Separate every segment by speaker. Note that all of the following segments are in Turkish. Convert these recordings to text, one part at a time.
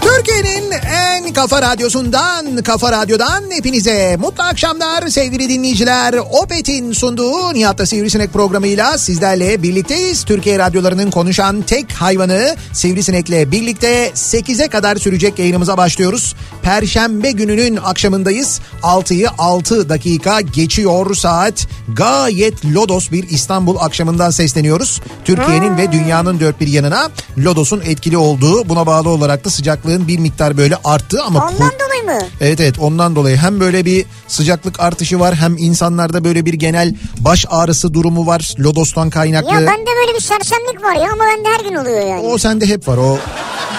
Speaker 1: Türkiye'nin en kafa radyosundan, kafa radyodan hepinize mutlu akşamlar sevgili dinleyiciler. Opet'in sunduğu Nihat'ta Sivrisinek programıyla sizlerle birlikteyiz. Türkiye radyolarının konuşan tek hayvanı Sivrisinek'le birlikte 8'e kadar sürecek yayınımıza başlıyoruz. Perşembe gününün akşamındayız. 6'yı 6 dakika geçiyor saat. Gayet lodos bir İstanbul akşamından sesleniyoruz. Türkiye'nin ve dünyanın dört bir yanına lodosun etkili olduğu buna bağlı olarak da sıcaklığın bir miktar böyle arttı ama
Speaker 2: Ondan
Speaker 1: kuvvet-
Speaker 2: dolayı mı?
Speaker 1: Evet evet ondan dolayı hem böyle bir sıcaklık artışı var hem insanlarda böyle bir genel baş ağrısı durumu var lodostan kaynaklı.
Speaker 2: Ya bende böyle bir sersemlik var ya ama bende her gün oluyor yani.
Speaker 1: O sende hep var o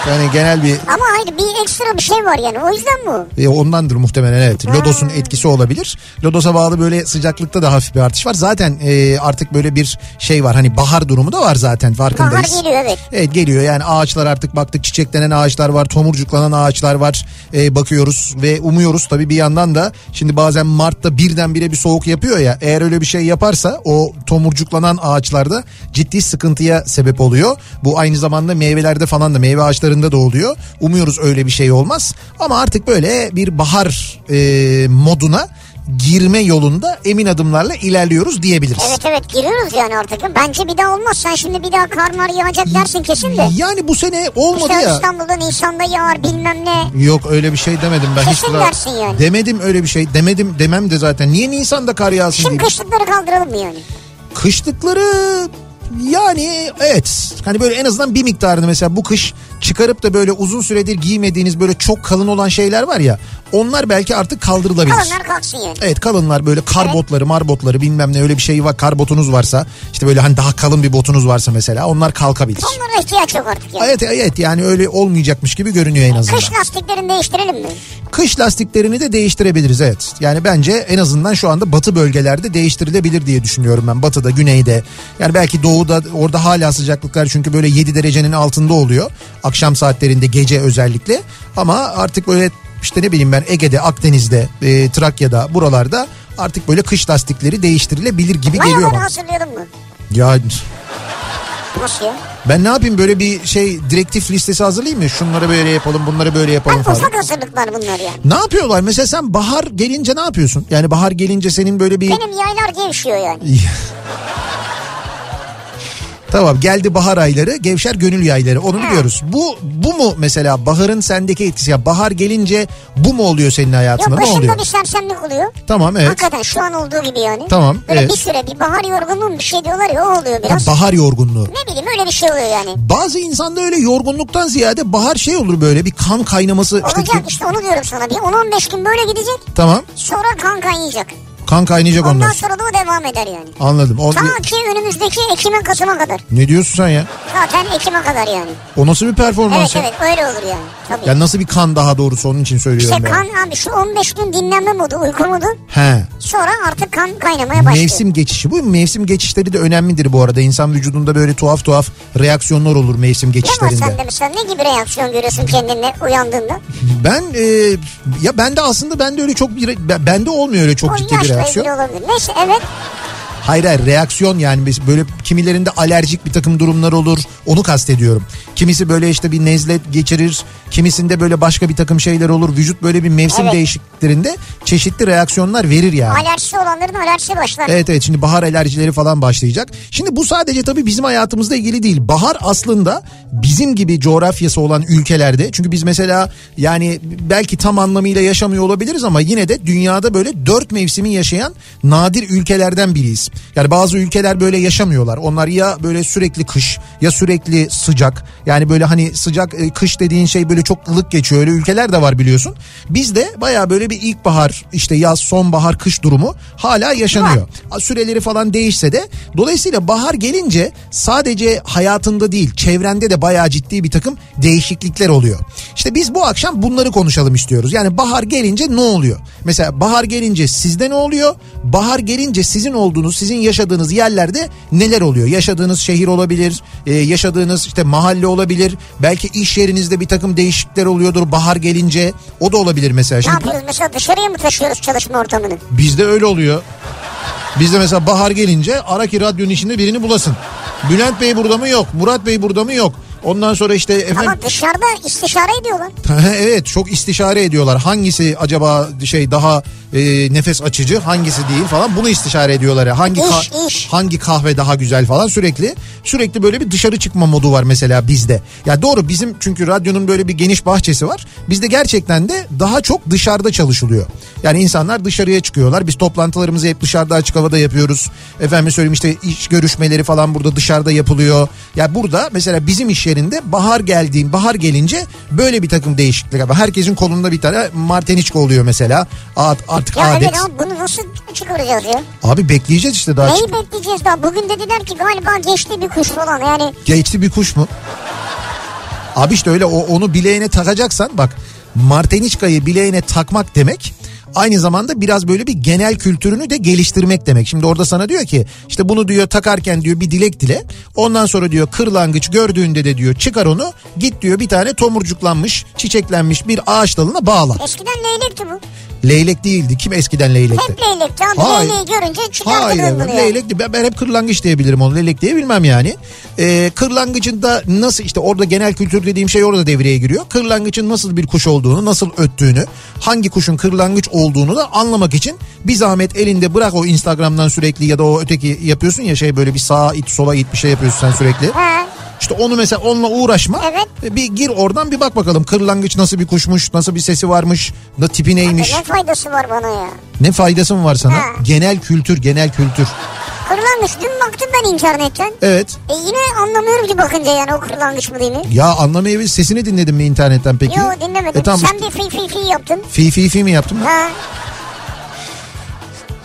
Speaker 1: yani genel bir
Speaker 2: Ama hayır bir ekstra bir şey var yani o yüzden bu.
Speaker 1: E, ondandır muhtemelen evet. Lodos'un etkisi olabilir. Lodos'a bağlı böyle sıcaklıkta da hafif bir artış var. Zaten e, artık böyle bir şey var. Hani bahar durumu da var zaten farkındayız.
Speaker 2: Bahar geliyor, evet.
Speaker 1: Evet geliyor yani ağaçlar artık baktık çiçeklenen ağaçlar var. Tomurcuklanan ağaçlar var. E, bakıyoruz ve umuyoruz tabii bir yandan da şimdi bazen Mart'ta birdenbire bir soğuk yapıyor ya. Eğer öyle bir şey yaparsa o tomurcuklanan ağaçlarda ciddi sıkıntıya sebep oluyor. Bu aynı zamanda meyvelerde falan da meyve ağaçlarında da oluyor. Umuyoruz öyle bir şey olmaz. Ama artık böyle bir bahar e, moduna girme yolunda emin adımlarla ilerliyoruz diyebiliriz.
Speaker 2: Evet evet giriyoruz yani artık. Bence bir daha olmaz. Sen şimdi bir daha kar mar yağacak dersin kesin de.
Speaker 1: Yani bu sene olmadı
Speaker 2: İşte
Speaker 1: ya.
Speaker 2: İstanbul'da Nisan'da yağar bilmem ne.
Speaker 1: Yok öyle bir şey demedim ben.
Speaker 2: Kesin
Speaker 1: daha-
Speaker 2: dersin yani.
Speaker 1: Demedim öyle bir şey. Demedim demem de zaten. Niye Nisan'da kar yağsın
Speaker 2: Şimdi
Speaker 1: diyeyim.
Speaker 2: kışlıkları kaldıralım mı yani?
Speaker 1: Kışlıkları yani evet hani böyle en azından bir miktarını mesela bu kış çıkarıp da böyle uzun süredir giymediğiniz böyle çok kalın olan şeyler var ya onlar belki artık kaldırılabilir.
Speaker 2: Kalanlar kalksın yani.
Speaker 1: Evet kalınlar böyle kar
Speaker 2: Evet.
Speaker 1: botları mar botları bilmem ne öyle bir şey var kar botunuz varsa işte böyle hani daha kalın bir botunuz varsa mesela onlar kalkabilir.
Speaker 2: Onlara ihtiyaç yok artık yani.
Speaker 1: Evet evet yani öyle olmayacakmış gibi görünüyor en azından.
Speaker 2: Kış lastiklerini değiştirelim mi?
Speaker 1: Kış lastiklerini de değiştirebiliriz evet. Yani bence en azından şu anda batı bölgelerde değiştirilebilir diye düşünüyorum ben. Batıda, güneyde. Yani belki doğuda orada hala sıcaklıklar çünkü böyle 7 derecenin altında oluyor. Akşam saatlerinde gece özellikle. Ama artık böyle işte ne bileyim ben Ege'de, Akdeniz'de, e, Trakya'da buralarda artık böyle kış lastikleri değiştirilebilir gibi geliyor
Speaker 2: Mayaları
Speaker 1: bana.
Speaker 2: hazırlayalım mı?
Speaker 1: Ya
Speaker 2: Nasıl ya?
Speaker 1: ben ne yapayım böyle bir şey direktif listesi hazırlayayım mı? Şunları böyle yapalım, bunları böyle yapalım
Speaker 2: Bak
Speaker 1: falan.
Speaker 2: ufak hazırlıklar bunlar yani.
Speaker 1: Ne yapıyorlar? Mesela sen bahar gelince ne yapıyorsun? Yani bahar gelince senin böyle bir...
Speaker 2: Benim yaylar gevşiyor yani.
Speaker 1: tamam geldi bahar ayları, gevşer gönül yayları. Onu biliyoruz. Bu bu mu mesela baharın sendeki etkisi? Ya bahar gelince bu mu oluyor senin hayatında?
Speaker 2: Yok
Speaker 1: ne oluyor?
Speaker 2: başında bir sersemlik oluyor.
Speaker 1: Tamam evet.
Speaker 2: Hakikaten şu an olduğu gibi yani.
Speaker 1: Tamam,
Speaker 2: Böyle
Speaker 1: evet.
Speaker 2: bir süre bir bahar yorgunluğu bir şey diyorlar ya o oluyor
Speaker 1: Ya
Speaker 2: biraz.
Speaker 1: bahar yorgunluğu.
Speaker 2: ne bileyim öyle bir şey oluyor yani.
Speaker 1: Bazı insanda öyle yorgunluktan ziyade bahar şey olur böyle bir kan kaynaması. işte-
Speaker 2: Olacak işte onu diyorum sana. Bir 10-15 gün böyle gidecek.
Speaker 1: Tamam.
Speaker 2: Sonra kan kaynayacak.
Speaker 1: Kan kaynayacak
Speaker 2: Ondan
Speaker 1: onlar.
Speaker 2: sonra da o devam eder yani.
Speaker 1: Anladım. O-
Speaker 2: Ta ki önümüzdeki Ekim'e Kasım'a kadar.
Speaker 1: Ne diyorsun sen ya?
Speaker 2: Zaten Ekim'e kadar yani.
Speaker 1: O nasıl bir
Speaker 2: Evet
Speaker 1: performans ya?
Speaker 2: evet öyle olur yani. Tabii.
Speaker 1: Ya nasıl bir kan daha doğrusu onun için söylüyorum
Speaker 2: işte
Speaker 1: ben.
Speaker 2: kan abi şu 15 gün dinlenme modu uyku modu
Speaker 1: He.
Speaker 2: sonra artık kan kaynamaya başlıyor.
Speaker 1: Mevsim geçişi. Bu mevsim geçişleri de önemlidir bu arada. İnsan vücudunda böyle tuhaf tuhaf reaksiyonlar olur mevsim
Speaker 2: ne var
Speaker 1: geçişlerinde.
Speaker 2: sende mesela ne gibi reaksiyon görüyorsun kendinde uyandığında?
Speaker 1: Ben e, ya bende aslında bende öyle çok bir ben- bende olmuyor öyle çok
Speaker 2: O
Speaker 1: ciddi bir
Speaker 2: yaşla
Speaker 1: reaksiyon.
Speaker 2: ilgili olabilir. Neyse evet
Speaker 1: Hayır hayır reaksiyon yani biz böyle kimilerinde alerjik bir takım durumlar olur onu kastediyorum. Kimisi böyle işte bir nezlet geçirir kimisinde böyle başka bir takım şeyler olur vücut böyle bir mevsim
Speaker 2: Evet.
Speaker 1: değişikliklerinde çeşitli reaksiyonlar verir yani.
Speaker 2: alerjisi olanların alerjisi başlar.
Speaker 1: Evet evet şimdi bahar alerjileri falan başlayacak. Şimdi bu sadece tabii bizim hayatımızla ilgili değil. Bahar aslında bizim gibi coğrafyası olan ülkelerde. Çünkü biz mesela yani belki tam anlamıyla yaşamıyor olabiliriz ama yine de dünyada böyle dört mevsimi yaşayan nadir ülkelerden biriyiz. Yani bazı ülkeler böyle yaşamıyorlar. Onlar ya böyle sürekli kış ya sürekli sıcak. Yani böyle hani sıcak e, kış dediğin şey böyle çok ılık geçiyor. Öyle ülkeler de var biliyorsun. Bizde baya böyle bir ilkbahar işte yaz sonbahar kış durumu hala yaşanıyor. Süreleri falan değişse de dolayısıyla bahar gelince sadece hayatında değil çevrende de bayağı ciddi bir takım değişiklikler oluyor. İşte biz bu akşam bunları konuşalım istiyoruz. Yani bahar gelince ne oluyor? Mesela bahar gelince sizde ne oluyor? Bahar gelince sizin olduğunuz, sizin yaşadığınız yerlerde neler oluyor? Yaşadığınız şehir olabilir, e, yaşadığınız işte mahalle olabilir. Belki iş yerinizde bir takım değişiklikler oluyordur bahar gelince. O da olabilir mesela.
Speaker 2: Ne
Speaker 1: Şimdi
Speaker 2: yapıyoruz mesela dışarıya mı taşıyoruz çalışma ortamını?
Speaker 1: Bizde öyle oluyor. Bizde mesela bahar gelince ara ki radyonun içinde birini bulasın. Bülent Bey burada mı yok? Murat Bey burada mı yok? Ondan sonra işte efendim
Speaker 2: Ama dışarıda istişare ediyorlar.
Speaker 1: evet çok istişare ediyorlar. Hangisi acaba şey daha e, nefes açıcı, hangisi değil falan. Bunu istişare ediyorlar. ya. Hangi
Speaker 2: İş,
Speaker 1: ka-
Speaker 2: iş.
Speaker 1: hangi kahve daha güzel falan sürekli. Sürekli böyle bir dışarı çıkma modu var mesela bizde. Ya doğru bizim çünkü radyonun böyle bir geniş bahçesi var. Bizde gerçekten de daha çok dışarıda çalışılıyor. Yani insanlar dışarıya çıkıyorlar. Biz toplantılarımızı hep dışarıda açık havada yapıyoruz. Efendim söyleyeyim işte iş görüşmeleri falan burada dışarıda yapılıyor. Ya burada mesela bizim iş yerinde bahar geldiğim bahar gelince böyle bir takım değişiklikler var. Herkesin kolunda bir tane marteniçka oluyor mesela. At- Artık
Speaker 2: Ya
Speaker 1: adet.
Speaker 2: evet ama bunu nasıl çıkaracağız ya?
Speaker 1: Abi bekleyeceğiz işte daha.
Speaker 2: Neyi bekleyeceğiz daha? Bugün dediler ki galiba geçti bir kuş falan yani.
Speaker 1: Geçti bir kuş mu? Abi işte öyle o, onu bileğine takacaksan bak marteniçkayı bileğine takmak demek aynı zamanda biraz böyle bir genel kültürünü de geliştirmek demek. Şimdi orada sana diyor ki işte bunu diyor takarken diyor bir dilek dile ondan sonra diyor kırlangıç gördüğünde de diyor çıkar onu git diyor bir tane tomurcuklanmış çiçeklenmiş bir ağaç dalına bağla.
Speaker 2: Eskiden leylekti bu.
Speaker 1: Leylek değildi kim eskiden leylekti?
Speaker 2: Hep leylekti abi.
Speaker 1: Hayır.
Speaker 2: Leyleği görünce çıkardık
Speaker 1: Hayır
Speaker 2: bunu
Speaker 1: efendim,
Speaker 2: yani.
Speaker 1: leylek değil. ben, ben hep kırlangıç diyebilirim onu leylek diye bilmem yani. Ee, kırlangıcın da nasıl işte orada genel kültür dediğim şey orada devreye giriyor. Kırlangıcın nasıl bir kuş olduğunu nasıl öttüğünü hangi kuşun kırlangıç olduğunu da anlamak için bir zahmet elinde bırak o Instagram'dan sürekli ya da o öteki yapıyorsun ya şey böyle bir sağa it sola it bir şey yapıyorsun sen sürekli.
Speaker 2: He.
Speaker 1: İşte onu mesela onunla uğraşma. Ee,
Speaker 2: Evet.
Speaker 1: Bir gir oradan bir bak bakalım kırlangıç nasıl bir kuşmuş, nasıl bir sesi varmış, da tipi neymiş.
Speaker 2: Ne faydası var bana ya?
Speaker 1: Ne faydası mı var sana?
Speaker 2: Ha.
Speaker 1: Genel kültür, genel kültür.
Speaker 2: Kırlangıç dün baktım ben internetten.
Speaker 1: Evet.
Speaker 2: E yine anlamıyorum ki bakınca yani o kırlangıç mı değil mi?
Speaker 1: Ya anlamayabilir sesini dinledin mi internetten peki?
Speaker 2: Yo dinlemedim.
Speaker 1: E, tamam.
Speaker 2: Sen bir fi fi fi yaptın.
Speaker 1: Fi fi fi mi yaptım?
Speaker 2: Ha.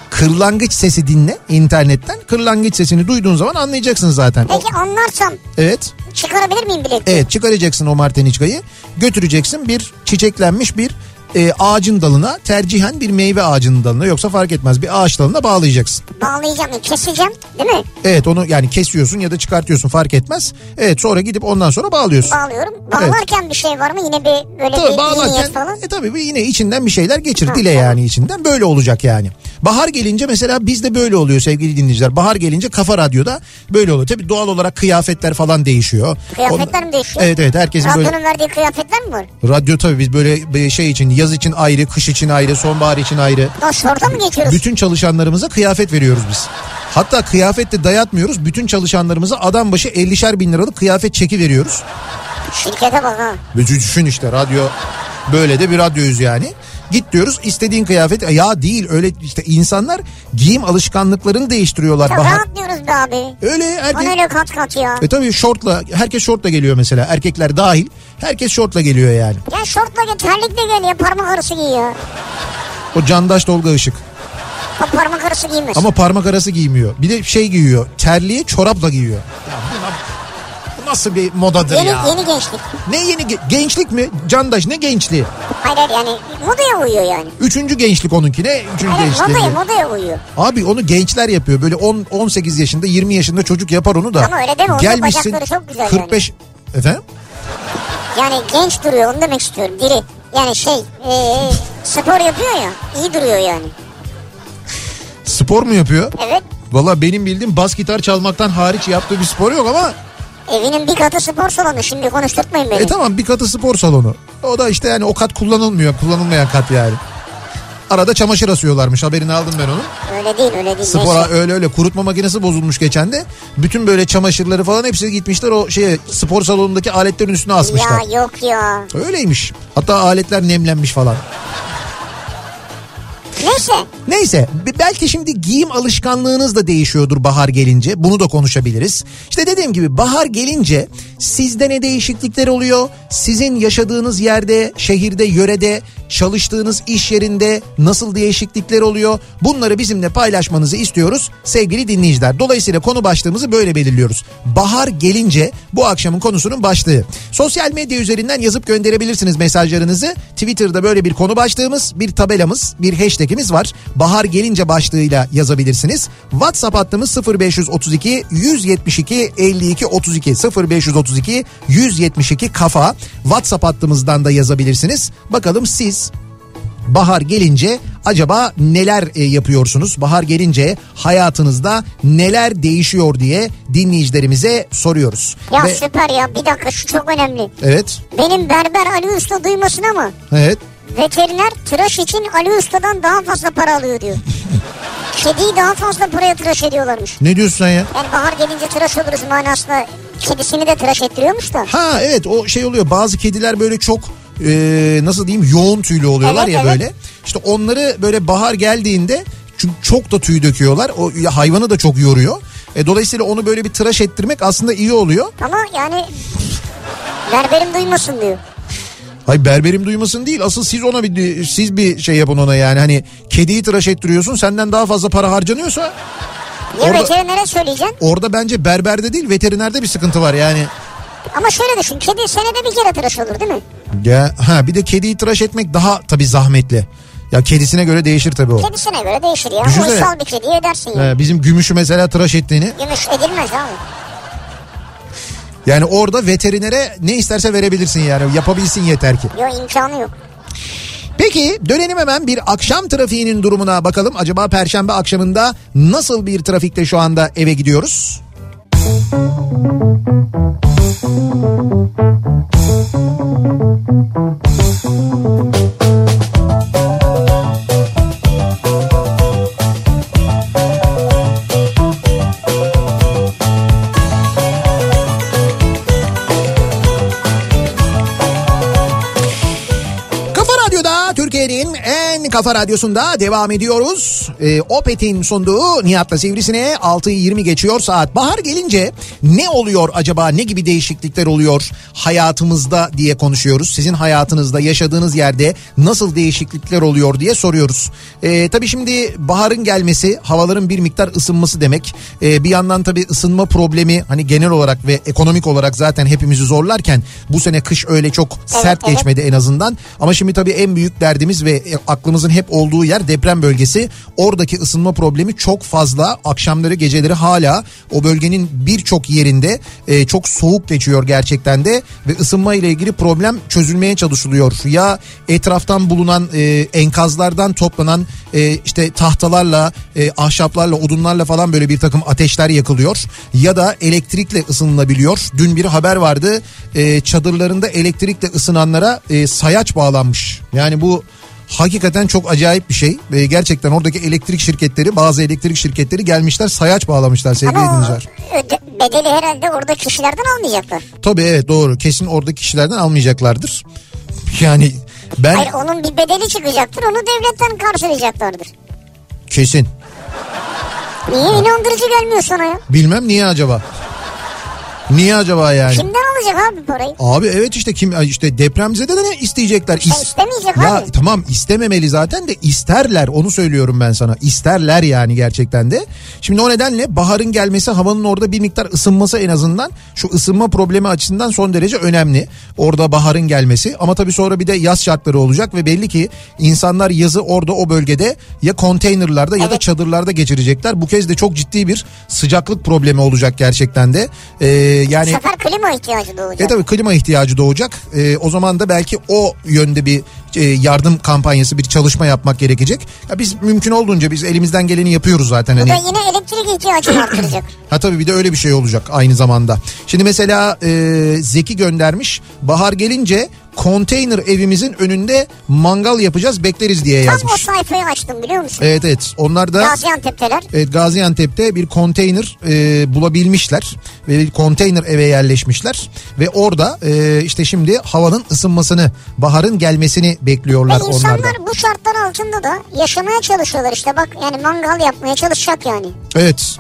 Speaker 1: Kırlangıç sesi dinle internetten. Kırlangıç sesini duyduğun zaman anlayacaksın zaten. O- E-
Speaker 2: Peki anlarsam
Speaker 1: evet.
Speaker 2: çıkarabilir meyim bileti?
Speaker 1: Evet çıkaracaksın o marteniçkayı. Götüreceksin bir çiçeklenmiş bir e, ağacın dalına tercihen bir meyve ağacının dalına yoksa fark etmez bir ağaç dalına bağlayacaksın.
Speaker 2: Bağlayacağım, yani keseceğim değil mi?
Speaker 1: Evet onu yani kesiyorsun ya da çıkartıyorsun fark etmez. Evet sonra gidip ondan sonra bağlıyorsun.
Speaker 2: Bağlıyorum. Bağlarken bir şey var mı? Yine bir böyle
Speaker 1: Tabii
Speaker 2: bir iyi niyet
Speaker 1: bağlarken
Speaker 2: falan.
Speaker 1: e tabii bu yine içinden bir şeyler geçir dile yani içinden böyle olacak yani. Bahar gelince mesela bizde böyle oluyor sevgili dinleyiciler. Bahar gelince Kafa Radyo'da böyle oluyor. Tabii doğal olarak kıyafetler falan değişiyor.
Speaker 2: Kıyafetler
Speaker 1: On-
Speaker 2: mi değişiyor?
Speaker 1: Evet evet herkesin
Speaker 2: Radyonun
Speaker 1: böyle
Speaker 2: verdiği kıyafetler mi var?
Speaker 1: radyo tabii biz böyle bir şey için yaz için ayrı, kış için ayrı, sonbahar için ayrı.
Speaker 2: Lan şorta mı geçiyoruz?
Speaker 1: Bütün çalışanlarımıza kıyafet veriyoruz biz. Hatta kıyafet de dayatmıyoruz. Bütün çalışanlarımıza adam başı 50'şer bin liralık kıyafet çeki veriyoruz.
Speaker 2: Şirkete bak ha.
Speaker 1: Ve düşün işte radyo böyle de bir radyoyuz yani. Git diyoruz istediğin kıyafet ya değil öyle işte insanlar giyim alışkanlıklarını değiştiriyorlar
Speaker 2: Ya
Speaker 1: bahar.
Speaker 2: rahatlıyoruz be abi.
Speaker 1: Öyle
Speaker 2: Bana
Speaker 1: herkes
Speaker 2: öyle kat kat ya.
Speaker 1: e tabii şortla herkes şortla geliyor mesela erkekler dahil herkes şortla geliyor yani.
Speaker 2: Ya şortla gel, terlikle gel ya parmak arası giy ya.
Speaker 1: O candaş Tolga Işık.
Speaker 2: O parmak arası giymez.
Speaker 1: Ama parmak arası giymiyor. Bir de şey giyiyor. Terliği çorapla giyiyor. Ya bu na- bu nasıl bir modadır
Speaker 2: yeni,
Speaker 1: ya?
Speaker 2: yeni gençlik.
Speaker 1: Ne yeni ge- gençlik mi? Candaş ne gençliği?
Speaker 2: Hayır hayır yani modaya uyuyor yani.
Speaker 1: Üçüncü gençlik onunki ne? Üçüncü
Speaker 2: Hayır
Speaker 1: gençliği.
Speaker 2: modaya modaya uyuyor.
Speaker 1: Abi onu gençler yapıyor. Böyle 10 18 yaşında 20 yaşında çocuk yapar onu da.
Speaker 2: Ama öyle deme, onun da
Speaker 1: Gelmişsin
Speaker 2: bacakları çok güzel yani.
Speaker 1: 45 efendim?
Speaker 2: Yani genç duruyor onu demek istiyorum. Diri. Yani şey ee, spor yapıyor ya iyi duruyor yani.
Speaker 1: Spor mu yapıyor?
Speaker 2: Evet
Speaker 1: Valla benim bildiğim bas gitar çalmaktan hariç yaptığı bir spor yok ama
Speaker 2: evinin bir katı spor salonu şimdi konuşturtmayın beni.
Speaker 1: e tamam bir katı spor salonu. O da işte yani o kat kullanılmıyor. Kullanılmayan kat yani. Arada çamaşır asıyorlarmış haberini aldım ben onun.
Speaker 2: Öyle değil öyle değil.
Speaker 1: Spora
Speaker 2: Neyse.
Speaker 1: öyle öyle kurutma makinesi bozulmuş geçen de. Bütün böyle çamaşırları falan hepsi gitmişler o şeye spor salonundaki aletlerin üstüne asmışlar.
Speaker 2: Ya yok ya.
Speaker 1: Öyleymiş. Hatta aletler nemlenmiş falan.
Speaker 2: Neyse
Speaker 1: Neyse b- belki şimdi giyim alışkanlığınız da değişiyordur bahar gelince. Bunu da konuşabiliriz. İşte dediğim gibi bahar gelince sizde ne değişiklikler oluyor? Sizin yaşadığınız yerde, şehirde, yörede, çalıştığınız iş yerinde nasıl değişiklikler oluyor? Bunları bizimle paylaşmanızı istiyoruz sevgili dinleyiciler. Dolayısıyla konu başlığımızı böyle belirliyoruz. Bahar gelince bu akşamın konusunun başlığı. Sosyal medya üzerinden yazıp gönderebilirsiniz mesajlarınızı. Twitter'da böyle bir konu başlığımız, bir tabelamız, bir hashtagimiz var. Bahar gelince başlığıyla yazabilirsiniz. WhatsApp hattımız 0532 172 52 32 0532 172 kafa. WhatsApp hattımızdan da yazabilirsiniz. Bakalım siz Bahar gelince acaba neler e, yapıyorsunuz? Bahar gelince hayatınızda neler değişiyor diye dinleyicilerimize soruyoruz.
Speaker 2: ya
Speaker 1: Ve-
Speaker 2: süper ya bir dakika şu çok önemli.
Speaker 1: evet,
Speaker 2: Benim berber Ali Usta duymasın ama
Speaker 1: evet.
Speaker 2: veteriner tıraş için Ali Usta'dan daha fazla para alıyor diyor. Kediyi daha fazla paraya tıraş ediyorlarmış.
Speaker 1: Ne diyorsun sen ya?
Speaker 2: Yani bahar gelince tıraş oluruz manasında kedisini de tıraş ettiriyormuş da.
Speaker 1: Ha evet o şey oluyor bazı kediler böyle çok e, nasıl diyeyim yoğun tüylü oluyorlar
Speaker 2: Evet,
Speaker 1: ya
Speaker 2: evet.
Speaker 1: böyle. İşte onları böyle bahar geldiğinde çünkü çok da tüy döküyorlar. O ya, hayvanı da çok yoruyor. E, dolayısıyla onu böyle bir tıraş ettirmek aslında iyi oluyor.
Speaker 2: Ama yani berberim duymasın diyor.
Speaker 1: Hay berberim duymasın değil. Asıl siz ona bir siz bir şey yapın ona yani. Hani kediyi tıraş ettiriyorsun. Senden daha fazla para harcanıyorsa
Speaker 2: Ya
Speaker 1: Orada-
Speaker 2: veterinere söyleyeceksin.
Speaker 1: orada bence berberde değil veterinerde bir sıkıntı var yani.
Speaker 2: Ama şöyle düşün kedi senede bir kere tıraş olur değil mi?
Speaker 1: Ya ha bir de kediyi tıraş etmek daha tabii zahmetli. Ya kedisine göre değişir tabii o.
Speaker 2: Kedisine göre değişir ya.
Speaker 1: Düşünsene.
Speaker 2: Uysal bir kediye edersin ya.
Speaker 1: Ee, bizim gümüşü mesela tıraş ettiğini.
Speaker 2: Gümüş edilmez abi.
Speaker 1: Yani orada veterinere ne isterse verebilirsin yani. Yapabilsin yeter ki.
Speaker 2: Yok imkanı yok.
Speaker 1: Peki dönelim hemen bir akşam trafiğinin durumuna bakalım. Acaba perşembe akşamında nasıl bir trafikte şu anda eve gidiyoruz? Kafa Radyo'da Türkiye'nin en kafa radyosunda devam ediyoruz. Ee, Opet'in sunduğu Nihat'la Sivrisi'ne 6'yı 20 geçiyor saat. Bahar gelince ne oluyor acaba ne gibi değişiklikler oluyor hayatımızda diye konuşuyoruz. Sizin hayatınızda yaşadığınız yerde nasıl değişiklikler oluyor diye soruyoruz. Ee, tabii şimdi baharın gelmesi havaların bir miktar ısınması demek. Ee, bir yandan tabii ısınma problemi hani genel olarak ve ekonomik olarak zaten hepimizi zorlarken bu sene kış öyle çok sert
Speaker 2: evet.
Speaker 1: geçmedi geçmedi en azından. Ama şimdi tabii en büyük derdimiz ve aklımızın hep olduğu yer deprem bölgesi. Oradaki ısınma problemi çok fazla. Akşamları geceleri hala o bölgenin birçok yerinde e, çok soğuk geçiyor gerçekten de ve ısınma ile ilgili problem çözülmeye çalışılıyor. Ya etraftan bulunan e, enkazlardan toplanan e, işte tahtalarla, e, ahşaplarla, odunlarla falan böyle bir takım ateşler yakılıyor ya da elektrikle ısınılabiliyor. Dün bir haber vardı. E, çadırlarında elektrikle ısınanlara e, sayaç bağlanmış. Yani bu hakikaten çok acayip bir şey. E, gerçekten oradaki elektrik şirketleri, bazı elektrik şirketleri gelmişler sayaç bağlamışlar sevgili
Speaker 2: Ama o
Speaker 1: dinleyiciler.
Speaker 2: öde- bedeli herhalde orada kişilerden almayacaklar.
Speaker 1: Tabii evet doğru. Kesin oradaki kişilerden almayacaklardır. Yani ben
Speaker 2: Hayır onun bir bedeli çıkacaktır onu devletten karşılayacaklardır.
Speaker 1: kesin.
Speaker 2: Niye inandırıcı gelmiyor sana ya?
Speaker 1: Bilmem niye acaba. Niye acaba yani?
Speaker 2: Kimden alacak abi parayı?
Speaker 1: Abi evet işte kim ay işte depremzede de ne isteyecekler? İs-
Speaker 2: istemeyecek
Speaker 1: ya,
Speaker 2: abi.
Speaker 1: Tamam istememeli zaten de isterler onu söylüyorum ben sana. İsterler yani gerçekten de. Şimdi o nedenle baharın gelmesi havanın orada bir miktar ısınması en azından şu ısınma problemi açısından son derece önemli. Orada baharın gelmesi ama tabii sonra bir de yaz şartları olacak ve belli ki insanlar yazı orada o bölgede ya konteynerlarda ya da
Speaker 2: Evet.
Speaker 1: çadırlarda geçirecekler. Bu kez de çok ciddi bir sıcaklık problemi olacak gerçekten de. Ee,
Speaker 2: Bu
Speaker 1: yani
Speaker 2: sefer klima ihtiyacı da
Speaker 1: e
Speaker 2: olacak.
Speaker 1: tabii klima ihtiyacı doğacak. E, o zaman da belki o yönde bir e, yardım kampanyası, bir çalışma yapmak gerekecek. Ya biz mümkün olduğunca biz elimizden geleni yapıyoruz zaten.
Speaker 2: Bu da
Speaker 1: Hani,
Speaker 2: yine elektrik ihtiyacını arttıracak.
Speaker 1: ha tabii bir de öyle bir şey olacak aynı zamanda. Şimdi mesela e, Zeki göndermiş. Bahar gelince konteyner evimizin önünde mangal yapacağız bekleriz diye
Speaker 2: Tam o
Speaker 1: yazmış. E-
Speaker 2: sayfayı açtım biliyor musun?
Speaker 1: Evet evet onlar da...
Speaker 2: Gaziantep'teler.
Speaker 1: Evet E, Gaziantep'te bir konteyner e, bulabilmişler ve bir konteyner eve yerleşmişler ve orada e, işte şimdi havanın ısınmasını, baharın gelmesini
Speaker 2: Ve
Speaker 1: bekliyorlar onlardan.
Speaker 2: E, insanlar bu şartlar altında da yaşamaya çalışıyorlar işte bak yani mangal yapmaya çalışacak yani.
Speaker 1: Evet.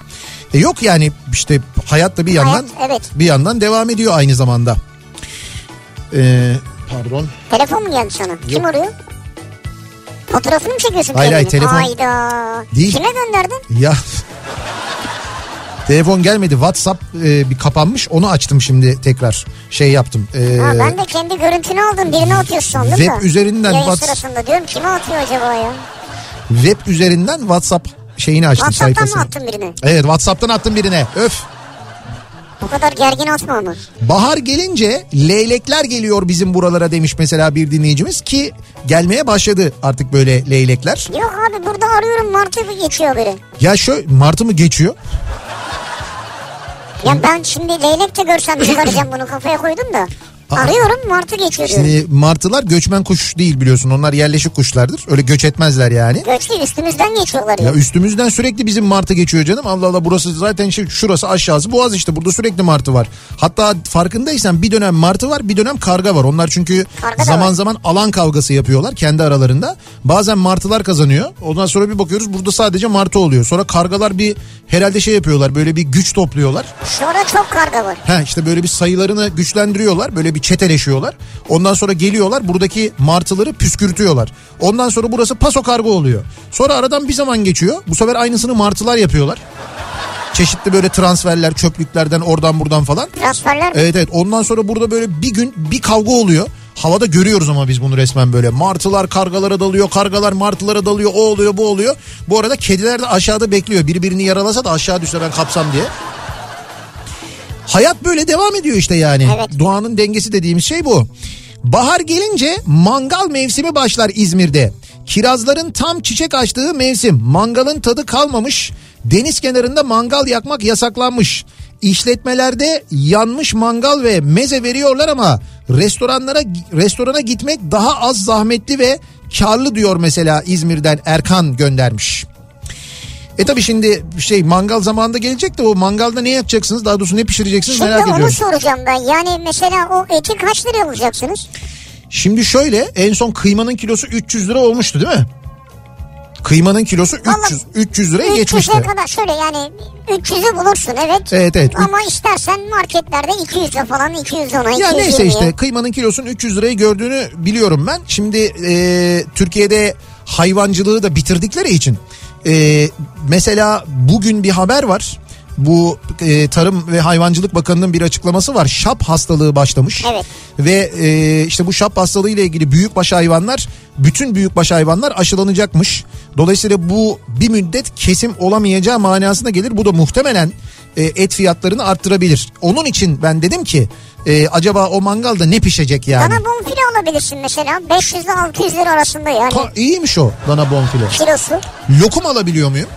Speaker 1: E, yok yani işte hayat da bir yandan
Speaker 2: Hayat, evet.
Speaker 1: bir yandan devam ediyor aynı zamanda. E, pardon.
Speaker 2: Telefon mu geldi sana? Kim arıyor? Fotoğrafını mı çekiyorsun?
Speaker 1: Hayır, hayır,
Speaker 2: kendinin?
Speaker 1: telefon-
Speaker 2: Hayda.
Speaker 1: Değil.
Speaker 2: Kime gönderdin?
Speaker 1: Ya Telefon gelmedi. WhatsApp e, bir kapanmış. Onu açtım şimdi tekrar. Şey yaptım. E,
Speaker 2: Ha, ben de kendi görüntünü aldım birine atıyorsun sandım
Speaker 1: Web
Speaker 2: da.
Speaker 1: üzerinden
Speaker 2: Yayın
Speaker 1: Whats-
Speaker 2: sırasında diyorum kime atıyor acaba ya?
Speaker 1: web üzerinden WhatsApp şeyini açtım
Speaker 2: WhatsApp'tan
Speaker 1: sayfasını.
Speaker 2: mı attın birine?
Speaker 1: Evet WhatsApp'tan attım birine. Öf.
Speaker 2: Bu kadar gergin atma ama.
Speaker 1: Bahar gelince leylekler geliyor bizim buralara demiş mesela bir dinleyicimiz ki gelmeye başladı artık böyle leylekler.
Speaker 2: Yok abi burada arıyorum Mart'ı geçiyor biri.
Speaker 1: Ya şöyle Mart'ı mı geçiyor?
Speaker 2: Ya ben şimdi leylek de görsem çıkaracağım bunu kafaya koydum da.
Speaker 1: Aa.
Speaker 2: Arıyorum Mart'ı geçiyor diyor.
Speaker 1: Şimdi Ee, martılar göçmen kuş değil biliyorsun. Onlar yerleşik kuşlardır. Öyle göç etmezler yani.
Speaker 2: Göçlü üstümüzden geçiyorlar ya.
Speaker 1: Ya üstümüzden sürekli bizim martı geçiyor canım. Allah Allah burası zaten şey, şurası aşağısı boğaz işte. Burada sürekli martı var. Hatta farkındaysan bir dönem martı var bir dönem karga var. Onlar çünkü
Speaker 2: Karga da
Speaker 1: zaman
Speaker 2: var.
Speaker 1: zaman alan kavgası yapıyorlar kendi aralarında. Bazen martılar kazanıyor. Ondan sonra bir bakıyoruz burada sadece martı oluyor. Sonra kargalar bir herhalde şey yapıyorlar böyle bir güç topluyorlar.
Speaker 2: Sonra çok karga var.
Speaker 1: Ha işte böyle bir sayılarını güçlendiriyorlar. Böyle bir çeteleşiyorlar. Ondan sonra geliyorlar buradaki martıları püskürtüyorlar. Ondan sonra burası paso kargo oluyor. Sonra aradan bir zaman geçiyor. Bu sefer aynısını martılar yapıyorlar. Çeşitli böyle transferler, çöplüklerden oradan buradan falan.
Speaker 2: Transferler
Speaker 1: Evet evet ondan sonra burada böyle bir gün bir kavga oluyor. Havada görüyoruz ama biz bunu resmen böyle. Martılar kargalara dalıyor, kargalar martılara dalıyor, o oluyor, bu oluyor. Bu arada kediler de aşağıda bekliyor. Birbirini yaralasa da aşağı düşse ben kapsam diye. Hayat böyle devam ediyor işte yani.
Speaker 2: Evet.
Speaker 1: Doğanın dengesi dediğimiz şey bu. Bahar gelince mangal mevsimi başlar İzmir'de. Kirazların tam çiçek açtığı mevsim. Mangalın tadı kalmamış. Deniz kenarında mangal yakmak yasaklanmış. İşletmelerde yanmış mangal ve meze veriyorlar ama restoranlara restorana gitmek daha az zahmetli ve karlı diyor mesela İzmir'den Erkan göndermiş. E tabi şimdi şey mangal zamanında gelecek de o mangalda ne yapacaksınız daha doğrusu ne pişireceksiniz
Speaker 2: Şimdi
Speaker 1: merak
Speaker 2: onu
Speaker 1: ediyorum.
Speaker 2: soracağım ben. Yani mesela o eti kaç liraya alacaksınız?
Speaker 1: Şimdi şöyle en son kıymanın kilosu 300 lira olmuştu değil mi? Kıymanın kilosu 300,
Speaker 2: Vallahi
Speaker 1: 300 liraya
Speaker 2: 300
Speaker 1: geçmişti.
Speaker 2: lira kadar şöyle yani 300'ü bulursun evet.
Speaker 1: Evet, evet.
Speaker 2: Ama istersen marketlerde 200 lira falan 200 ona 200
Speaker 1: Ya neyse işte kıymanın kilosunun 300 lirayı gördüğünü biliyorum ben. Şimdi e, Türkiye'de hayvancılığı da bitirdikleri için e, mesela bugün bir haber var. Bu e, Tarım ve Hayvancılık Bakanı'nın bir açıklaması var. Şap hastalığı başlamış.
Speaker 2: Evet.
Speaker 1: Ve e, işte bu şap hastalığı ile ilgili büyükbaş hayvanlar, bütün büyükbaş hayvanlar aşılanacakmış. Dolayısıyla bu bir müddet kesim olamayacağı manasına gelir. Bu da muhtemelen e, et fiyatlarını arttırabilir. Onun için ben dedim ki e, acaba o mangalda ne pişecek yani?
Speaker 2: Dana bonfile alabilirsin mesela 500 ile 600 lira arasında yani.
Speaker 1: Ta, iyiymiş o dana bonfile.
Speaker 2: kilosu.
Speaker 1: Lokum alabiliyor muyum?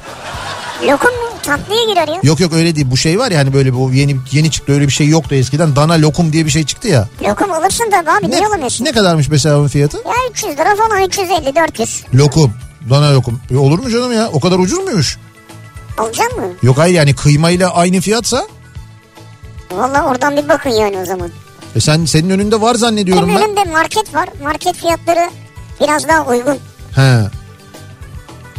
Speaker 2: Lokum mu? Tatlıya girer ya.
Speaker 1: Yok yok öyle değil. Bu şey var ya hani böyle bu yeni yeni çıktı öyle bir şey yoktu eskiden. Dana lokum diye bir şey çıktı ya.
Speaker 2: Lokum alırsın da abi
Speaker 1: Ne,
Speaker 2: niye alamıyorsun?
Speaker 1: ne kadarmış mesela onun fiyatı?
Speaker 2: Ya 300 lira falan 350 400.
Speaker 1: Lokum. Dana lokum. E, olur mu canım ya? O kadar ucuz muymuş?
Speaker 2: Alacak mı?
Speaker 1: Yok hayır yani kıymayla aynı fiyatsa
Speaker 2: Valla oradan bir bakın yani o zaman.
Speaker 1: e sen senin önünde var zannediyorum
Speaker 2: Benim
Speaker 1: ben.
Speaker 2: önümde market var. Market fiyatları biraz daha uygun.
Speaker 1: He.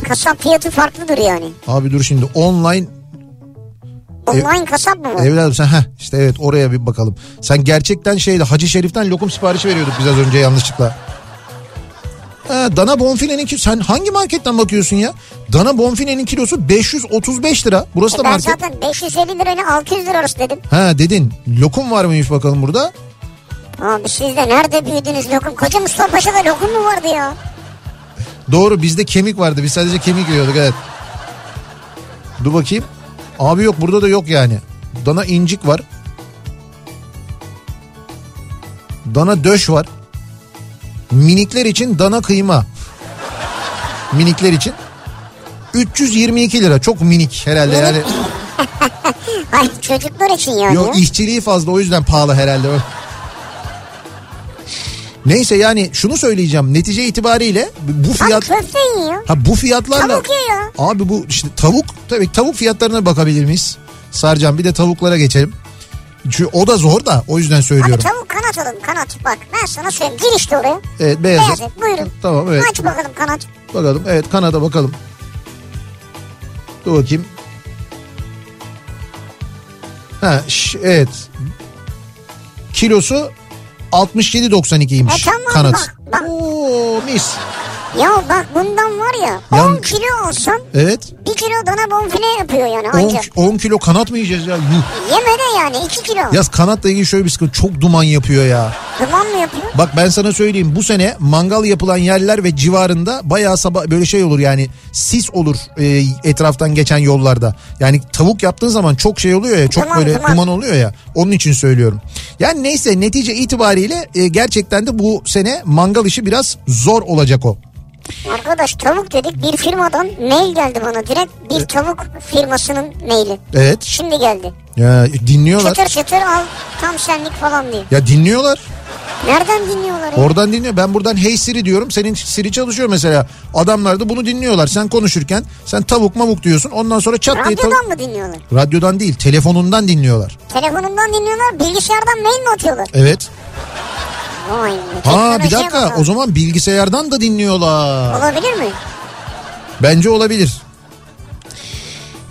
Speaker 2: Kasap fiyatı farklıdır yani.
Speaker 1: Abi dur şimdi online
Speaker 2: Online kasap mı bu? E,
Speaker 1: Evladım sen heh, işte evet oraya bir bakalım. Sen gerçekten şeyde Hacı Şerif'ten lokum siparişi veriyorduk biz az önce yanlışlıkla. Ha, dana bonfilenin ki sen hangi marketten bakıyorsun ya? Dana bonfilenin kilosu 535 lira. Burası da
Speaker 2: E ben
Speaker 1: market.
Speaker 2: zaten 550 lirayla 600 lira arası dedim.
Speaker 1: Ha dedin lokum var mıymış bakalım burada?
Speaker 2: Abi siz de nerede büyüdünüz lokum? Koca Mustafa Paşa'da lokum mu vardı ya?
Speaker 1: Doğru bizde kemik vardı. Biz sadece kemik yiyorduk evet. Dur bakayım. Abi yok burada da yok yani. Dana incik var. Dana döş var. Minikler için dana kıyma. Minikler için. 322 lira çok minik herhalde yani.
Speaker 2: Ay çocuklar için yani.
Speaker 1: Yok
Speaker 2: ya.
Speaker 1: işçiliği fazla o yüzden pahalı herhalde. Neyse yani şunu söyleyeceğim. Netice itibariyle bu
Speaker 2: Abi
Speaker 1: fiyat...
Speaker 2: köfte yiyor.
Speaker 1: Ha bu fiyatlarla...
Speaker 2: Tavuk yiyor.
Speaker 1: Abi bu işte tavuk tabii tavuk fiyatlarına bakabilir miyiz? Sarcan bir de tavuklara geçelim. Çünkü o da zor da o yüzden
Speaker 2: Abi
Speaker 1: söylüyorum.
Speaker 2: tavuk kanat alın kanat. Bak ben sana söyleyeyim. Gir işte oraya.
Speaker 1: evet beyaz.
Speaker 2: Beyaz et buyurun.
Speaker 1: Tamam evet
Speaker 2: Aç bakalım kanat.
Speaker 1: bakalım. Evet kanada bakalım. Dur bakayım. Ha ş- evet. Kilosu 67.92'ymiş
Speaker 2: E tamam
Speaker 1: kanat.
Speaker 2: bak, bak.
Speaker 1: Oo mis.
Speaker 2: Ya bak bundan var ya
Speaker 1: Yan-
Speaker 2: 10 kilo olsan
Speaker 1: Evet.
Speaker 2: 1 kilo dana bonfile yapıyor yani
Speaker 1: 10,
Speaker 2: anca.
Speaker 1: ki- 10 kilo kanat mı yiyeceğiz ya? Yuh.
Speaker 2: Yeme de yani 2 kilo.
Speaker 1: Yaz kanatla ilgili şöyle bir sıkıntı. Çok duman yapıyor ya.
Speaker 2: Duman mı yapıyor?
Speaker 1: Bak ben sana söyleyeyim bu sene mangal yapılan yerler ve civarında bayağı sabah böyle şey olur yani sis olur e, etraftan geçen yollarda. Yani tavuk yaptığın zaman çok şey oluyor ya çok
Speaker 2: Duman,
Speaker 1: böyle
Speaker 2: duman.
Speaker 1: duman oluyor ya onun için söylüyorum. Yani neyse netice itibariyle e, gerçekten de bu sene mangal işi biraz zor olacak o.
Speaker 2: Arkadaş tavuk dedik bir firmadan mail geldi bana direkt bir tavuk firmasının maili.
Speaker 1: Evet
Speaker 2: Şimdi geldi.
Speaker 1: ya, dinliyorlar.
Speaker 2: Çıtır çıtır al tam senlik falan diye.
Speaker 1: Ya dinliyorlar.
Speaker 2: Nereden dinliyorlar ya?
Speaker 1: Oradan dinliyor. Ben buradan hey Siri diyorum. Senin Siri çalışıyor mesela. Adamlar da bunu dinliyorlar. Sen konuşurken sen tavuk mavuk diyorsun. Ondan sonra çat diye tavuk...
Speaker 2: Radyodan mı dinliyorlar?
Speaker 1: Radyodan değil telefonundan dinliyorlar.
Speaker 2: Telefonundan dinliyorlar bilgisayardan mail mi atıyorlar?
Speaker 1: Evet.
Speaker 2: Vay be,
Speaker 1: Ha bir
Speaker 2: teknolojiye
Speaker 1: dakika
Speaker 2: bakalım.
Speaker 1: o zaman bilgisayardan da dinliyorlar.
Speaker 2: Olabilir mi?
Speaker 1: Bence olabilir.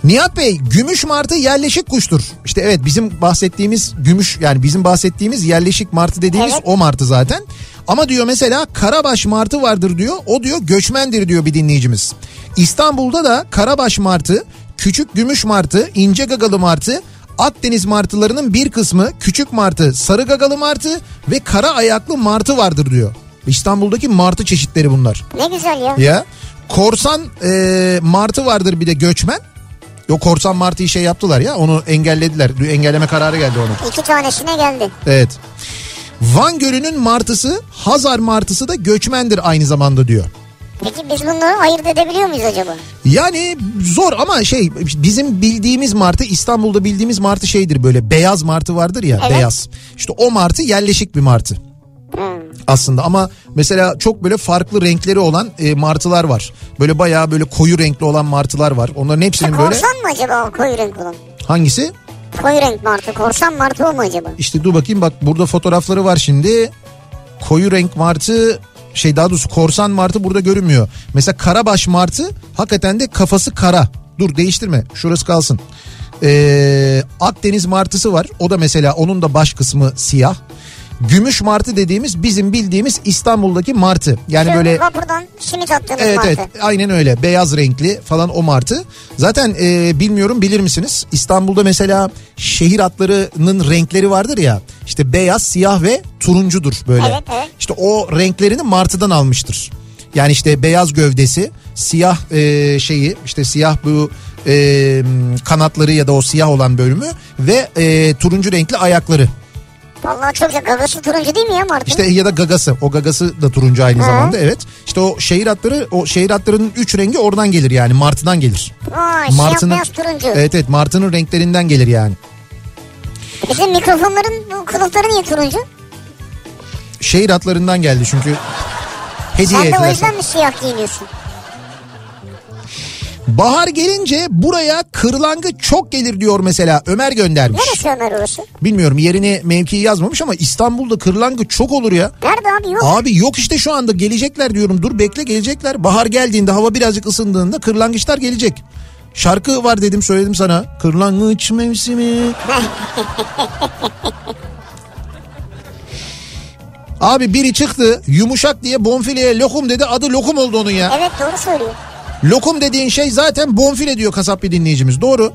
Speaker 1: Nihat Bey gümüş martı yerleşik kuştur. İşte evet bizim bahsettiğimiz gümüş yani bizim bahsettiğimiz yerleşik martı dediğimiz
Speaker 2: Evet.
Speaker 1: o martı zaten. Ama diyor mesela Karabaş martı vardır diyor. O diyor göçmendir diyor bir dinleyicimiz. İstanbul'da da Karabaş martı, küçük gümüş martı, ince gagalı martı, Akdeniz martılarının bir kısmı küçük martı, sarı gagalı martı ve kara ayaklı martı vardır diyor. İstanbul'daki martı çeşitleri bunlar.
Speaker 2: Ne güzel ya.
Speaker 1: Ya korsan e, martı vardır bir de göçmen. Yok korsan martıyı şey yaptılar ya onu engellediler. Dün Engelleme kararı geldi ona.
Speaker 2: İki tanesine geldi.
Speaker 1: Evet. Van Gölü'nün martısı Hazar martısı da göçmendir aynı zamanda diyor.
Speaker 2: Peki biz bunları ayırt edebiliyor muyuz acaba?
Speaker 1: Yani zor ama şey bizim bildiğimiz martı İstanbul'da bildiğimiz martı şeydir böyle beyaz martı vardır ya
Speaker 2: Evet.
Speaker 1: beyaz. İşte o martı yerleşik bir martı.
Speaker 2: Hmm.
Speaker 1: Aslında ama mesela çok böyle farklı renkleri olan e, martılar var. Böyle bayağı böyle koyu renkli olan martılar var. Onların hepsinin böyle
Speaker 2: Korsan mı acaba o koyu renk olan?
Speaker 1: hangisi?
Speaker 2: Koyu renk martı, korsan martı o mu acaba?
Speaker 1: İşte dur bakayım bak burada fotoğrafları var şimdi. Koyu renk martı şey daha doğrusu korsan martı burada görünmüyor. Mesela karabaş martı hakikaten de kafası kara. Dur değiştirme şurası kalsın. Ee, Akdeniz martısı var o da mesela onun da baş kısmı siyah. Gümüş martı dediğimiz bizim bildiğimiz İstanbul'daki martı. Yani
Speaker 2: Şu
Speaker 1: böyle
Speaker 2: Vapurdan simit attığınız
Speaker 1: Evet
Speaker 2: martı.
Speaker 1: evet aynen öyle beyaz renkli falan o martı. Zaten e, bilmiyorum bilir misiniz İstanbul'da mesela şehir atlarının renkleri vardır ya işte beyaz siyah ve turuncudur böyle.
Speaker 2: Evet, evet.
Speaker 1: İşte o renklerini martıdan almıştır. Yani işte beyaz gövdesi siyah e, şeyi işte siyah bu e, kanatları ya da o siyah olan bölümü ve e, turuncu renkli ayakları.
Speaker 2: Vallahi çok güzel. Gagası turuncu değil mi ya martı?
Speaker 1: İşte ya da gagası. O gagası da turuncu aynı zamanda evet. İşte o şehir atları o şehir atlarının üç rengi oradan gelir yani martıdan gelir.
Speaker 2: Vay siyah şey beyaz turuncu.
Speaker 1: Evet evet martının renklerinden gelir yani.
Speaker 2: Bizim mikrofonların bu kılıfları niye turuncu?
Speaker 1: Şehir atlarından geldi çünkü hediye
Speaker 2: Sen de o
Speaker 1: ettiler.
Speaker 2: yüzden mi siyah giyiniyorsun?
Speaker 1: Bahar gelince buraya kırlangıç çok gelir diyor mesela Ömer göndermiş.
Speaker 2: Neresi Ömer orası?
Speaker 1: Bilmiyorum yerini mevkiyi yazmamış ama İstanbul'da kırlangıç çok olur ya.
Speaker 2: Nerede abi yok.
Speaker 1: Abi yok işte şu anda gelecekler diyorum. Dur bekle gelecekler. Bahar geldiğinde hava birazcık ısındığında kırlangıçlar gelecek. Şarkı var dedim söyledim sana. Kırlangıç mevsimi. Abi biri çıktı yumuşak diye bonfileye lokum dedi adı lokum oldu onun ya.
Speaker 2: Evet doğru söylüyor.
Speaker 1: Lokum dediğin şey zaten bonfile diyor kasap bir dinleyicimiz doğru.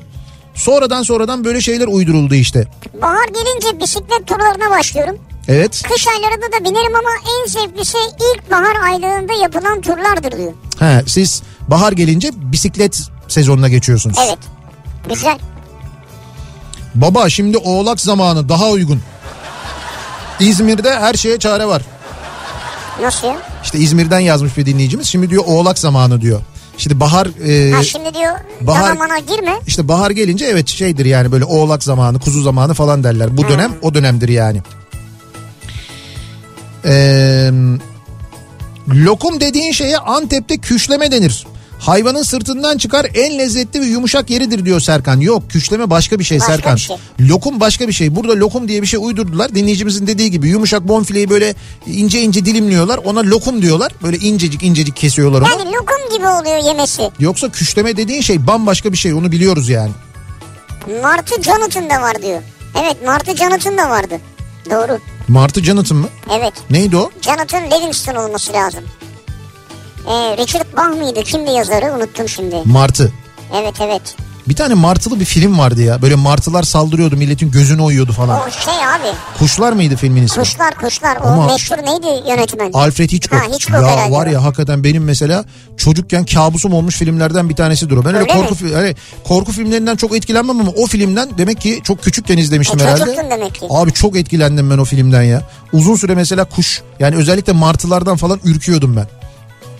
Speaker 1: Sonradan sonradan böyle şeyler uyduruldu işte.
Speaker 2: Bahar gelince bisiklet turlarına başlıyorum.
Speaker 1: Evet.
Speaker 2: Kış aylarında da binerim ama en zevkli şey ilkbahar aylarında yapılan turlardır diyor.
Speaker 1: He, siz bahar gelince bisiklet sezonuna geçiyorsunuz.
Speaker 2: Evet. Güzel.
Speaker 1: Baba şimdi oğlak zamanı daha uygun. İzmir'de her şeye çare var.
Speaker 2: Nasıl ya?
Speaker 1: İşte İzmir'den yazmış bir dinleyicimiz. Şimdi diyor oğlak zamanı diyor. Şimdi bahar e,
Speaker 2: Ha şimdi diyor
Speaker 1: bahar-
Speaker 2: bahar... bana girme.
Speaker 1: işte bahar gelince evet şeydir yani böyle oğlak zamanı, kuzu zamanı falan derler. Bu
Speaker 2: Hmm.
Speaker 1: dönem o dönemdir yani. Ee, lokum dediğin şeye Antep'te küşleme denir. Hayvanın sırtından çıkar en lezzetli ve yumuşak yeridir diyor Serkan. Yok küşleme başka bir şey
Speaker 2: Başka
Speaker 1: Serkan.
Speaker 2: bir şey.
Speaker 1: Lokum başka bir şey. Burada lokum diye bir şey uydurdular. Dinleyicimizin dediği gibi yumuşak bonfileyi böyle ince ince dilimliyorlar. Ona lokum diyorlar. Böyle incecik incecik kesiyorlar onu.
Speaker 2: Yani lokum gibi oluyor yemesi.
Speaker 1: Yoksa küşleme dediğin şey bambaşka bir şey. Onu biliyoruz yani.
Speaker 2: Martı Jonathan da var diyor. Evet Martı Jonathan da vardı. Doğru.
Speaker 1: Martı Jonathan mı?
Speaker 2: Evet.
Speaker 1: Neydi o?
Speaker 2: Jonathan Livingston olması lazım. Ee, Richard Bach mıydı? Kimdi yazarı? Unuttum şimdi.
Speaker 1: Martı.
Speaker 2: Evet evet.
Speaker 1: Bir tane martılı bir film vardı ya. Böyle martılar saldırıyordu milletin gözünü oyuyordu falan.
Speaker 2: O şey abi.
Speaker 1: Kuşlar mıydı filmin ismi?
Speaker 2: Kuşlar kuşlar. O
Speaker 1: Ama-
Speaker 2: meşhur neydi yönetmen?
Speaker 1: Alfred Hitchcock.
Speaker 2: Ha, Hitchcock
Speaker 1: ya
Speaker 2: herhalde.
Speaker 1: var ya hakikaten benim mesela çocukken kabusum olmuş filmlerden bir tanesidir o. Ben öyle
Speaker 2: Öyle
Speaker 1: korku
Speaker 2: mi?
Speaker 1: fi- hani korku filmlerinden çok etkilenmem ama o filmden demek ki çok küçükken izlemiştim
Speaker 2: E,
Speaker 1: herhalde.
Speaker 2: çocuktun demek ki.
Speaker 1: Abi çok etkilendim ben o filmden ya. Uzun süre mesela kuş yani özellikle martılardan falan ürküyordum ben.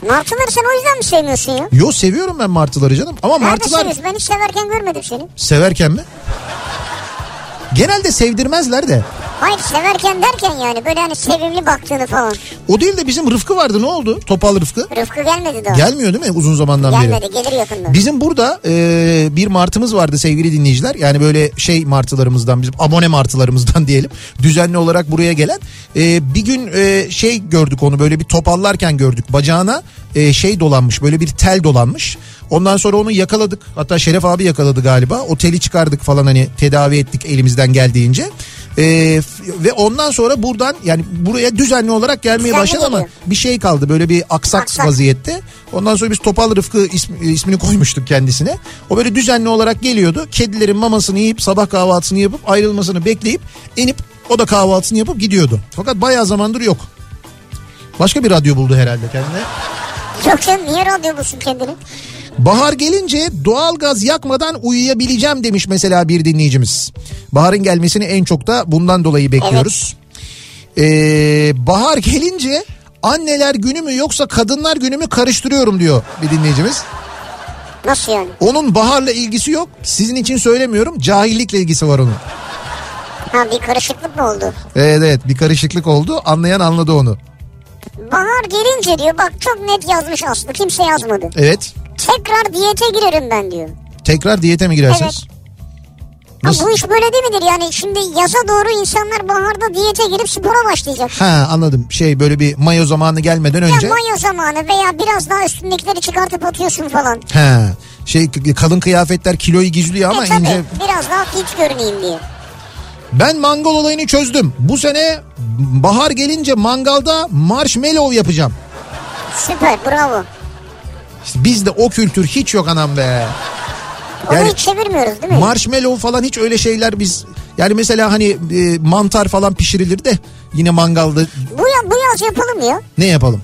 Speaker 2: Martıları sen o yüzden mi sevmiyorsun ya?
Speaker 1: Yo seviyorum ben martıları canım ama martılar
Speaker 2: Neredesiniz? Ben hiç severken görmedim seni.
Speaker 1: severken mi? Genelde sevdirmezler de.
Speaker 2: Hayır severken derken yani böyle hani sevimli baktığını falan.
Speaker 1: O değil de bizim Rıfkı vardı ne oldu? Topal Rıfkı.
Speaker 2: Rıfkı gelmedi daha.
Speaker 1: Gelmiyor değil mi uzun zamandan beri?
Speaker 2: Gelmedi gelir yakında.
Speaker 1: Bizim burada e, bir martımız vardı sevgili dinleyiciler. Yani böyle şey martılarımızdan bizim abone martılarımızdan diyelim. Düzenli olarak buraya gelen. E, bir gün e, şey gördük onu böyle bir topallarken gördük. Bacağına e, şey dolanmış böyle bir tel dolanmış. Ondan sonra onu yakaladık. Hatta Şeref abi yakaladı galiba. O teli çıkardık falan hani tedavi ettik elimizden geldiğince. E, f- ve ondan sonra buradan yani buraya düzenli olarak gelmeye
Speaker 2: Düzenli
Speaker 1: başladı ama
Speaker 2: geliyor.
Speaker 1: bir şey kaldı böyle bir aksak,
Speaker 2: Aksak.
Speaker 1: vaziyette. Ondan sonra biz Topal Rıfkı ismi- e, ismini koymuştuk kendisine. O böyle düzenli olarak geliyordu. Kedilerin mamasını yiyip sabah kahvaltısını yapıp ayrılmasını bekleyip inip o da kahvaltısını yapıp gidiyordu. Fakat bayağı zamandır yok. Başka bir radyo buldu herhalde kendine.
Speaker 2: Yok canım niye radyo bulsun kendini?
Speaker 1: Bahar gelince doğalgaz yakmadan uyuyabileceğim demiş mesela bir dinleyicimiz. Baharın gelmesini en çok da bundan dolayı bekliyoruz. Ee, bahar gelince anneler günü mü yoksa kadınlar günü mü karıştırıyorum diyor bir dinleyicimiz.
Speaker 2: Nasıl yani?
Speaker 1: Onun baharla ilgisi yok. Sizin için söylemiyorum. Cahillikle ilgisi var onun.
Speaker 2: Ha bir karışıklık mı oldu?
Speaker 1: Evet evet bir karışıklık oldu. Anlayan anladı onu.
Speaker 2: Bahar gelince diyor bak çok net yazmış aslında kimse yazmadı.
Speaker 1: Evet.
Speaker 2: Tekrar diyete girerim ben diyor.
Speaker 1: Tekrar diyete mi girersiniz?
Speaker 2: Ha,
Speaker 1: Nasıl?
Speaker 2: bu iş böyle değil midir yani şimdi yaza doğru insanlar baharda diyete girip spora başlayacak.
Speaker 1: Ha anladım. Şey böyle bir mayo zamanı gelmeden önce.
Speaker 2: Ya mayo zamanı veya biraz daha üstündekileri çıkartıp atıyorsun falan. E
Speaker 1: Ha. Şey kalın kıyafetler kiloyu gizliyor ama
Speaker 2: e tabii
Speaker 1: ince.
Speaker 2: biraz daha fit görüneyim diye.
Speaker 1: Ben mangal olayını çözdüm. Bu sene bahar gelince mangalda marshmallow yapacağım.
Speaker 2: Süper bravo.
Speaker 1: İşte bizde o kültür hiç yok anam be.
Speaker 2: Onu
Speaker 1: Yani-
Speaker 2: hiç çevirmiyoruz değil mi?
Speaker 1: Marshmallow falan hiç öyle şeyler biz yani mesela hani e, mantar falan pişirilir de yine mangalda
Speaker 2: bu, ya, bu yaz yapalım ya.
Speaker 1: ne yapalım?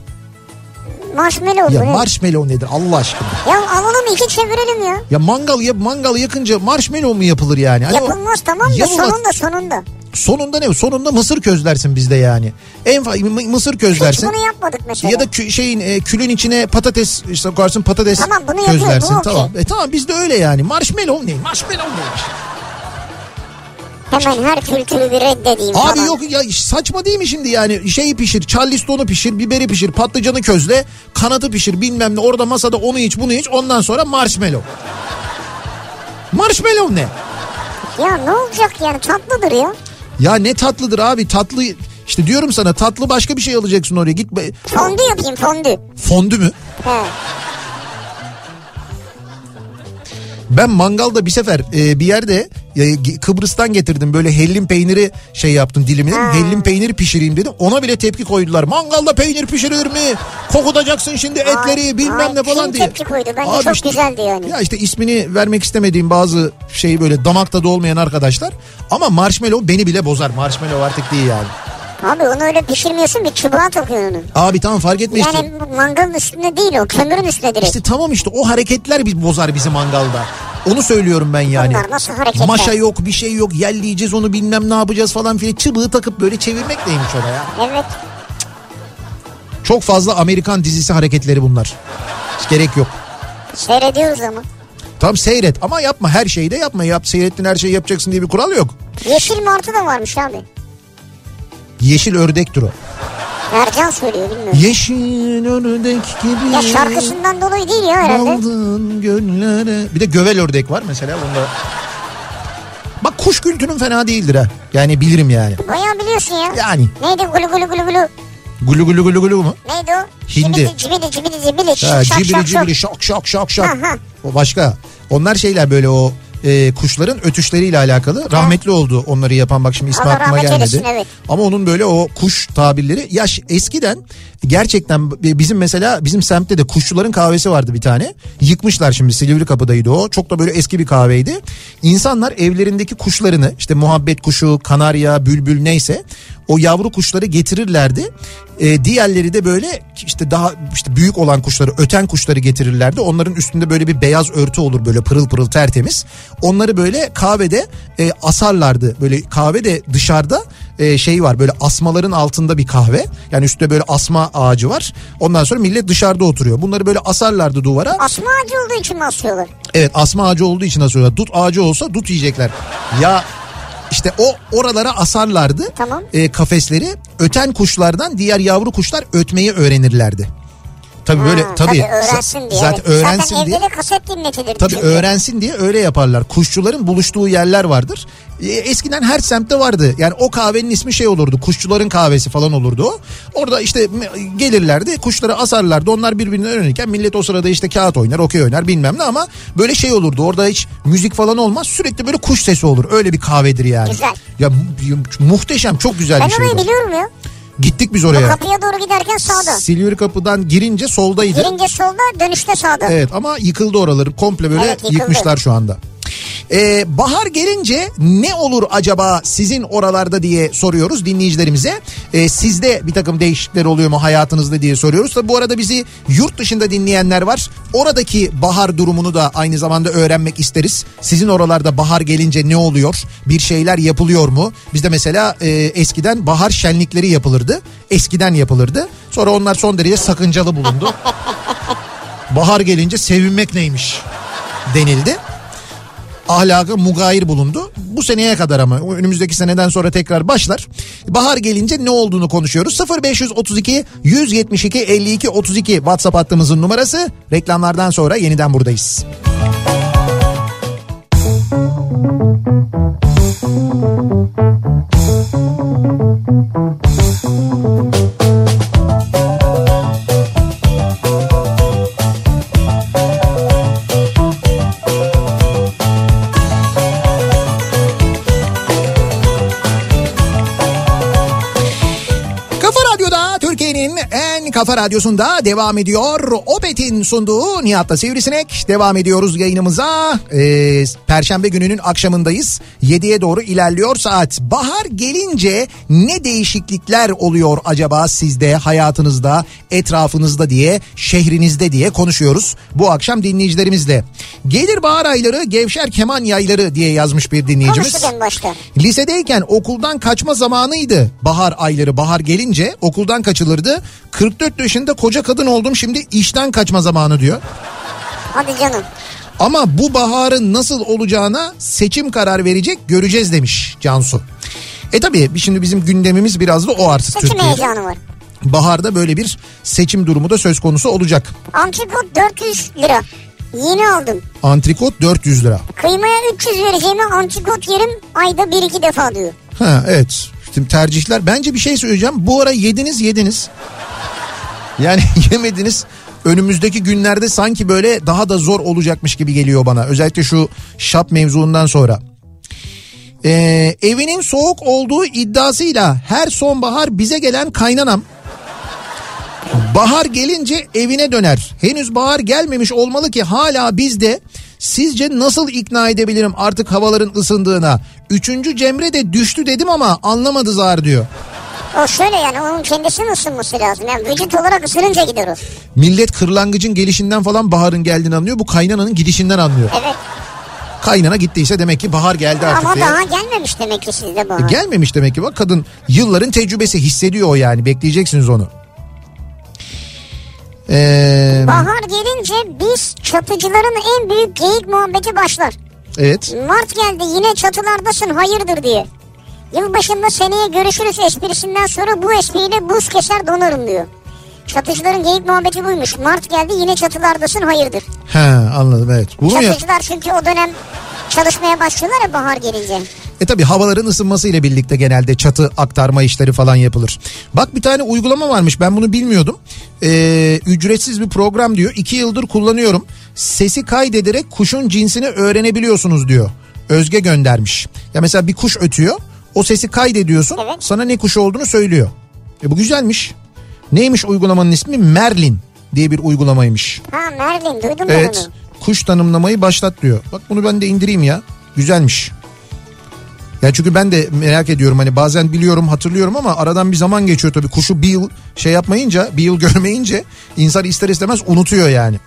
Speaker 2: Marshmallow
Speaker 1: Ya
Speaker 2: bu ne?
Speaker 1: marshmallow nedir Allah aşkına?
Speaker 2: ya alalım iki çevirelim ya.
Speaker 1: Ya mangal yap mangal yakınca marshmallow mu yapılır yani? Hani o-
Speaker 2: Yapılmaz tamam da
Speaker 1: Yapılmaz.
Speaker 2: sonunda sonunda.
Speaker 1: Sonunda ne? Sonunda mısır közlersin bizde yani. En fa- mı- mısır
Speaker 2: Hiç
Speaker 1: közlersin.
Speaker 2: bunu yapmadık mesela.
Speaker 1: Ya da kü- şeyin e, külün içine patates sokarsın patates
Speaker 2: Tamam, bunu yapıyor,
Speaker 1: közlersin
Speaker 2: bu okey.
Speaker 1: tamam. E tamam bizde öyle yani. Marshmallow ne? Marshmallow neymiş?
Speaker 2: Hemen her kültürü bir reddedeyim
Speaker 1: Abi
Speaker 2: falan.
Speaker 1: yok ya saçma değil mi şimdi yani şeyi pişir, charleston'u pişir, biberi pişir, patlıcanı közle, kanadı pişir bilmem ne orada masada onu iç bunu iç ondan sonra marshmallow. Marshmallow ne?
Speaker 2: Ya ne olacak yani tatlıdır ya.
Speaker 1: Ya ne tatlıdır abi tatlı işte diyorum sana tatlı başka bir şey alacaksın oraya git be-
Speaker 2: Fondü yapayım fondü.
Speaker 1: fondü mü?
Speaker 2: He.
Speaker 1: Ben mangalda bir sefer e, bir yerde e, G- Kıbrıs'tan getirdim böyle hellim peyniri şey yaptım dilimini. Hellim peyniri pişireyim dedim. Ona bile tepki koydular. Mangalda peynir pişirilir mi? Kokutacaksın şimdi etleri bilmem
Speaker 2: ay,
Speaker 1: ne falan
Speaker 2: kim
Speaker 1: diye.
Speaker 2: tepki koydu? Bence çok güzeldi yani.
Speaker 1: Ya işte ismini vermek istemediğim bazı şey böyle damakta da olmayan arkadaşlar. Ama marshmallow beni bile bozar. Marshmallow artık değil yani.
Speaker 2: Abi onu öyle pişirmiyorsun bir çubuğa takıyorsun onu.
Speaker 1: Abi tamam fark etme işte.
Speaker 2: Yani mangalın üstünde değil o kömürün üstünde direkt.
Speaker 1: İşte tamam işte o hareketler biz bozar bizi mangalda. Onu söylüyorum ben yani.
Speaker 2: Bunlar nasıl hareketler?
Speaker 1: Maşa yok bir şey yok yelleyeceğiz onu bilmem ne yapacağız falan filan. Çıbığı takıp böyle çevirmek neymiş ona ya.
Speaker 2: Evet.
Speaker 1: Çok fazla Amerikan dizisi hareketleri bunlar. Hiç gerek yok.
Speaker 2: Seyrediyoruz ama.
Speaker 1: Tam seyret ama yapma her şeyi de yapma. Yap, seyrettin her şeyi yapacaksın diye bir kural yok.
Speaker 2: Yeşil martı da varmış abi.
Speaker 1: Yeşil ördektir o.
Speaker 2: Ercan söylüyor bilmiyorum.
Speaker 1: Yeşil ördek gibi.
Speaker 2: Ya şarkısından dolayı değil ya herhalde.
Speaker 1: Aldın göllere. Bir de gövel ördek var mesela bunda. Bak kuş kültünün fena değildir ha. Yani bilirim yani.
Speaker 2: Bayağı biliyorsun ya.
Speaker 1: Yani.
Speaker 2: Neydi gulu gulu gulu gulu.
Speaker 1: Gulu gulu gulu gulu mu?
Speaker 2: Neydi o?
Speaker 1: Hindi.
Speaker 2: Cibili cibili cibili cibili.
Speaker 1: Ha,
Speaker 2: Şak şak
Speaker 1: cibili
Speaker 2: şak.
Speaker 1: cibili şok şok şok şok.
Speaker 2: Ha, ha.
Speaker 1: O başka. Onlar şeyler böyle o e, kuşların ötüşleriyle alakalı. Rahmetli oldu onları yapan bak şimdi ismi
Speaker 2: Allah
Speaker 1: aklıma
Speaker 2: rahmet
Speaker 1: gelmedi.
Speaker 2: eylesin, evet.
Speaker 1: Ama onun böyle o kuş tabirleri yaş eskiden gerçekten b- bizim mesela bizim semtte de kuşçuların kahvesi vardı bir tane. Yıkmışlar şimdi Silivri Kapı'daydı o. Çok da böyle eski bir kahveydi. İnsanlar evlerindeki kuşlarını işte muhabbet kuşu, kanarya, bülbül neyse o yavru kuşları getirirlerdi. Ee, diğerleri de böyle işte daha işte büyük olan kuşları, öten kuşları getirirlerdi. Onların üstünde böyle bir beyaz örtü olur böyle pırıl pırıl tertemiz. Onları böyle kahvede e, asarlardı. Böyle kahvede dışarıda e, şey var böyle asmaların altında bir kahve. Yani üstte böyle asma ağacı var. Ondan sonra millet dışarıda oturuyor. Bunları böyle asarlardı duvara.
Speaker 2: Asma ağacı olduğu için mi asıyorlar?
Speaker 1: Evet asma ağacı olduğu için asıyorlar. Dut ağacı olsa dut yiyecekler. Ya işte o oralara asarlardı
Speaker 2: Tamam.
Speaker 1: e, kafesleri. Öten kuşlardan diğer yavru kuşlar ötmeyi öğrenirlerdi. Tabii böyle
Speaker 2: Ha,
Speaker 1: tabii.
Speaker 2: öğrensin diye.
Speaker 1: Zaten
Speaker 2: evet.
Speaker 1: öğrensin
Speaker 2: Zaten
Speaker 1: diye.
Speaker 2: evde de kaset dinletilir.
Speaker 1: Tabii
Speaker 2: çünkü.
Speaker 1: öğrensin diye öyle yaparlar. Kuşçuların buluştuğu yerler vardır. E, Eskiden her semtte vardı. Yani o kahvenin ismi şey olurdu. Kuşçuların kahvesi falan olurdu o. Orada işte m- gelirlerdi. Kuşları asarlardı. Onlar birbirinden öğrenirken millet o sırada işte kağıt oynar, okey oynar bilmem ne ama böyle şey olurdu. Orada hiç müzik falan olmaz. Sürekli böyle kuş sesi olur. Öyle bir kahvedir yani.
Speaker 2: Güzel.
Speaker 1: Ya mu- muhteşem çok güzel
Speaker 2: Ben
Speaker 1: bir
Speaker 2: orayı
Speaker 1: şey.
Speaker 2: biliyorum ya.
Speaker 1: Gittik biz
Speaker 2: O
Speaker 1: oraya.
Speaker 2: kapıya doğru giderken sağda.
Speaker 1: Silivri kapıdan girince soldaydı.
Speaker 2: Girince solda dönüşte sağda.
Speaker 1: Evet ama yıkıldı oraları komple böyle
Speaker 2: Evet, yıkıldı.
Speaker 1: yıkmışlar şu anda. Ee, bahar gelince ne olur acaba sizin oralarda diye soruyoruz dinleyicilerimize. Ee, sizde bir takım değişiklikler oluyor mu hayatınızda diye soruyoruz. Tabi bu arada bizi yurt dışında dinleyenler var. Oradaki bahar durumunu da aynı zamanda öğrenmek isteriz. Sizin oralarda bahar gelince ne oluyor? Bir şeyler yapılıyor mu? Bizde mesela e, eskiden bahar şenlikleri yapılırdı. Eskiden yapılırdı. Sonra onlar son derece sakıncalı bulundu. bahar gelince sevinmek neymiş denildi. Ahlakı mugayir bulundu. Bu seneye kadar ama önümüzdeki seneden sonra tekrar başlar. Bahar gelince ne olduğunu konuşuyoruz. 0532 172 52 32 WhatsApp hattımızın numarası. Reklamlardan sonra yeniden buradayız. Kafa Radyo'da Türkiye'nin en kafa radyosunda devam ediyor. Opet'in sunduğu Nihat'la Sivrisinek. Devam ediyoruz yayınımıza. Ee, Perşembe gününün akşamındayız. 7'ye doğru ilerliyor saat. Bahar gelince ne değişiklikler oluyor acaba sizde, hayatınızda, etrafınızda diye, şehrinizde diye konuşuyoruz bu akşam dinleyicilerimizle. Gelir bahar ayları, gevşer keman yayları diye yazmış bir dinleyicimiz.
Speaker 2: Konuştuk en başta.
Speaker 1: Lisedeyken okuldan kaçma zamanıydı. Bahar ayları bahar gelince okuldan kaçılırdı. 44 yaşında koca kadın oldum şimdi işten kaçma zamanı diyor.
Speaker 2: Hadi canım.
Speaker 1: Ama bu baharın nasıl olacağına seçim karar verecek göreceğiz demiş Cansu. E tabi şimdi bizim gündemimiz biraz da o artık
Speaker 2: Seçim
Speaker 1: Türkiye'de.
Speaker 2: heyecanı var.
Speaker 1: Baharda böyle bir seçim durumu da söz konusu olacak.
Speaker 2: Antrikot 400 lira. Yeni aldım.
Speaker 1: Antrikot 400 lira.
Speaker 2: Kıymaya 300 vereceğime antrikot yerim ayda 1-2 defa diyor.
Speaker 1: Ha evet. Şimdi tercihler. Bence bir şey söyleyeceğim. Bu ara yediniz yediniz. Yani yemediniz önümüzdeki günlerde sanki böyle daha da zor olacakmış gibi geliyor bana. Özellikle şu şap mevzuundan sonra. Ee, evinin soğuk olduğu iddiasıyla her sonbahar bize gelen kaynanam bahar gelince evine döner. Henüz bahar gelmemiş olmalı ki hala bizde. Sizce nasıl ikna edebilirim artık havaların ısındığına? Üçüncü Cemre de düştü dedim ama anlamadı zar diyor.
Speaker 2: O şöyle yani onun kendisinin ısınması lazım. Yani vücut olarak ısınınca gider o.
Speaker 1: Millet kırlangıcın gelişinden falan baharın geldiğini anlıyor. Bu kaynananın gidişinden anlıyor.
Speaker 2: Evet.
Speaker 1: Kaynana gittiyse demek ki bahar geldi artık
Speaker 2: Ama
Speaker 1: diye.
Speaker 2: daha gelmemiş demek ki sizde bu.
Speaker 1: E, Gelmemiş demek ki bak kadın yılların tecrübesi hissediyor o yani bekleyeceksiniz onu. Ee,
Speaker 2: Bahar gelince biz çatıcıların en büyük geyik muhabbeti başlar.
Speaker 1: evet.
Speaker 2: Mart geldi yine çatılardasın hayırdır diye. Yılbaşında seneye görüşürüz esprisinden sonra bu espriyle buz keser donarım diyor. Çatıcıların geyik muhabbeti buymuş. Mart geldi yine çatılardasın hayırdır.
Speaker 1: Ha anladım evet. Bunu ya,
Speaker 2: Çatıcılar çünkü o dönem çalışmaya başlıyorlar ya bahar gelince.
Speaker 1: e tabi havaların ısınmasıyla birlikte genelde çatı aktarma işleri falan yapılır. Bak bir tane uygulama varmış ben bunu bilmiyordum. Ee, ücretsiz bir program diyor. İki yıldır kullanıyorum. Sesi kaydederek kuşun cinsini öğrenebiliyorsunuz diyor. Özge göndermiş. Ya mesela bir kuş ötüyor. O sesi kaydediyorsun.
Speaker 2: Evet.
Speaker 1: Sana ne kuş olduğunu söylüyor. E bu güzelmiş. Neymiş uygulamanın ismi? Merlin diye bir uygulamaymış.
Speaker 2: Ha Merlin duydun mu
Speaker 1: Evet.
Speaker 2: onu?
Speaker 1: Kuş tanımlamayı başlat diyor. Bak bunu ben de indireyim ya. Güzelmiş. Ya çünkü ben de merak ediyorum hani bazen biliyorum hatırlıyorum ama aradan bir zaman geçiyor tabii. Kuşu bir yıl şey yapmayınca bir yıl görmeyince insan ister istemez unutuyor yani.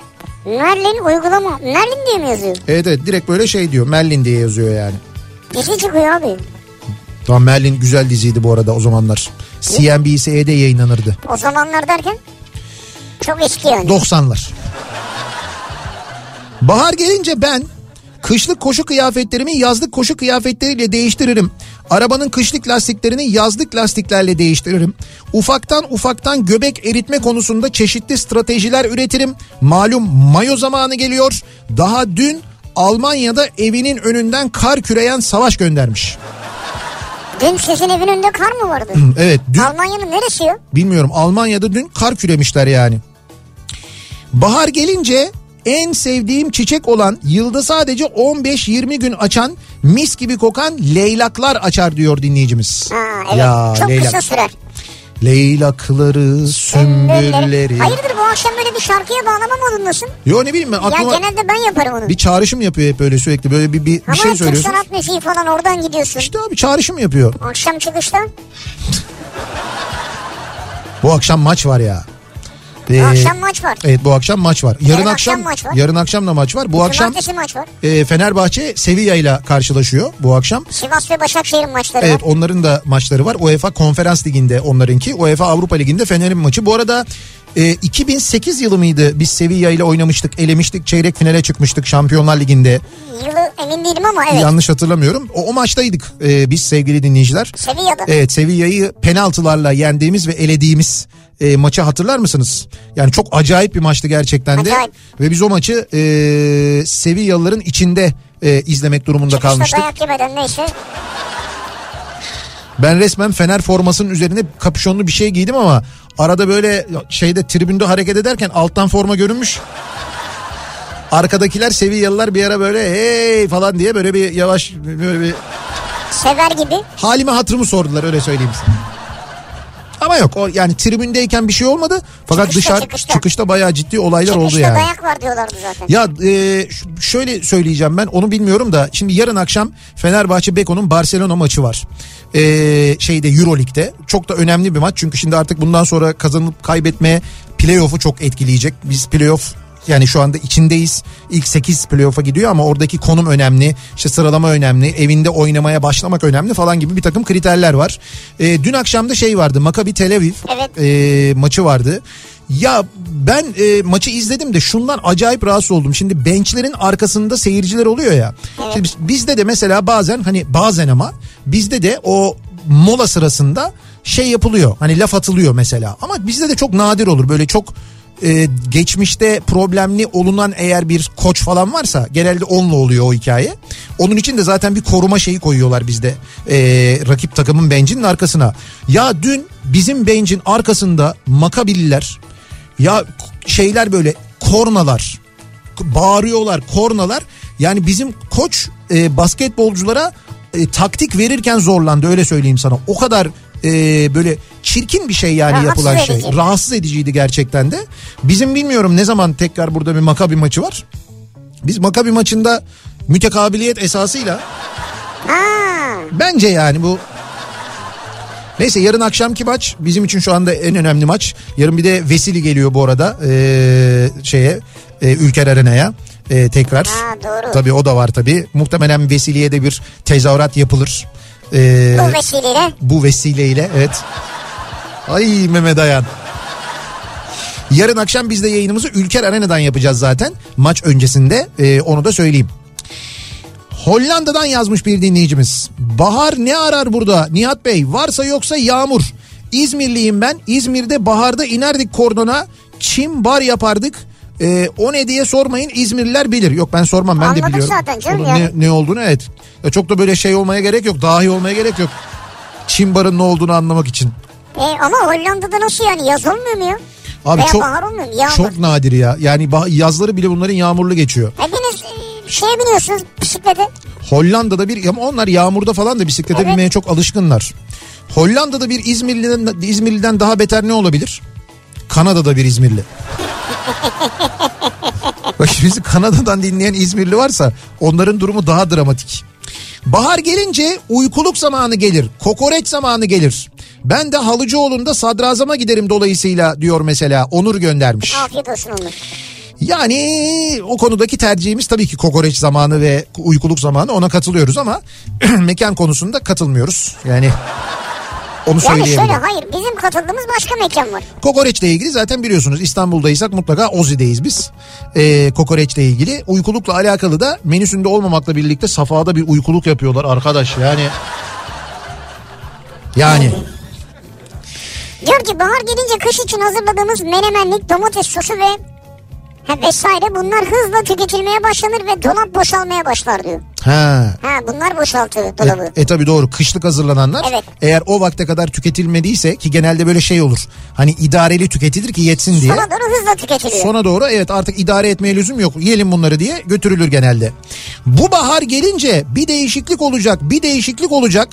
Speaker 2: Merlin uygulama. Merlin diye mi yazıyor?
Speaker 1: Evet evet direkt böyle şey diyor Merlin diye yazıyor yani.
Speaker 2: Dizi çıkıyor abi.
Speaker 1: Tamam Merlin güzel diziydi bu arada o zamanlar. CNBC'de E yayınlanırdı.
Speaker 2: O zamanlar derken çok eski yani.
Speaker 1: 90'lar. Bahar gelince ben kışlık koşu kıyafetlerimi yazlık koşu kıyafetleriyle değiştiririm. Arabanın kışlık lastiklerini yazlık lastiklerle değiştiririm. Ufaktan ufaktan göbek eritme konusunda çeşitli stratejiler üretirim. Malum mayo zamanı geliyor. Daha dün Almanya'da evinin önünden kar küreyen savaş göndermiş.
Speaker 2: Dün sizin evin önünde kar mı vardı?
Speaker 1: Evet dün
Speaker 2: Almanya'nın neresi ya?
Speaker 1: Bilmiyorum Almanya'da dün kar küremişler yani. Bahar gelince en sevdiğim çiçek olan yılda sadece 15-20 gün açan mis gibi kokan leylaklar açar diyor dinleyicimiz.
Speaker 2: Ha, evet. çok kısa sürer.
Speaker 1: Leylakları sümbülleri.
Speaker 2: Hayırdır bu akşam böyle bir şarkıya bağlama modundasın?
Speaker 1: Yo ne bileyim ben
Speaker 2: Ya
Speaker 1: aklıma
Speaker 2: genelde ben yaparım onu.
Speaker 1: bir çağrışım yapıyor hep böyle sürekli böyle bir, bir, bir
Speaker 2: Ama
Speaker 1: şey
Speaker 2: Türk
Speaker 1: söylüyorsun.
Speaker 2: sanat müziği falan oradan gidiyorsun.
Speaker 1: İşte abi çağrışım yapıyor.
Speaker 2: Akşam çıkışta.
Speaker 1: Bu akşam maç var ya. Ee,
Speaker 2: akşam maç var.
Speaker 1: Evet bu akşam maç var. Yarın,
Speaker 2: Yarın akşam
Speaker 1: akşam,
Speaker 2: maç var.
Speaker 1: yarın akşam da maç var. Bu akşam
Speaker 2: Cumartesi maç var.
Speaker 1: E, Fenerbahçe Sevilla ile karşılaşıyor bu akşam.
Speaker 2: Sivas ve Başakşehir'in maçları
Speaker 1: Evet
Speaker 2: var.
Speaker 1: onların da maçları var. UEFA Konferans Ligi'nde onlarınki. UEFA Avrupa Ligi'nde Fener'in maçı. Bu arada e, 2008 yılı mıydı biz Sevilla ile oynamıştık, elemiştik, çeyrek finale çıkmıştık Şampiyonlar Ligi'nde.
Speaker 2: Yılı emin değilim ama evet.
Speaker 1: Yanlış hatırlamıyorum. O, o maçtaydık e, biz sevgili dinleyiciler.
Speaker 2: Sevilla'da.
Speaker 1: Evet Sevilla'yı penaltılarla yendiğimiz ve elediğimiz e, maçı hatırlar mısınız? Yani çok acayip bir maçtı gerçekten de.
Speaker 2: Acayip.
Speaker 1: Ve biz o maçı e, Sevillalıların içinde e, izlemek durumunda
Speaker 2: Çıkışta
Speaker 1: kalmıştık.
Speaker 2: dayak yemeden neyse.
Speaker 1: Ben resmen Fener formasının üzerine kapüşonlu bir şey giydim ama arada böyle şeyde tribünde hareket ederken alttan forma görünmüş. Arkadakiler Sevillalılar bir ara böyle hey falan diye böyle bir yavaş böyle bir
Speaker 2: Sever gibi.
Speaker 1: halime hatırımı sordular öyle söyleyeyim size. Ama yok o yani tribündeyken bir şey olmadı fakat
Speaker 2: Çıkışta,
Speaker 1: dışarı
Speaker 2: çıkışta.
Speaker 1: çıkışta. bayağı ciddi olaylar oldu
Speaker 2: Çıkışta
Speaker 1: yani.
Speaker 2: dayak var diyorlardı zaten.
Speaker 1: Ya e, ş- şöyle söyleyeceğim ben onu bilmiyorum da şimdi yarın akşam Fenerbahçe Beko'nun Barcelona maçı var. E, şeyde Euroleague'de çok da önemli bir maç çünkü şimdi artık bundan sonra kazanıp kaybetmeye playoff'u çok etkileyecek. Biz playoff yani şu anda içindeyiz. İlk 8 playoff'a gidiyor ama oradaki konum önemli. İşte sıralama önemli. Evinde oynamaya başlamak önemli falan gibi bir takım kriterler var. E, dün akşam da şey vardı. Maccabi Tel Aviv
Speaker 2: Evet.
Speaker 1: e, maçı vardı. Ya ben e, maçı izledim de şundan acayip rahatsız oldum. Şimdi benchlerin arkasında seyirciler oluyor ya. Şimdi biz- bizde de mesela bazen hani bazen ama bizde de o mola sırasında şey yapılıyor. Hani laf atılıyor mesela. Ama bizde de çok nadir olur. Böyle çok e, geçmişte problemli olunan eğer bir koç falan varsa genelde onunla oluyor o hikaye. Onun için de zaten bir koruma şeyi koyuyorlar bizde e, rakip takımın bencinin arkasına. Ya dün bizim bencin arkasında Makabililer ya şeyler böyle kornalar bağırıyorlar kornalar. Yani bizim koç e, basketbolculara e, taktik verirken zorlandı öyle söyleyeyim sana. O kadar e, böyle çirkin bir şey yani
Speaker 2: Rahatsız
Speaker 1: yapılan şey.
Speaker 2: edici.
Speaker 1: Rahatsız ediciydi gerçekten de. Bizim bilmiyorum ne zaman tekrar burada bir Makabi maçı var. Biz Makabi maçında mütekabiliyet esasıyla
Speaker 2: Ha.
Speaker 1: Bence yani bu Neyse yarın akşamki maç bizim için şu anda en önemli maç. Yarın bir de Vesili geliyor bu arada ee, şeye e, Ülker Arena'ya ee, tekrar.
Speaker 2: Ha, doğru.
Speaker 1: Tabii o da var tabii. Muhtemelen Vesili'ye de bir tezahürat yapılır. Ee,
Speaker 2: Bu vesileyle.
Speaker 1: bu vesileyle evet. Ay Mehmet Ayan. Yarın akşam biz de yayınımızı Ülker Arena'dan yapacağız zaten. Maç öncesinde Ee, onu da söyleyeyim. Hollanda'dan yazmış bir dinleyicimiz. Bahar ne arar burada? Nihat Bey varsa yoksa yağmur. İzmirliyim ben. İzmir'de baharda inerdik kordona. Çim bar yapardık. Ee, o ne diye sormayın İzmirliler bilir. Yok ben sormam ben de
Speaker 2: Anladık
Speaker 1: biliyorum.
Speaker 2: zaten canım
Speaker 1: Onun
Speaker 2: yani.
Speaker 1: ne, ne olduğunu evet. Ya çok da böyle şey olmaya gerek yok. Dahi olmaya gerek yok. Çim barın ne olduğunu anlamak için.
Speaker 2: E, ama Hollanda'da nasıl yani yaz olmuyor mu ya?
Speaker 1: Abi
Speaker 2: Veya
Speaker 1: çok
Speaker 2: bahar olmuyor mu? Yağmur.
Speaker 1: çok nadir ya. Yani bah- yazları bile bunların yağmurlu geçiyor.
Speaker 2: Hepiniz e, şeye biniyorsunuz bisiklete.
Speaker 1: Hollanda'da bir ama onlar yağmurda falan da bisiklete
Speaker 2: Evet.
Speaker 1: binmeye çok alışkınlar. Hollanda'da bir İzmirli'den İzmirli'den daha beter ne olabilir? Kanada'da bir İzmirli. Bak bizi Kanada'dan dinleyen İzmirli varsa onların durumu daha dramatik. Bahar gelince uykuluk zamanı gelir, kokoreç zamanı gelir. Ben de Halıcıoğlu'nda sadrazama giderim dolayısıyla diyor mesela Onur göndermiş.
Speaker 2: Afiyet olsun onu.
Speaker 1: Yani o konudaki tercihimiz tabii ki kokoreç zamanı ve uykuluk zamanı ona katılıyoruz ama mekan konusunda katılmıyoruz. Yani onu
Speaker 2: Yani
Speaker 1: söyleyebilirim.
Speaker 2: şöyle hayır bizim katıldığımız başka mekan var.
Speaker 1: Kokoreçle ilgili zaten biliyorsunuz İstanbul'daysak mutlaka Ozi'deyiz biz. Ee, kokoreçle ilgili uykulukla alakalı da menüsünde olmamakla birlikte safhada bir uykuluk yapıyorlar arkadaş yani. Yani
Speaker 2: Diyor ki bahar gelince kış için hazırladığımız menemenlik, domates sosu ve ha, vesaire bunlar hızla tüketilmeye başlanır ve dolap boşalmaya başlar diyor.
Speaker 1: ha
Speaker 2: Ha bunlar boşaltıyor dolabı.
Speaker 1: E, e tabi doğru kışlık hazırlananlar
Speaker 2: Evet.
Speaker 1: eğer o vakte kadar tüketilmediyse ki genelde böyle şey olur. Hani idareli tüketilir ki yetsin diye.
Speaker 2: Sonra doğru hızla tüketiliyor.
Speaker 1: Sona doğru evet artık idare etmeye lüzum yok. Yiyelim bunları diye götürülür genelde. Bu bahar gelince bir değişiklik olacak, bir değişiklik olacak.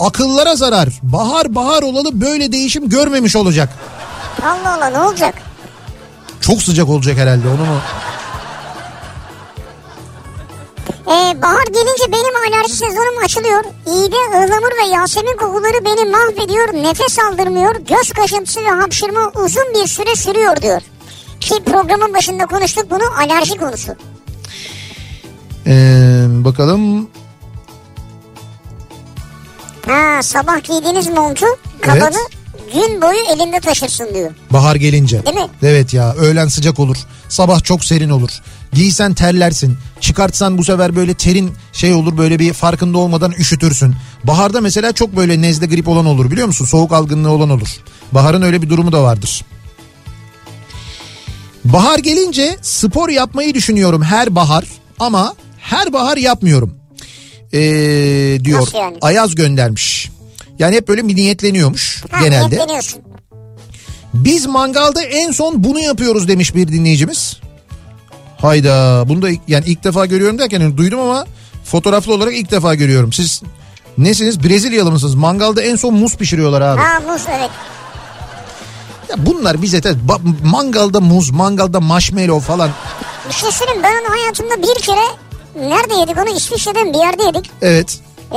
Speaker 1: Akıllara zarar. Bahar bahar olalı böyle değişim görmemiş olacak.
Speaker 2: Allah Allah ne olacak?
Speaker 1: Çok sıcak olacak herhalde onu mu?
Speaker 2: Ee, bahar gelince benim alerji sezonum açılıyor. İğde, ıhlamur ve yasemin kokuları beni mahvediyor. Nefes aldırmıyor. Göz kaşıntısı ve hapşırma uzun bir süre sürüyor diyor. Ki programın başında konuştuk bunu alerji konusu.
Speaker 1: Ee, bakalım
Speaker 2: Ha sabah giydiğiniz montu kabanı gün boyu elinde taşırsın diyor.
Speaker 1: Bahar gelince.
Speaker 2: Değil mi?
Speaker 1: Evet ya öğlen sıcak olur. Sabah çok serin olur. Giysen terlersin. Çıkartsan bu sefer böyle terin şey olur böyle bir farkında olmadan üşütürsün. Baharda mesela çok böyle nezle grip olan olur biliyor musun? Soğuk algınlığı olan olur. Baharın öyle bir durumu da vardır. Bahar gelince spor yapmayı düşünüyorum her bahar ama her bahar yapmıyorum. Ee, diyor.
Speaker 2: Nasıl yani?
Speaker 1: Ayaz göndermiş. Yani hep böyle bir niyetleniyormuş
Speaker 2: Ha,
Speaker 1: genelde.
Speaker 2: Deniyorsun.
Speaker 1: Biz mangalda en son bunu yapıyoruz demiş bir dinleyicimiz. Hayda bunu da ilk- yani ilk defa görüyorum derken yani duydum ama fotoğraflı olarak ilk defa görüyorum. Siz nesiniz Brezilyalı mısınız? Mangalda en son muz pişiriyorlar abi.
Speaker 2: Ha muz evet.
Speaker 1: Ya bunlar bize de ba- mangalda muz, mangalda marshmallow falan.
Speaker 2: Bir şey söyleyeyim ben onu hayatımda bir kere nerede yedik onu İsviçre'den bir yerde yedik.
Speaker 1: Evet.
Speaker 2: Ee,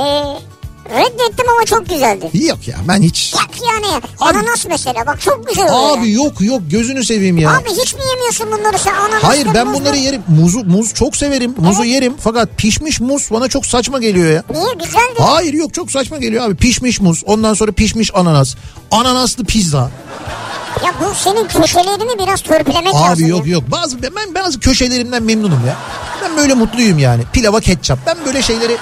Speaker 2: reddettim ama çok güzeldi.
Speaker 1: Yok ya ben hiç.
Speaker 2: Yak yani ananas mesela bak çok güzel oluyor.
Speaker 1: Abi yok yok gözünü seveyim ya.
Speaker 2: Abi hiç mi yemiyorsun bunları sen ananas
Speaker 1: Hayır ben bunları yerim. Muzu muz çok severim. Muzu yerim fakat pişmiş muz bana çok saçma geliyor ya.
Speaker 2: Niye güzeldi?
Speaker 1: Hayır yok çok saçma geliyor abi. Pişmiş muz, ondan sonra pişmiş ananas, ananaslı pizza.
Speaker 2: Ya bu senin köşelerini biraz törpülemek lazım.
Speaker 1: Abi
Speaker 2: ya.
Speaker 1: yok yok. Bazı ben bazı köşelerimden memnunum ya. Ben böyle mutluyum yani. Pilava ketçap. Ben böyle şeyleri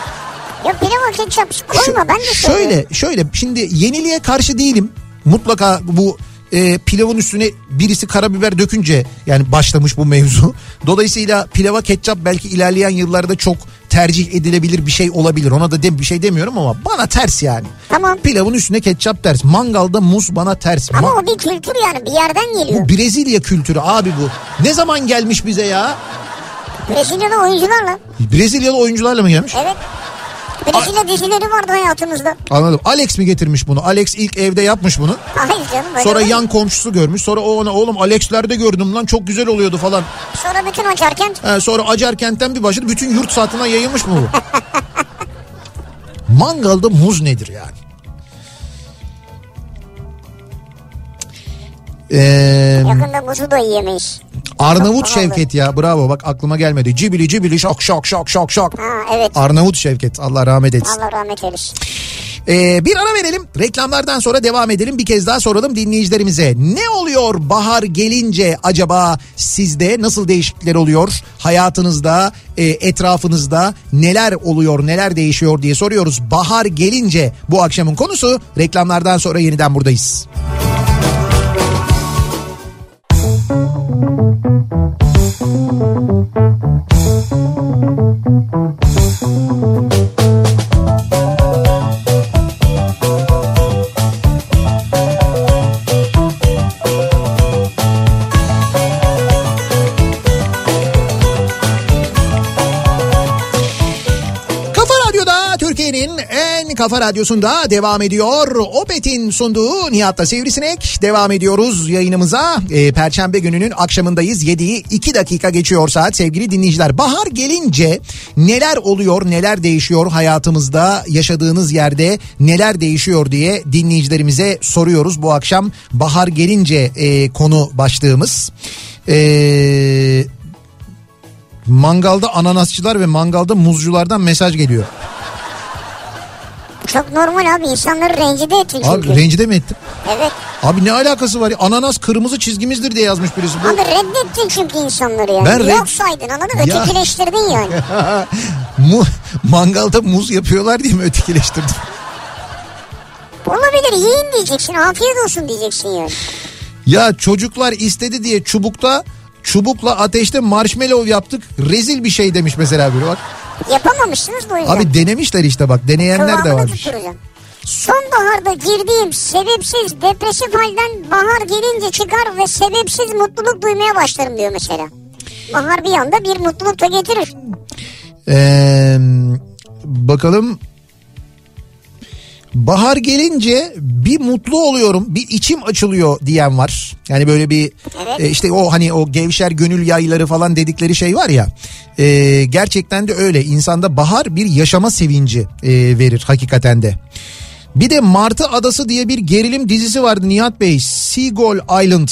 Speaker 2: Ya pilava ketçap
Speaker 1: Şö-
Speaker 2: koyma ben de söylüyorum.
Speaker 1: şöyle şöyle şimdi yeniliğe karşı değilim. Mutlaka bu e, pilavın üstüne birisi karabiber dökünce yani başlamış bu mevzu. Dolayısıyla pilava ketçap belki ilerleyen yıllarda çok tercih edilebilir bir şey olabilir. Ona da de, bir şey demiyorum ama bana ters yani.
Speaker 2: Tamam.
Speaker 1: Pilavın üstüne ketçap ters. Mangalda muz bana ters.
Speaker 2: Ama
Speaker 1: Ma-
Speaker 2: o bir kültür yani bir yerden geliyor.
Speaker 1: bu Brezilya kültürü abi bu. Ne zaman gelmiş bize ya?
Speaker 2: Brezilya'da oyuncularla.
Speaker 1: Brezilyalı oyuncularla mı gelmiş?
Speaker 2: Evet. Brezilya dizileri vardı hayatımızda.
Speaker 1: Anladım. Alex mi getirmiş bunu? Alex ilk evde yapmış bunu.
Speaker 2: Hayır canım. öyle
Speaker 1: Sonra
Speaker 2: değil.
Speaker 1: yan komşusu görmüş. Sonra o ona oğlum Alex'lerde gördüm lan çok güzel oluyordu falan.
Speaker 2: Sonra bütün açarken
Speaker 1: He, sonra Acarkent'ten bir başladı. Bütün yurt satına yayılmış mı bu? Mangalda muz nedir yani? Ee,
Speaker 2: yakında muzu da yiyemeyiz.
Speaker 1: Arnavut Şevket ya bravo bak aklıma gelmedi. Cibili cibili şok şok şok şok şok.
Speaker 2: Ha evet.
Speaker 1: Arnavut Şevket Allah rahmet etsin.
Speaker 2: Allah rahmet eylesin.
Speaker 1: Ee, bir ara verelim. Reklamlardan sonra devam edelim. Bir kez daha soralım dinleyicilerimize. Ne oluyor bahar gelince acaba sizde nasıl değişiklikler oluyor? Hayatınızda, e, etrafınızda neler oluyor, neler değişiyor diye soruyoruz. Bahar gelince bu akşamın konusu. Reklamlardan sonra yeniden buradayız. Kafa Radyo'da Türkiye'nin en kafa radyosunda devam ediyor. Opet'in sunduğu Nihat'la Sivrisinek. Devam ediyoruz yayınımıza. Ee, Perşembe gününün akşamındayız. 7'yi 2 dakika geçiyor saat sevgili dinleyiciler. Bahar gelince neler oluyor, neler değişiyor hayatımızda, yaşadığınız yerde neler değişiyor diye dinleyicilerimize soruyoruz. Bu akşam bahar gelince e, konu başlığımız. Eee... Mangalda ananasçılar ve mangalda muzculardan mesaj geliyor.
Speaker 2: Çok normal abi insanları rencide ettin
Speaker 1: Abi
Speaker 2: çünkü.
Speaker 1: rencide mi ettim?
Speaker 2: evet.
Speaker 1: Abi ne alakası var ya? Ananas kırmızı çizgimizdir diye yazmış birisi. Bu...
Speaker 2: Abi reddettin çünkü insanları yani.
Speaker 1: Ben red-
Speaker 2: Yok saydın anladın mı?
Speaker 1: Ya.
Speaker 2: Ötekileştirdin yani.
Speaker 1: Mu- mangalda muz yapıyorlar diye mi ötekileştirdim?
Speaker 2: Olabilir yiyin diyeceksin afiyet olsun diyeceksin yani.
Speaker 1: ya çocuklar istedi diye çubukta çubukla ateşte marshmallow yaptık. Rezil bir şey demiş mesela biri bak.
Speaker 2: Yapamamışsınız da o yüzden.
Speaker 1: Abi denemişler işte bak deneyenler de
Speaker 2: Kıvamını
Speaker 1: varmış.
Speaker 2: tutturacağım. Sonbaharda girdiğim sebepsiz depresif halden bahar gelince çıkar ve sebepsiz mutluluk duymaya başlarım diyor mesela. Bahar bir anda bir mutluluk da getirir.
Speaker 1: Ee, bakalım. Bahar gelince bir mutlu oluyorum, bir içim açılıyor diyen var. Yani böyle bir
Speaker 2: Evet.
Speaker 1: e, işte o hani o gevşer gönül yayları falan dedikleri şey var ya. E, gerçekten de öyle. İnsanda bahar bir yaşama sevinci e, verir hakikaten de. Bir de Martı Adası diye bir gerilim dizisi vardı Nihat Bey. Seagull Island.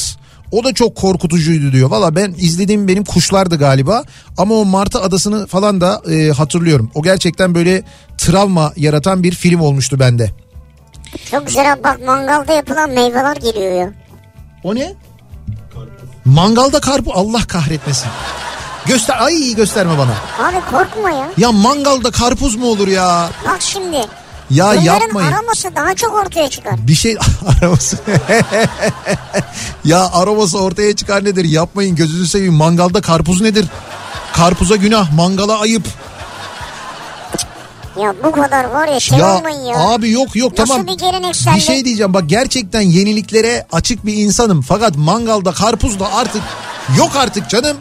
Speaker 1: O da çok korkutucuydu diyor. Valla ben izlediğim benim kuşlardı galiba. Ama o Martı Adası'nı falan da e, hatırlıyorum. O gerçekten böyle travma yaratan bir film olmuştu bende.
Speaker 2: Çok güzel abi, bak mangalda yapılan meyveler geliyor ya.
Speaker 1: O ne? Mangalda karpuz Allah kahretmesin. Göster ay gösterme bana.
Speaker 2: Abi korkma ya.
Speaker 1: Ya mangalda karpuz mu olur ya?
Speaker 2: Bak şimdi.
Speaker 1: Ya
Speaker 2: bunların
Speaker 1: yapmayın.
Speaker 2: aroması daha çok ortaya çıkar.
Speaker 1: Bir şey aroması. ya aroması ortaya çıkar nedir? Yapmayın gözünü seveyim. Mangalda karpuz nedir? Karpuza günah, mangala ayıp.
Speaker 2: Ya bu kadar var ya şey
Speaker 1: ya
Speaker 2: olmayın ya.
Speaker 1: abi yok yok
Speaker 2: Nasıl
Speaker 1: tamam.
Speaker 2: bir geleneksellik?
Speaker 1: Bir şey diyeceğim bak gerçekten yeniliklere açık bir insanım. Fakat mangalda karpuz da artık yok artık canım.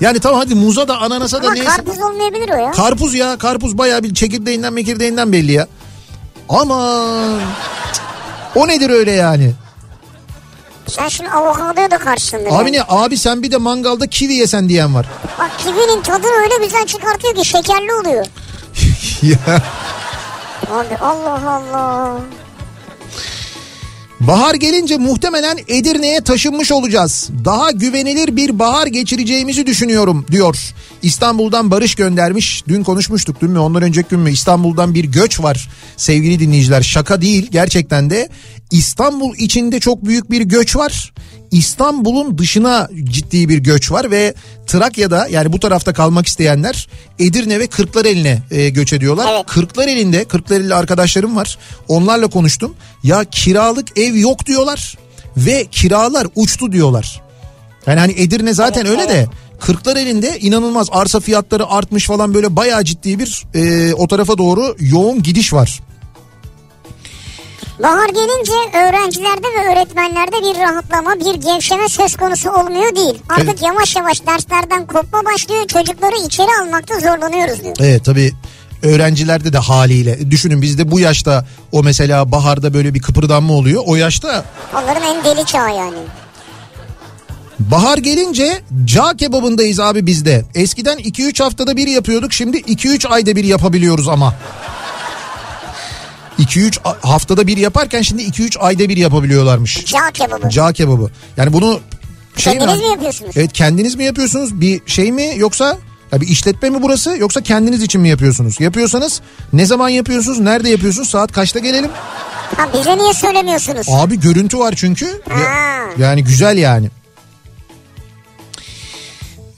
Speaker 1: Yani tamam hadi muza da ananasa da
Speaker 2: Ama
Speaker 1: neyse.
Speaker 2: karpuz olmayabilir o ya.
Speaker 1: Karpuz ya karpuz bayağı bir çekirdeğinden mekirdeğinden belli ya. Aman. O nedir öyle yani?
Speaker 2: Sen şimdi avokadoya da karşısındır.
Speaker 1: Abi ne abi sen bir de mangalda kivi yesen diyen var.
Speaker 2: Bak kivinin tadını öyle güzel çıkartıyor ki şekerli oluyor.
Speaker 1: Ya.
Speaker 2: Abi Allah Allah.
Speaker 1: Bahar gelince muhtemelen Edirne'ye taşınmış olacağız. Daha güvenilir bir bahar geçireceğimizi düşünüyorum diyor. İstanbul'dan Barış göndermiş. Dün konuşmuştuk dün mü ondan önceki gün mü? İstanbul'dan bir göç var sevgili dinleyiciler. Şaka değil gerçekten de. İstanbul içinde çok büyük bir göç var. İstanbul'un dışına ciddi bir göç var ve Trakya'da yani bu tarafta kalmak isteyenler Edirne ve Kırklareli'ne e, göç ediyorlar.
Speaker 2: Evet.
Speaker 1: Kırklareli'nde Kırklareli'li arkadaşlarım var. Onlarla konuştum. Ya kiralık ev yok diyorlar ve kiralar uçtu diyorlar. Yani hani Edirne zaten öyle de Kırklar elinde inanılmaz arsa fiyatları artmış falan böyle bayağı ciddi bir e, o tarafa doğru yoğun gidiş var.
Speaker 2: Bahar gelince öğrencilerde ve öğretmenlerde bir rahatlama, bir gevşeme söz konusu olmuyor değil. Artık
Speaker 1: Evet.
Speaker 2: yavaş yavaş derslerden kopma başlıyor. Çocukları içeri almakta zorlanıyoruz diyor.
Speaker 1: Evet tabii öğrencilerde de haliyle. E, Düşünün bizde bu yaşta o mesela baharda böyle bir kıpırdanma oluyor. O yaşta
Speaker 2: Onların en deli çağı yani.
Speaker 1: bahar gelince ca kebabındayız abi bizde. Eskiden 2-3 haftada bir yapıyorduk şimdi 2-3 ayda bir yapabiliyoruz ama. 2-3 a- haftada bir yaparken şimdi 2-3 ayda bir yapabiliyorlarmış.
Speaker 2: Cağ kebabı.
Speaker 1: Ca kebabı. Yani bunu şey mi?
Speaker 2: Kendiniz mi yapıyorsunuz?
Speaker 1: Evet kendiniz mi yapıyorsunuz? Bir şey mi yoksa ya bir işletme mi burası yoksa kendiniz için mi yapıyorsunuz? Yapıyorsanız ne zaman yapıyorsunuz? Nerede yapıyorsunuz? Saat kaçta gelelim?
Speaker 2: Ha, bize niye söylemiyorsunuz?
Speaker 1: Abi görüntü var çünkü. Ya-
Speaker 2: Ha.
Speaker 1: yani güzel yani.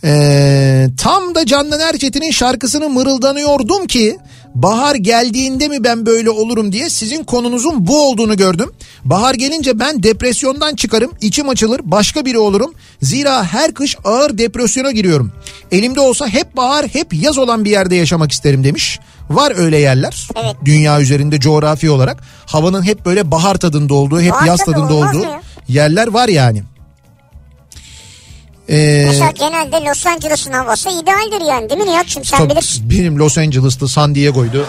Speaker 1: Ee, tam da Candan Erçetin'in şarkısını mırıldanıyordum ki bahar geldiğinde mi ben böyle olurum diye sizin konunuzun bu olduğunu gördüm. Bahar gelince ben depresyondan çıkarım, içim açılır, başka biri olurum. Zira her kış ağır depresyona giriyorum. Elimde olsa hep bahar, hep yaz olan bir yerde yaşamak isterim demiş. Var öyle yerler.
Speaker 2: Evet.
Speaker 1: Dünya üzerinde coğrafi olarak havanın hep böyle bahar tadında olduğu, hep
Speaker 2: Bahar
Speaker 1: yaz
Speaker 2: tadı
Speaker 1: tadında
Speaker 2: olmaz
Speaker 1: olduğu
Speaker 2: mı ya?
Speaker 1: yerler var yani. Ee,
Speaker 2: Mesela genelde Los Angeles'ın havası idealdir yani değil mi Nihat'cığım sen
Speaker 1: tabii
Speaker 2: bilirsin.
Speaker 1: benim Los Angeles'tı, San Diego'ydu.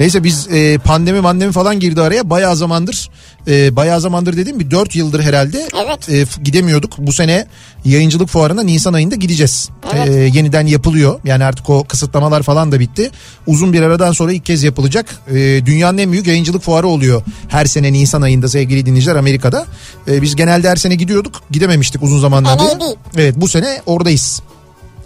Speaker 1: Neyse biz e, pandemi mandemi falan girdi araya. Bayağı zamandır, e, bayağı zamandır dediğim bir 4 yıldır herhalde
Speaker 2: Evet.
Speaker 1: e, f- gidemiyorduk. Bu sene yayıncılık fuarına Nisan ayında gideceğiz.
Speaker 2: Evet.
Speaker 1: E, yeniden yapılıyor. Yani artık o kısıtlamalar falan da bitti. Uzun bir aradan sonra ilk kez yapılacak. E, dünyanın en büyük yayıncılık fuarı oluyor. Her sene Nisan ayında sevgili dinleyiciler Amerika'da. E, biz genelde her sene gidiyorduk. Gidememiştik uzun zamandan
Speaker 2: En iyi
Speaker 1: beri.
Speaker 2: değil.
Speaker 1: Evet bu sene oradayız.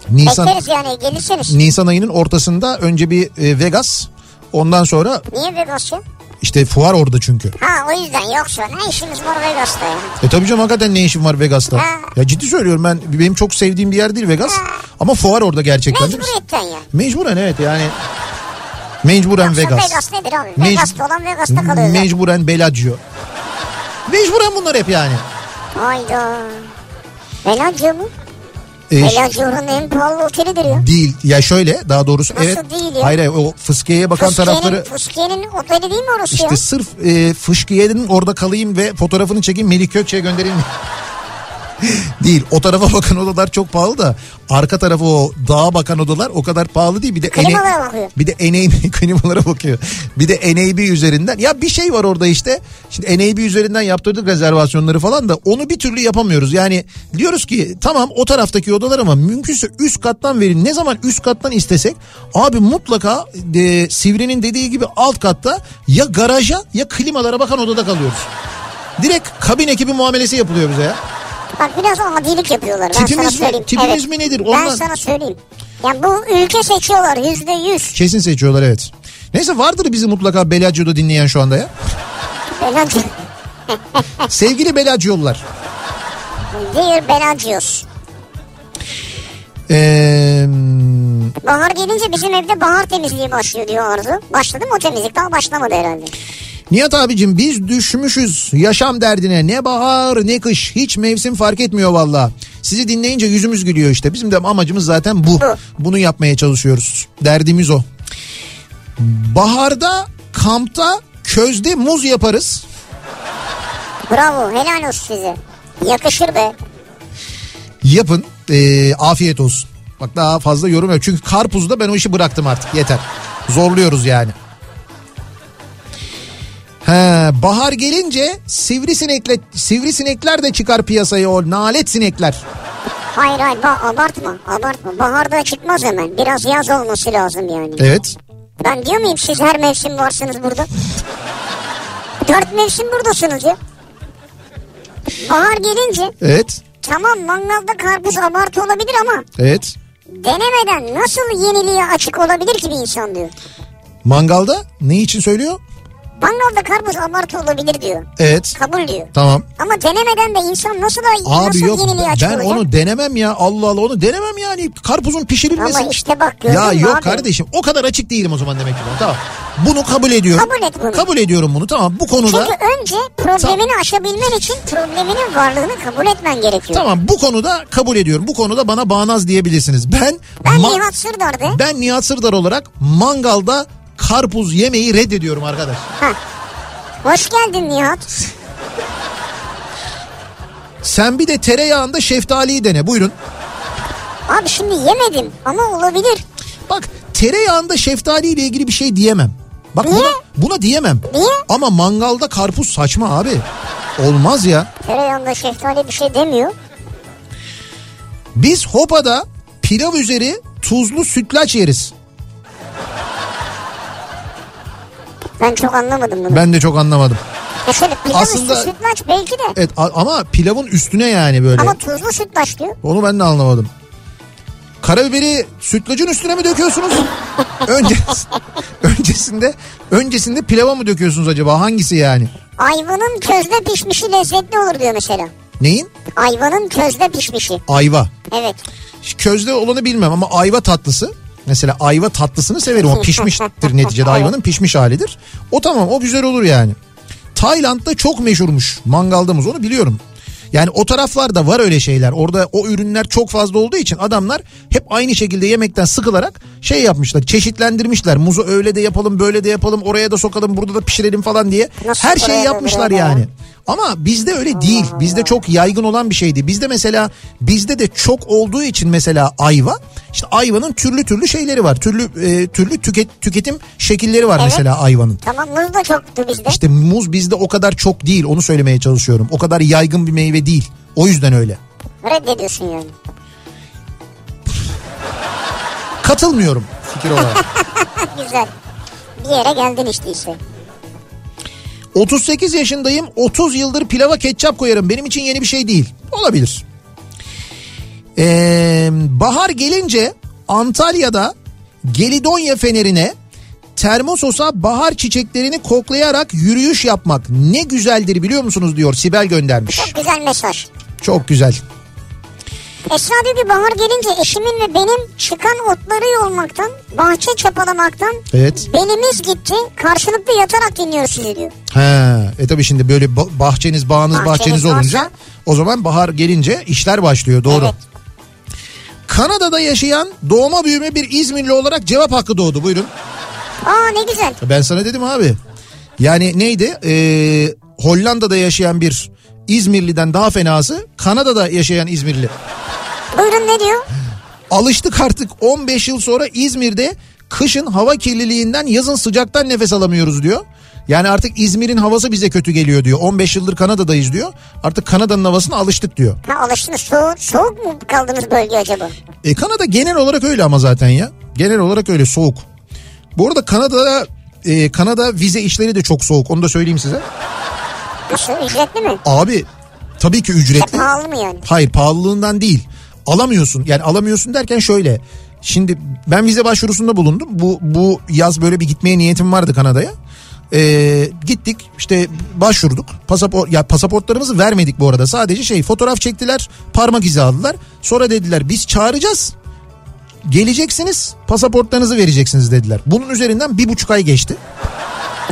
Speaker 1: Nisan
Speaker 2: Bekleriz yani gelirseniz.
Speaker 1: Nisan ayının ortasında önce bir e, Vegas ondan sonra
Speaker 2: Niye Vegas'ı?
Speaker 1: işte fuar orada çünkü.
Speaker 2: Ha o yüzden yoksa ne işimiz var Vegas'ta ya.
Speaker 1: E tabii canım hakikaten ne işim var Vegas'ta?
Speaker 2: Ha.
Speaker 1: Ya ciddi söylüyorum ben benim çok sevdiğim bir yer değil Vegas ama fuar orada gerçekten. değil mi?
Speaker 2: Mecburiyetten ya.
Speaker 1: Mecburen evet yani mecburen
Speaker 2: Yoksa
Speaker 1: Vegas.
Speaker 2: Vegas nedir abi?
Speaker 1: Mec-
Speaker 2: Vegas'ta olan Vegas'ta kalıyor zaten.
Speaker 1: Mecburen Bellagio. Mecburen bunlar hep yani.
Speaker 2: Hayda. Bellagio mu?
Speaker 1: E,
Speaker 2: Bellagio'nun en pahalı otelidir ya.
Speaker 1: değil ya şöyle daha doğrusu
Speaker 2: Nasıl
Speaker 1: evet.
Speaker 2: değil ya?
Speaker 1: Hayır hayır, o fıskiyeye bakan tarafları
Speaker 2: Fuskiye'nin, Fuskiye'nin oteli değil mi orası ya?
Speaker 1: İşte sırf e, fışkiyenin orada kalayım ve fotoğrafını çekeyim Melih Gökçe'ye göndereyim. değil o tarafa bakan odalar çok pahalı da arka tarafı o dağa bakan odalar o kadar pahalı değil bir de
Speaker 2: Klimalara bakıyor.
Speaker 1: bir de NAB klimalara bakıyor bir de NAB üzerinden ya bir şey var orada işte şimdi NAB üzerinden yaptırdık rezervasyonları falan da onu bir türlü yapamıyoruz yani diyoruz ki tamam o taraftaki odalar ama mümkünse üst kattan verin ne zaman üst kattan istesek abi mutlaka e, Sivri'nin dediği gibi alt katta ya garaja ya klimalara bakan odada kalıyoruz direkt kabin ekibi muamelesi yapılıyor bize ya.
Speaker 2: Bak biraz adilik yapıyorlar. Ben
Speaker 1: Tipimiz mi-
Speaker 2: sana söyleyeyim.
Speaker 1: tipimiz mi nedir?
Speaker 2: Ben
Speaker 1: Ondan-
Speaker 2: sana söyleyeyim. Ya bu ülke seçiyorlar yüzde yüz.
Speaker 1: Kesin seçiyorlar evet. Neyse vardır bizi mutlaka Bellagio'da dinleyen şu anda ya.
Speaker 2: Bellagio.
Speaker 1: Sevgili Bellagio'lular.
Speaker 2: Dear Bellagio's.
Speaker 1: Ee,
Speaker 2: Bahar gelince bizim evde bahar temizliği başlıyor diyor Arzu. Başladı mı o temizlik? Daha başlamadı herhalde.
Speaker 1: Nihat abicim biz düşmüşüz yaşam derdine ne bahar ne kış hiç mevsim fark etmiyor valla. Sizi dinleyince yüzümüz gülüyor işte bizim de amacımız zaten bu. Bunu yapmaya çalışıyoruz derdimiz o. Baharda kampta közde muz yaparız.
Speaker 2: Bravo helal olsun size. Yakışır be.
Speaker 1: Yapın Ee, afiyet olsun. Bak daha fazla yorum yok çünkü karpuzda ben o işi bıraktım artık yeter. Zorluyoruz yani. He, bahar gelince sivrisinekle sivrisinekler de çıkar piyasaya o nalet sinekler.
Speaker 2: Hayır hayır ba- abartma abartma. Baharda çıkmaz hemen. Biraz yaz olması lazım yani.
Speaker 1: Evet.
Speaker 2: Ben diyor muyum siz her mevsim varsınız burada? Dört mevsim buradasınız ya. Bahar gelince
Speaker 1: Evet.
Speaker 2: tamam mangalda karpuz abartı olabilir ama
Speaker 1: Evet.
Speaker 2: denemeden nasıl yeniliğe açık olabilir ki bir insan diyor.
Speaker 1: Mangalda ne için söylüyor?
Speaker 2: Mangalda karpuz abartı olabilir diyor.
Speaker 1: Evet.
Speaker 2: Kabul diyor.
Speaker 1: Tamam.
Speaker 2: Ama denemeden de insan nasıl da
Speaker 1: Abi
Speaker 2: nasıl
Speaker 1: yok
Speaker 2: yeniliği açık
Speaker 1: ben
Speaker 2: olacak?
Speaker 1: onu denemem ya Allah Allah onu denemem yani karpuzun pişirilmesi.
Speaker 2: Ama işte bak gördün
Speaker 1: Ya
Speaker 2: mü
Speaker 1: yok
Speaker 2: abi?
Speaker 1: kardeşim o kadar açık değilim o zaman demek ki ben. tamam. Bunu kabul ediyorum.
Speaker 2: Kabul et bunu.
Speaker 1: Kabul ediyorum bunu tamam bu konuda.
Speaker 2: Çünkü önce problemini aşabilmen için probleminin varlığını kabul etmen gerekiyor.
Speaker 1: Tamam bu konuda kabul ediyorum. Bu konuda bana bağnaz diyebilirsiniz. Ben
Speaker 2: Ben
Speaker 1: ma-
Speaker 2: Nihat Sırdar'dı.
Speaker 1: ben Nihat Sırdar olarak mangalda karpuz yemeyi reddediyorum arkadaş.
Speaker 2: Ha. Hoş geldin Nihat.
Speaker 1: Sen bir de tereyağında şeftaliyi dene buyurun.
Speaker 2: Abi şimdi yemedim ama olabilir.
Speaker 1: Bak tereyağında şeftali ile ilgili bir şey diyemem. Bak
Speaker 2: Niye?
Speaker 1: buna, buna diyemem.
Speaker 2: Niye?
Speaker 1: Ama mangalda karpuz saçma abi. Olmaz ya.
Speaker 2: Tereyağında şeftali bir şey demiyor.
Speaker 1: Biz Hopa'da pilav üzeri tuzlu sütlaç yeriz.
Speaker 2: Ben çok anlamadım bunu.
Speaker 1: Ben de çok anlamadım.
Speaker 2: Ya şöyle pilav
Speaker 1: Aslında-
Speaker 2: üstü sütlaç belki de.
Speaker 1: Evet a- ama pilavın üstüne yani böyle.
Speaker 2: Ama tuzlu sütlaç diyor.
Speaker 1: Onu ben de anlamadım. Karabiberi sütlacın üstüne mi döküyorsunuz? Önce, öncesinde öncesinde pilava mı döküyorsunuz acaba? Hangisi yani?
Speaker 2: Ayvanın közde pişmişi lezzetli olur diyor mesela.
Speaker 1: Neyin?
Speaker 2: Ayvanın közde pişmişi.
Speaker 1: Ayva.
Speaker 2: Evet.
Speaker 1: Közde olanı bilmem ama ayva tatlısı. Mesela ayva tatlısını severim. O pişmiştir neticede. Ayvanın pişmiş halidir. O tamam o güzel olur yani. Tayland'da çok meşhurmuş mangaldamız onu biliyorum. Yani o taraflarda var öyle şeyler. Orada o ürünler çok fazla olduğu için adamlar hep aynı şekilde yemekten sıkılarak şey yapmışlar. Çeşitlendirmişler. Muzu öyle de yapalım, böyle de yapalım, oraya da sokalım, burada da pişirelim falan diye.
Speaker 2: Nasıl
Speaker 1: Her şeyi
Speaker 2: oraya da,
Speaker 1: yapmışlar
Speaker 2: buraya da ya?
Speaker 1: yani. Ama bizde öyle değil. Bizde çok yaygın olan bir şeydi. Bizde mesela bizde de çok olduğu için mesela ayva işte ayvanın türlü türlü şeyleri var. Türlü e, türlü tüket, tüketim şekilleri var
Speaker 2: Evet.
Speaker 1: mesela ayvanın.
Speaker 2: Tamam muz da çoktu bizde.
Speaker 1: İşte muz bizde o kadar çok değil. Onu söylemeye çalışıyorum. O kadar yaygın bir meyve değil. O yüzden öyle.
Speaker 2: Reddediyorsun yani.
Speaker 1: Katılmıyorum fikir olarak.
Speaker 2: Güzel. Bir yere geldin işte işte.
Speaker 1: 38 yaşındayım. 30 yıldır pilava ketçap koyarım. Benim için yeni bir şey değil. Olabilir. Ee, bahar gelince Antalya'da Gelidonya fenerine termososa bahar çiçeklerini koklayarak yürüyüş yapmak ne güzeldir biliyor musunuz diyor Sibel göndermiş.
Speaker 2: Çok güzel mesaj.
Speaker 1: Çok güzel.
Speaker 2: Esra diyor ki bahar gelince eşimin ve benim çıkan otları yolmaktan, bahçe çapalamaktan
Speaker 1: Evet.
Speaker 2: benimiz gitti. Karşılıklı yatarak dinliyoruz sizi diyor.
Speaker 1: He, e tabi şimdi böyle ba- bahçeniz, bağınız, bahçeniz,
Speaker 2: Bahçeniz
Speaker 1: olunca
Speaker 2: varsa-
Speaker 1: o zaman bahar gelince işler başlıyor doğru.
Speaker 2: Evet.
Speaker 1: Kanada'da yaşayan doğma büyüme bir İzmirli olarak cevap hakkı doğdu buyurun.
Speaker 2: Aa ne güzel.
Speaker 1: Ben sana dedim abi. Yani neydi? Ee, Hollanda'da yaşayan bir İzmirli'den daha fenası Kanada'da yaşayan İzmirli.
Speaker 2: Buyurun ne diyor?
Speaker 1: Alıştık artık 15 yıl sonra İzmir'de kışın hava kirliliğinden yazın sıcaktan nefes alamıyoruz diyor. Yani artık İzmir'in havası bize kötü geliyor diyor. 15 yıldır Kanada'dayız diyor. Artık Kanada'nın havasına alıştık diyor.
Speaker 2: Ha alıştınız soğuk, soğuk mu kaldınız bölge acaba?
Speaker 1: E Kanada genel olarak öyle ama zaten ya. Genel olarak öyle soğuk. Bu arada Kanada'da e, Kanada vize işleri de çok soğuk. Onu da söyleyeyim size.
Speaker 2: Nasıl şey, ücretli mi?
Speaker 1: Abi tabii ki ücretli.
Speaker 2: E, pahalı mı yani?
Speaker 1: Hayır pahalılığından değil. Alamıyorsun. Yani alamıyorsun derken şöyle. Şimdi ben vize başvurusunda bulundum. Bu bu yaz böyle bir gitmeye niyetim vardı Kanada'ya. Ee, gittik işte başvurduk. Pasaport ya pasaportlarımızı vermedik bu arada. Sadece şey fotoğraf çektiler, parmak izi aldılar. Sonra dediler biz çağıracağız. Geleceksiniz, pasaportlarınızı vereceksiniz dediler. Bunun üzerinden bir buçuk ay geçti.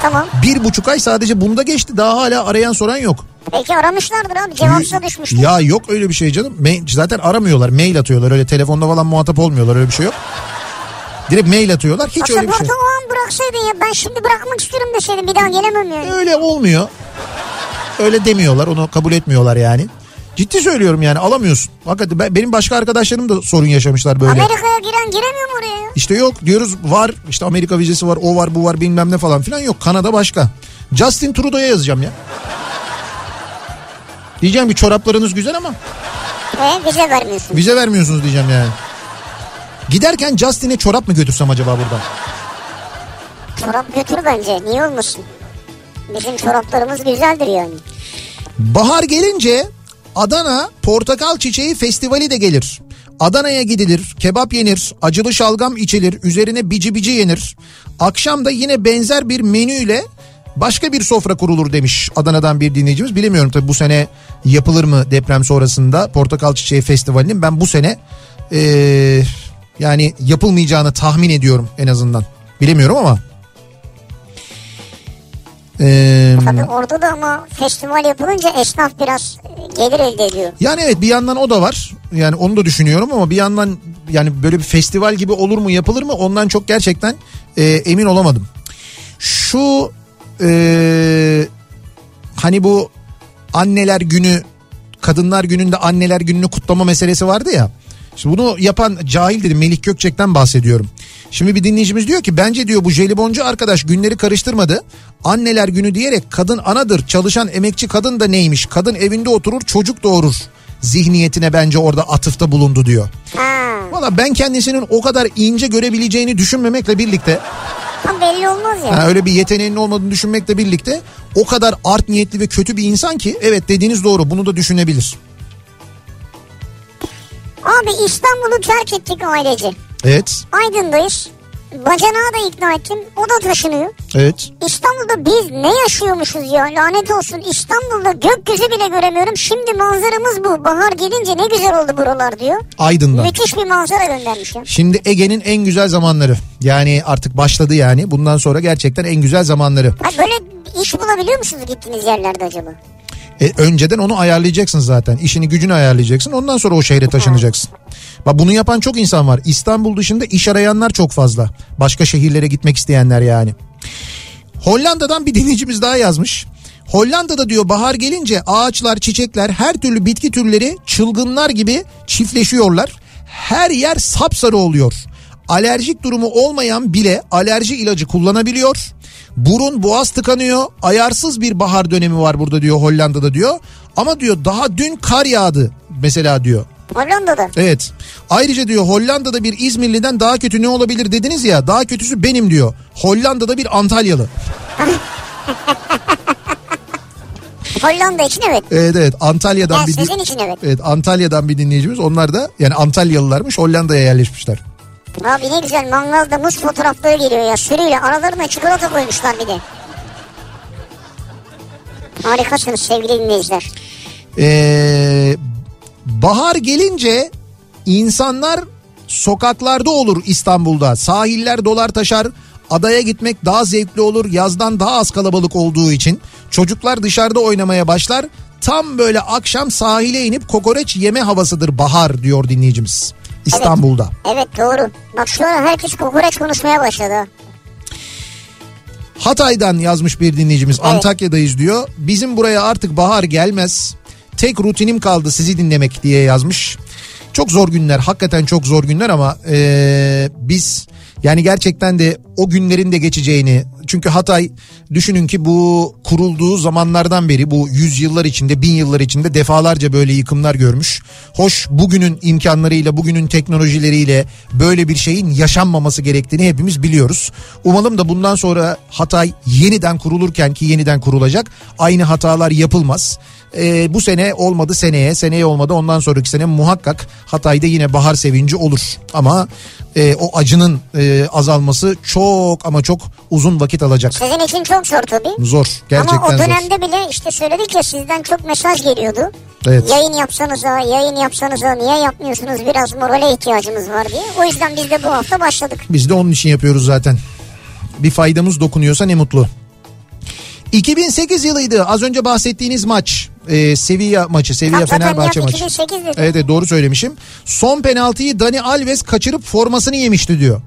Speaker 2: Tamam.
Speaker 1: Bir buçuk ay sadece bunda geçti. Daha hala arayan soran yok.
Speaker 2: Belki aramışlardır abi cevapsa düşmüştür.
Speaker 1: Ya yok öyle bir şey canım. Me- zaten aramıyorlar. Mail atıyorlar. Öyle telefonda falan muhatap olmuyorlar. Öyle bir şey yok. Direkt mail atıyorlar. Hiç öyle bir şey.
Speaker 2: Pasaportu o an bıraksaydın ya ben şimdi bırakmak istiyorum deseydin bir daha gelemem yani.
Speaker 1: Öyle olmuyor. Öyle demiyorlar. Onu kabul etmiyorlar yani. Ciddi söylüyorum yani alamıyorsun. Hakikaten ben, benim başka arkadaşlarım da sorun yaşamışlar böyle.
Speaker 2: Amerika'ya giren giremiyor mu oraya ya?
Speaker 1: İşte yok diyoruz var işte Amerika vizesi var o var bu var bilmem ne falan filan yok Kanada başka. Justin Trudeau'ya yazacağım ya. Diyeceğim ki çoraplarınız güzel ama
Speaker 2: Ve E, vize vermiyorsun.
Speaker 1: Vize vermiyorsunuz diyeceğim yani. Giderken Justin'e çorap mı götürsem acaba buradan?
Speaker 2: Çorap götür bence niye olmasın? Bizim çoraplarımız güzeldir yani.
Speaker 1: Bahar gelince Adana Portakal Çiçeği Festivali de gelir. Adana'ya gidilir, kebap yenir, acılı şalgam içilir, üzerine bici bici yenir. Akşam da yine benzer bir menüyle başka bir sofra kurulur demiş Adana'dan bir dinleyicimiz. Bilemiyorum tabii bu sene yapılır mı deprem sonrasında Portakal Çiçeği Festivali'nin. Ben bu sene ee, yani yapılmayacağını tahmin ediyorum en azından. Bilemiyorum ama. Ee,
Speaker 2: Tabii orada da ama festival yapılınca esnaf biraz e, gelir elde ediyor.
Speaker 1: Yani evet bir yandan o da var. Yani onu da düşünüyorum ama bir yandan yani böyle bir festival gibi olur mu yapılır mı ondan çok gerçekten e, emin olamadım. Şu e, hani bu anneler günü kadınlar gününde anneler gününü kutlama meselesi vardı ya. Şimdi bunu yapan cahil dedim Melih Gökçek'ten bahsediyorum. Şimdi bir dinleyicimiz diyor ki bence diyor bu jeliboncu arkadaş günleri karıştırmadı. Anneler günü diyerek kadın anadır çalışan emekçi kadın da neymiş kadın evinde oturur çocuk doğurur zihniyetine bence orada atıfta bulundu diyor.
Speaker 2: Ha.
Speaker 1: Valla ben kendisinin o kadar ince görebileceğini düşünmemekle birlikte
Speaker 2: Ama belli olmaz ya.
Speaker 1: yani öyle bir yeteneğinin olmadığını düşünmekle birlikte o kadar art niyetli ve kötü bir insan ki evet dediğiniz doğru bunu da düşünebilir.
Speaker 2: Abi İstanbul'u terk ettik ailece.
Speaker 1: Evet
Speaker 2: Aydın'dayız. Bacanağı da ikna ettim. O da taşınıyor.
Speaker 1: evet
Speaker 2: İstanbul'da biz ne yaşıyormuşuz ya lanet olsun. İstanbul'da gökyüzü bile göremiyorum. Şimdi manzaramız bu. Bahar gelince ne güzel oldu buralar diyor.
Speaker 1: Aydın'dan.
Speaker 2: Müthiş bir manzara göndermiş ya.
Speaker 1: Şimdi Ege'nin en güzel zamanları. Yani artık başladı yani. Bundan sonra gerçekten en güzel zamanları.
Speaker 2: Ha böyle iş bulabiliyor musunuz gittiğiniz yerlerde acaba?
Speaker 1: E, önceden onu ayarlayacaksın zaten. İşini gücünü ayarlayacaksın. Ondan sonra o şehre taşınacaksın. Bak bunu yapan çok insan var. İstanbul dışında iş arayanlar çok fazla. Başka şehirlere gitmek isteyenler yani. Hollanda'dan bir dinleyicimiz daha yazmış. Hollanda'da diyor bahar gelince ağaçlar, çiçekler, her türlü bitki türleri çılgınlar gibi çiftleşiyorlar. Her yer sapsarı oluyor. Alerjik durumu olmayan bile alerji ilacı kullanabiliyor. Burun boğaz tıkanıyor. Ayarsız bir bahar dönemi var burada diyor Hollanda'da diyor. Ama diyor daha dün kar yağdı mesela diyor.
Speaker 2: Hollanda'da.
Speaker 1: Evet. Ayrıca diyor Hollanda'da bir İzmirli'den daha kötü ne olabilir dediniz ya. Daha kötüsü benim diyor. Hollanda'da bir Antalyalı.
Speaker 2: Hollanda için evet.
Speaker 1: Evet evet Antalya'dan
Speaker 2: Ya
Speaker 1: bir
Speaker 2: sizin için evet.
Speaker 1: Antalya'dan bir dinleyicimiz. Onlar da yani Antalyalılarmış Hollanda'ya yerleşmişler.
Speaker 2: Abi ne güzel mangalda muz fotoğrafları geliyor ya sürüyle. Aralarına çikolata koymuşlar bir de. Harikasınız sevgili dinleyiciler.
Speaker 1: Ee, bahar gelince insanlar sokaklarda olur İstanbul'da. Sahiller dolar taşar. Adaya gitmek daha zevkli olur. Yazdan daha az kalabalık olduğu için. Çocuklar dışarıda oynamaya başlar. Tam böyle akşam sahile inip kokoreç yeme havasıdır bahar diyor dinleyicimiz. İstanbul'da.
Speaker 2: Evet doğru. Bak şu an herkes kokoreç konuşmaya başladı.
Speaker 1: Hatay'dan yazmış bir dinleyicimiz Antakya'dayız diyor. Bizim buraya artık bahar gelmez. Tek rutinim kaldı sizi dinlemek diye yazmış. Çok zor günler hakikaten çok zor günler ama eee, biz yani gerçekten de o günlerin de geçeceğini çünkü Hatay düşünün ki bu kurulduğu zamanlardan beri bu yüzyıllar içinde bin yıllar içinde defalarca böyle yıkımlar görmüş. Hoş bugünün imkanlarıyla bugünün teknolojileriyle böyle bir şeyin yaşanmaması gerektiğini hepimiz biliyoruz. Umalım da bundan sonra Hatay yeniden kurulurken ki yeniden kurulacak aynı hatalar yapılmaz. Ee, bu sene olmadı seneye seneye olmadı ondan sonraki sene muhakkak Hatay'da yine bahar sevinci olur. Ama e, o acının e, azalması çok ama çok uzun vakit alacak.
Speaker 2: Sizin için çok zor tabii.
Speaker 1: Zor gerçekten
Speaker 2: Ama o
Speaker 1: zor.
Speaker 2: dönemde bile işte söyledik ya sizden çok mesaj geliyordu.
Speaker 1: Evet.
Speaker 2: Yayın yapsanıza, yayın yapsanıza, niye yapmıyorsunuz biraz morale ihtiyacımız var diye. O yüzden biz de bu hafta başladık.
Speaker 1: Biz de onun için yapıyoruz zaten. Bir faydamız dokunuyorsa ne mutlu. 2008 yılıydı az önce bahsettiğiniz maç. Ee, Sevilla maçı, Sevilla
Speaker 2: Hakikaten
Speaker 1: Fenerbahçe
Speaker 2: ya,
Speaker 1: maçı. E,
Speaker 2: 2008 dedi.
Speaker 1: Evet evet, doğru söylemişim. Son penaltıyı Dani Alves kaçırıp formasını yemişti diyor.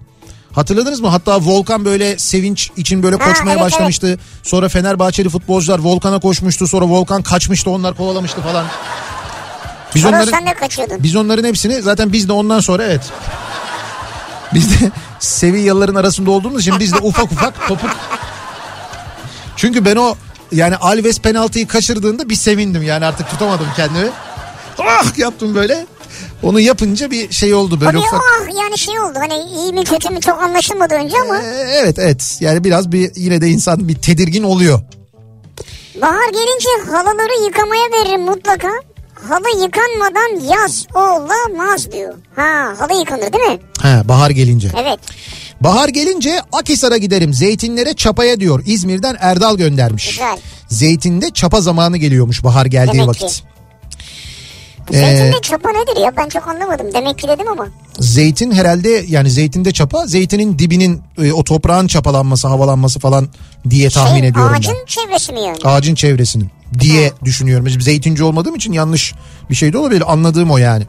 Speaker 1: Hatırladınız mı? Hatta Volkan böyle sevinç için böyle
Speaker 2: Ha,
Speaker 1: koşmaya
Speaker 2: evet,
Speaker 1: başlamıştı. Sonra Fenerbahçeli futbolcular Volkan'a koşmuştu. Sonra Volkan kaçmıştı. Onlar kovalamıştı falan. Biz
Speaker 2: Sonra
Speaker 1: onların
Speaker 2: sen de kaçıyordun.
Speaker 1: biz onların hepsini zaten biz de ondan sonra evet. Biz de Sevillalıların arasında olduğumuz için biz de ufak ufak topuk. Çünkü ben o yani Alves penaltıyı kaçırdığında bir sevindim yani artık tutamadım kendimi. Ah yaptım böyle. Onu yapınca bir şey oldu
Speaker 2: Tabii
Speaker 1: böyle ufak.
Speaker 2: ah yani şey oldu hani iyi mi kötü mü çok anlaşılmadı önce ama
Speaker 1: Ee, Evet evet yani biraz bir yine de insan bir tedirgin oluyor. Ee,
Speaker 2: bahar gelince halıları yıkamaya veririm mutlaka. Halı yıkanmadan yaz olamaz diyor. Ha halı yıkanır değil mi?
Speaker 1: Ha bahar gelince.
Speaker 2: Evet.
Speaker 1: Bahar gelince Akisar'a giderim. Zeytinlere çapaya diyor. İzmir'den Erdal göndermiş.
Speaker 2: Güzel.
Speaker 1: Zeytinde çapa zamanı geliyormuş bahar geldiği
Speaker 2: Demek
Speaker 1: vakit.
Speaker 2: ki.
Speaker 1: Ee,
Speaker 2: Zeytinde çapa nedir ya ben çok anlamadım. Demek ki dedim ama.
Speaker 1: Zeytin herhalde yani zeytinde çapa zeytinin dibinin e, o toprağın çapalanması havalanması falan diye tahmin
Speaker 2: Şey,
Speaker 1: ediyorum
Speaker 2: ağacın
Speaker 1: ben.
Speaker 2: çevresi mi yani?
Speaker 1: Ağacın çevresinin diye düşünüyorum. Biz zeytinci olmadığım için yanlış bir şey de olabilir anladığım o yani.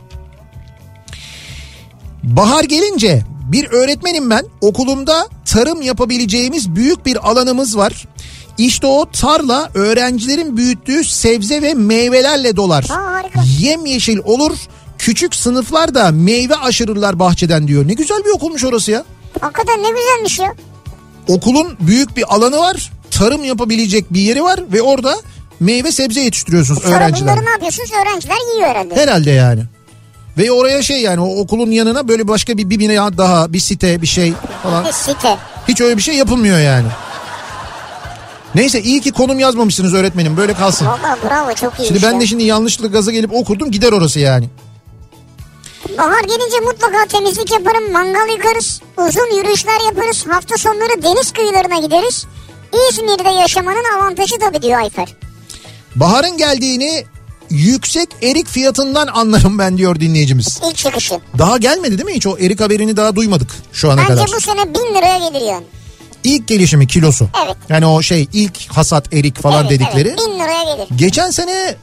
Speaker 1: Bahar gelince bir öğretmenim ben okulumda tarım yapabileceğimiz büyük bir alanımız var. İşte o tarla öğrencilerin büyüttüğü sebze ve meyvelerle dolar.
Speaker 2: Aa, harika.
Speaker 1: Yemyeşil olur. Küçük sınıflar da meyve aşırırlar bahçeden diyor. Ne güzel bir okulmuş orası ya.
Speaker 2: Hakikaten ne güzelmiş ya.
Speaker 1: Okulun büyük bir alanı var. Tarım yapabilecek bir yeri var ve orada meyve sebze yetiştiriyorsunuz
Speaker 2: Sonra
Speaker 1: öğrenciler.
Speaker 2: bunları ne yapıyorsunuz? Öğrenciler yiyor herhalde.
Speaker 1: Herhalde yani. Ve oraya şey yani o okulun yanına böyle başka bir, bir bina daha bir site bir şey falan.
Speaker 2: Bir site.
Speaker 1: Hiç öyle bir şey yapılmıyor yani. Neyse iyi ki konum yazmamışsınız öğretmenim böyle kalsın.
Speaker 2: Valla bravo çok iyi.
Speaker 1: Şimdi ben de şimdi yanlışlıkla gaza gelip okurdum gider orası yani.
Speaker 2: Bahar gelince mutlaka temizlik yaparım, mangal yakarız, uzun yürüyüşler yaparız, hafta sonları deniz kıyılarına gideriz. İzmir'de yaşamanın avantajı tabii diyor Ayfer.
Speaker 1: Baharın geldiğini yüksek erik fiyatından anlarım ben diyor dinleyicimiz.
Speaker 2: İlk çıkışı.
Speaker 1: Daha gelmedi değil mi hiç o erik haberini daha duymadık şu ana
Speaker 2: Bence
Speaker 1: kadar.
Speaker 2: bu sene 1000 liraya gelir yani.
Speaker 1: İlk gelişimi kilosu.
Speaker 2: Evet.
Speaker 1: Yani o şey ilk hasat erik falan
Speaker 2: evet,
Speaker 1: dedikleri.
Speaker 2: Evet, 1000 liraya gelir.
Speaker 1: Geçen sene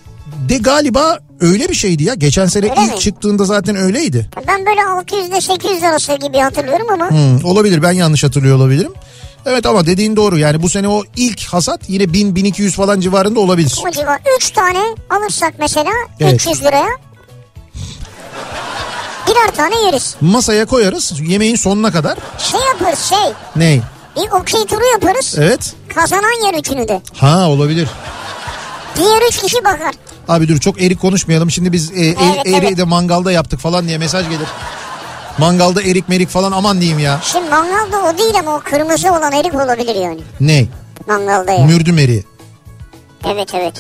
Speaker 1: de galiba öyle bir şeydi ya. Geçen sene
Speaker 2: Öyle
Speaker 1: ilk
Speaker 2: mi?
Speaker 1: çıktığında zaten öyleydi.
Speaker 2: Ben böyle 600'de 800 arası gibi hatırlıyorum ama
Speaker 1: Hmm, olabilir ben yanlış hatırlıyor olabilirim. Evet ama dediğin doğru yani bu sene o ilk hasat yine 1000-1200 falan civarında olabilir.
Speaker 2: o civar 3 tane alırsak mesela
Speaker 1: Evet.
Speaker 2: 300 liraya birer tane yeriz.
Speaker 1: Masaya koyarız yemeğin sonuna kadar.
Speaker 2: Şey yaparız şey
Speaker 1: Ney?
Speaker 2: bir okey turu yaparız
Speaker 1: Evet.
Speaker 2: kazanan yer üçünü de.
Speaker 1: Ha olabilir.
Speaker 2: Diğer üç kişi bakar.
Speaker 1: Abi dur çok erik konuşmayalım. Şimdi biz e, e-
Speaker 2: Evet,
Speaker 1: eriği
Speaker 2: evet.
Speaker 1: de mangalda yaptık falan diye mesaj gelir. Mangalda erik merik falan aman diyeyim ya.
Speaker 2: Şimdi mangalda o değil ama o kırmızı olan erik olabilir yani.
Speaker 1: Ney?
Speaker 2: Mangalda ya.
Speaker 1: Mürdüm eriği.
Speaker 2: evet evet.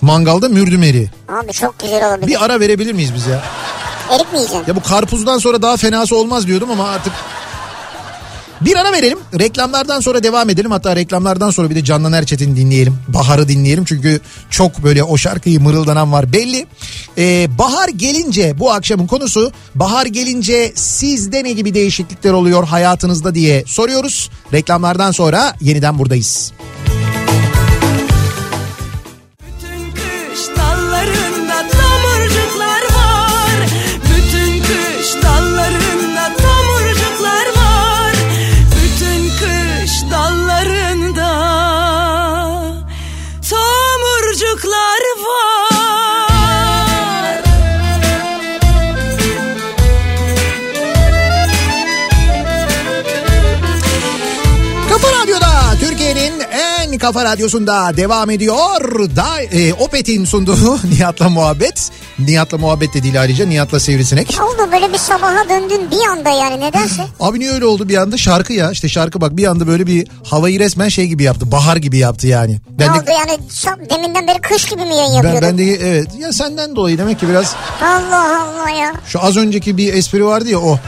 Speaker 1: Mangalda mürdüm eriği.
Speaker 2: Abi çok güzel olabilir.
Speaker 1: Bir ara verebilir miyiz biz ya?
Speaker 2: Erik mi yiyeceksin?
Speaker 1: Ya bu karpuzdan sonra daha fenası olmaz diyordum ama artık... Bir ara verelim. Reklamlardan sonra devam edelim. Hatta reklamlardan sonra bir de Candan Erçetin'i dinleyelim. Bahar'ı dinleyelim. Çünkü çok böyle o şarkıyı mırıldanan var belli. Ee, bahar gelince bu akşamın konusu bahar gelince sizde ne gibi değişiklikler oluyor hayatınızda diye soruyoruz. Reklamlardan sonra yeniden buradayız.
Speaker 3: Bütün kış dallarında tomurcuklar var. Bütün kış dallarında tomurcuklar var. Bütün kış dallarında tomurcuklar var.
Speaker 1: Kafa Radyo'da Türkiye'nin en kafa radyosunda devam ediyor. Da, e, Opet'in sunduğu Nihat'la muhabbet. Nihat'la muhabbet de değil ayrıca Nihat'la Sivrisinek.
Speaker 2: Oldu böyle bir sabaha döndün bir anda yani nedense.
Speaker 1: Abi niye öyle oldu bir anda şarkı ya işte şarkı bak bir anda böyle bir havayı resmen şey gibi yaptı bahar gibi yaptı yani.
Speaker 2: ne
Speaker 1: Ben
Speaker 2: oldu
Speaker 1: de,
Speaker 2: yani sa- deminden beri kış gibi mi yayın
Speaker 1: ben,
Speaker 2: yapıyordun?
Speaker 1: ben de evet ya senden dolayı demek ki biraz
Speaker 2: Allah Allah ya.
Speaker 1: şu az önceki bir espri vardı ya o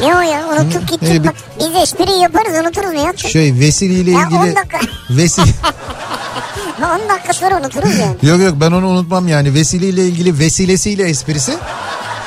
Speaker 2: Ne o ya unutup gittik
Speaker 1: ee, bir-
Speaker 2: bak. Biz espri yaparız unuturuz ne yapacaksın?
Speaker 1: şey Vesile ile
Speaker 2: Ya
Speaker 1: ilgili.
Speaker 2: on dakika.
Speaker 1: Vesile.
Speaker 2: 10 dakika sonra unuturuz yani.
Speaker 1: Yok yok ben onu unutmam yani vesileyle ilgili vesilesiyle esprisi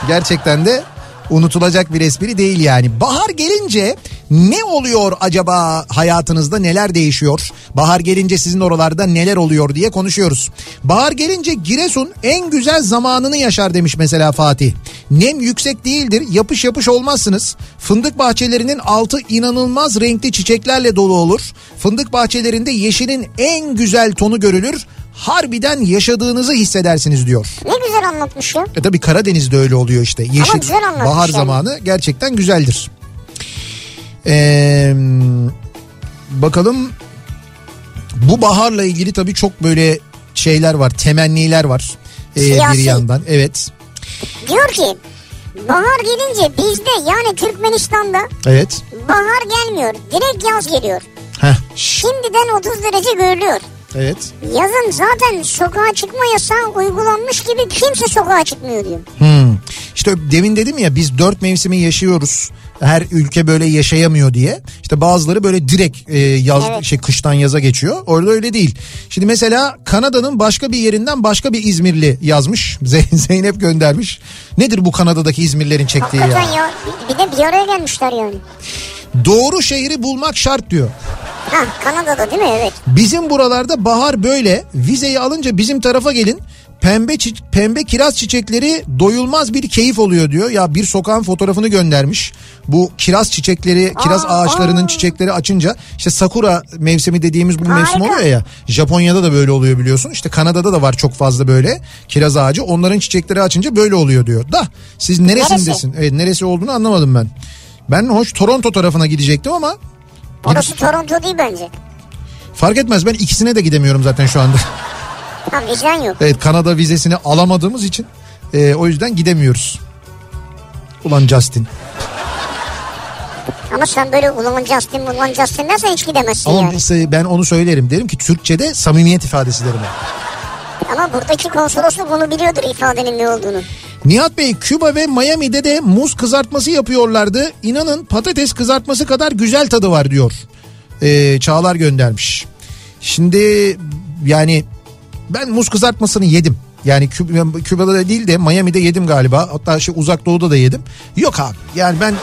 Speaker 1: gerçekten de unutulacak bir espri değil yani. Bahar gelince ne oluyor acaba hayatınızda neler değişiyor? Bahar gelince sizin oralarda neler oluyor diye konuşuyoruz. Bahar gelince Giresun en güzel zamanını yaşar demiş mesela Fatih. Nem yüksek değildir yapış yapış olmazsınız. Fındık bahçelerinin altı inanılmaz renkli çiçeklerle dolu olur. Fındık bahçelerinde yeşilin en güzel tonu görülür harbiden yaşadığınızı hissedersiniz diyor.
Speaker 2: Ne güzel anlatmış ya.
Speaker 1: E tabi Karadeniz'de öyle oluyor işte. Yeşil
Speaker 2: güzel anlatmış
Speaker 1: bahar
Speaker 2: yani.
Speaker 1: zamanı gerçekten güzeldir. Ee, bakalım bu baharla ilgili tabii çok böyle şeyler var, temenniler var. Ee, bir
Speaker 2: Siyasi.
Speaker 1: yandan evet.
Speaker 2: Diyor ki bahar gelince bizde yani Türkmenistan'da
Speaker 1: Evet.
Speaker 2: bahar gelmiyor. Direkt yaz geliyor.
Speaker 1: Heh,
Speaker 2: Şimdiden 30 derece görülüyor.
Speaker 1: evet.
Speaker 2: Yazın zaten sokağa çıkma yasağı uygulanmış gibi kimse sokağa çıkmıyor diyor.
Speaker 1: Hmm. İşte demin dedim ya biz dört mevsimi yaşıyoruz. Her ülke böyle yaşayamıyor diye. İşte bazıları böyle direkt e, yaz
Speaker 2: Evet.
Speaker 1: şey kıştan yaza geçiyor. Orada öyle değil. Şimdi mesela Kanada'nın başka bir yerinden başka bir İzmirli yazmış. Zey- Zeynep göndermiş. Nedir bu Kanada'daki İzmirlilerin çektiği ya?
Speaker 2: Hakikaten ya. Bir de bir araya gelmişler yani.
Speaker 1: Doğru şehri bulmak şart diyor.
Speaker 2: Ha Kanada'da değil mi? Evet.
Speaker 1: Bizim buralarda bahar böyle. Vizeyi alınca bizim tarafa gelin. Pembe çi- pembe kiraz çiçekleri doyulmaz bir keyif oluyor diyor. Ya bir sokağın fotoğrafını göndermiş. Bu kiraz çiçekleri, kiraz
Speaker 2: Aa,
Speaker 1: ağaçlarının
Speaker 2: aa.
Speaker 1: çiçekleri açınca işte sakura mevsimi dediğimiz bu mevsim
Speaker 2: Harika.
Speaker 1: oluyor ya. Japonya'da da böyle oluyor biliyorsun. İşte Kanada'da da var çok fazla böyle kiraz ağacı. Onların çiçekleri açınca böyle oluyor diyor. Da siz neresindesin? Evet neresi olduğunu anlamadım ben. Ben hoş Toronto tarafına gidecektim ama
Speaker 2: Orası Toronto değil bence.
Speaker 1: fark etmez ben ikisine de gidemiyorum zaten şu anda.
Speaker 2: Ha vicdan yok.
Speaker 1: Evet Kanada vizesini alamadığımız için e, o yüzden gidemiyoruz. Ulan Justin.
Speaker 2: Ama sen böyle ulan Justin ulan Justin dersen hiç gidemezsin
Speaker 1: Ama
Speaker 2: yani.
Speaker 1: nasıl- ben onu söylerim. Derim ki Türkçe'de samimiyet ifadesi derim. ben.
Speaker 2: Ama buradaki konsolosluk bunu biliyordur ifadenin ne olduğunu.
Speaker 1: Nihat Bey Küba ve Miami'de de muz kızartması yapıyorlardı. İnanın patates kızartması kadar güzel tadı var diyor. E, Çağlar göndermiş. Şimdi yani ben muz kızartmasını yedim. Yani Küba- Küba'da da değil de Miami'de yedim galiba. Hatta şey uzak doğuda da yedim. Yok abi yani ben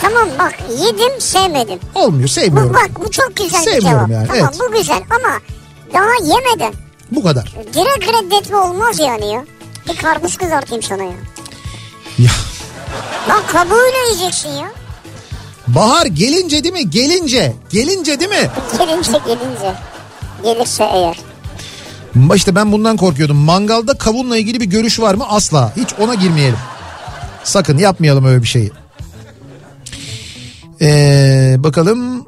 Speaker 2: Tamam bak yedim sevmedim.
Speaker 1: olmuyor
Speaker 2: Bu,
Speaker 1: sevmiyorum.
Speaker 2: bak bu çok güzel bir
Speaker 1: Sevmiyorum
Speaker 2: cevap.
Speaker 1: yani,
Speaker 2: tamam
Speaker 1: evet.
Speaker 2: bu güzel ama daha yemeden
Speaker 1: Bu kadar.
Speaker 2: direkt reddetme olmaz yani ya. Bir karpuz kızartayım sana ya.
Speaker 1: Ya
Speaker 2: Lan kabuğuyla yiyeceksin ya.
Speaker 1: bahar gelince değil mi? Gelince. Gelince değil mi?
Speaker 2: Gelince gelince. Gelirse eğer.
Speaker 1: Ma- İşte ben bundan korkuyordum. Mangalda kavunla ilgili bir görüş var mı? Asla. Hiç ona girmeyelim. Sakın yapmayalım öyle bir şeyi. Ee, bakalım.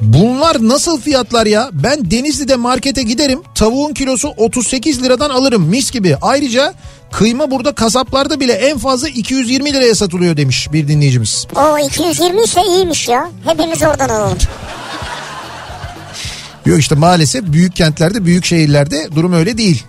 Speaker 1: Bunlar nasıl fiyatlar ya? Ben Denizli'de markete giderim. Tavuğun kilosu 38 liradan alırım mis gibi. Ayrıca kıyma burada kasaplarda bile en fazla 220 liraya satılıyor demiş bir dinleyicimiz.
Speaker 2: O 220 ise iyiymiş ya. Hepimiz oradan alalım.
Speaker 1: Yok işte maalesef büyük kentlerde, büyük şehirlerde durum öyle değil.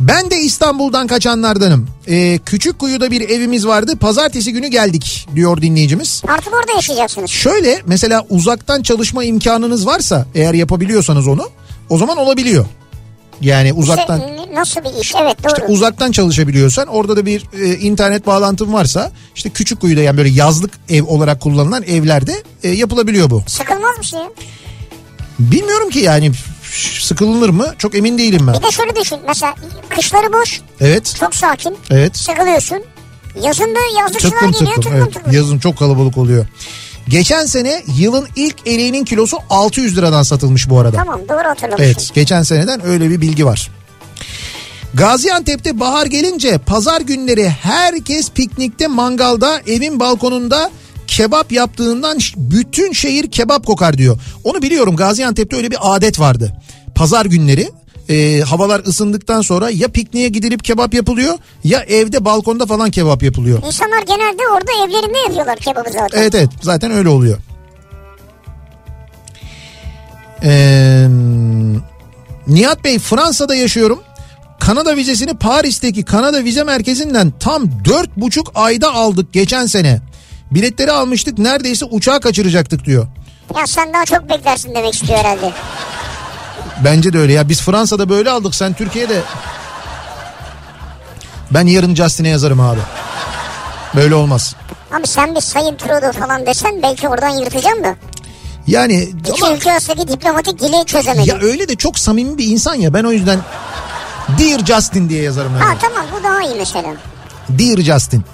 Speaker 1: Ben de İstanbul'dan kaçanlardanım. Ee, küçük kuyuda bir evimiz vardı. Pazartesi günü geldik diyor dinleyicimiz.
Speaker 2: Artık orada yaşayacaksınız.
Speaker 1: Şöyle mesela uzaktan çalışma imkanınız varsa eğer yapabiliyorsanız onu o zaman olabiliyor. Yani uzaktan
Speaker 2: İşte Şey, nasıl bir iş? Evet doğru.
Speaker 1: işte uzaktan çalışabiliyorsan orada da bir e, internet bağlantın varsa işte küçük kuyuda yani böyle yazlık ev olarak kullanılan evlerde e, yapılabiliyor bu.
Speaker 2: Sıkılmaz mısın ya?
Speaker 1: Bilmiyorum ki yani ş- sıkılınır mı? Çok emin değilim ben.
Speaker 2: Bir de şöyle düşün. Mesela kışları boş.
Speaker 1: Evet.
Speaker 2: Çok sakin.
Speaker 1: Evet.
Speaker 2: Sıkılıyorsun. Yazın da yazlıkçılar
Speaker 1: Tıklım
Speaker 2: geliyor.
Speaker 1: tıklım.
Speaker 2: Tıklım
Speaker 1: evet.
Speaker 2: tıklım.
Speaker 1: Yazın çok kalabalık oluyor. Geçen sene yılın ilk eleğinin kilosu 600 liradan satılmış bu arada.
Speaker 2: Tamam doğru hatırlamışsın.
Speaker 1: Evet geçen seneden öyle bir bilgi var. Gaziantep'te bahar gelince pazar günleri herkes piknikte mangalda evin balkonunda kebap yaptığından ş- bütün şehir kebap kokar diyor. Onu biliyorum Gaziantep'te öyle bir adet vardı. Pazar günleri e, havalar ısındıktan sonra ya pikniğe gidilip kebap yapılıyor ya evde balkonda falan kebap yapılıyor.
Speaker 2: İnsanlar genelde orada evlerinde yapıyorlar kebabı zaten.
Speaker 1: Evet evet zaten öyle oluyor. Ee, Nihat Bey Fransa'da yaşıyorum. Kanada vizesini Paris'teki Kanada vize merkezinden tam 4,5 ayda aldık geçen sene. Biletleri almıştık neredeyse uçağı kaçıracaktık diyor.
Speaker 2: Ya sen daha çok beklersin demek istiyor herhalde.
Speaker 1: Bence de öyle ya biz Fransa'da böyle aldık sen Türkiye'de. Ben yarın Justin'e yazarım abi. Böyle olmaz.
Speaker 2: Abi sen bir Sayın Trudeau falan desen belki oradan yırtacağım da.
Speaker 1: Yani
Speaker 2: İki
Speaker 1: ama-
Speaker 2: ülke arasındaki diplomatik dili çözemedi.
Speaker 1: Ya öyle de çok samimi bir insan ya ben o yüzden Dear Justin diye yazarım
Speaker 2: Ha
Speaker 1: yani.
Speaker 2: tamam bu daha iyi mesela.
Speaker 1: Dear Justin.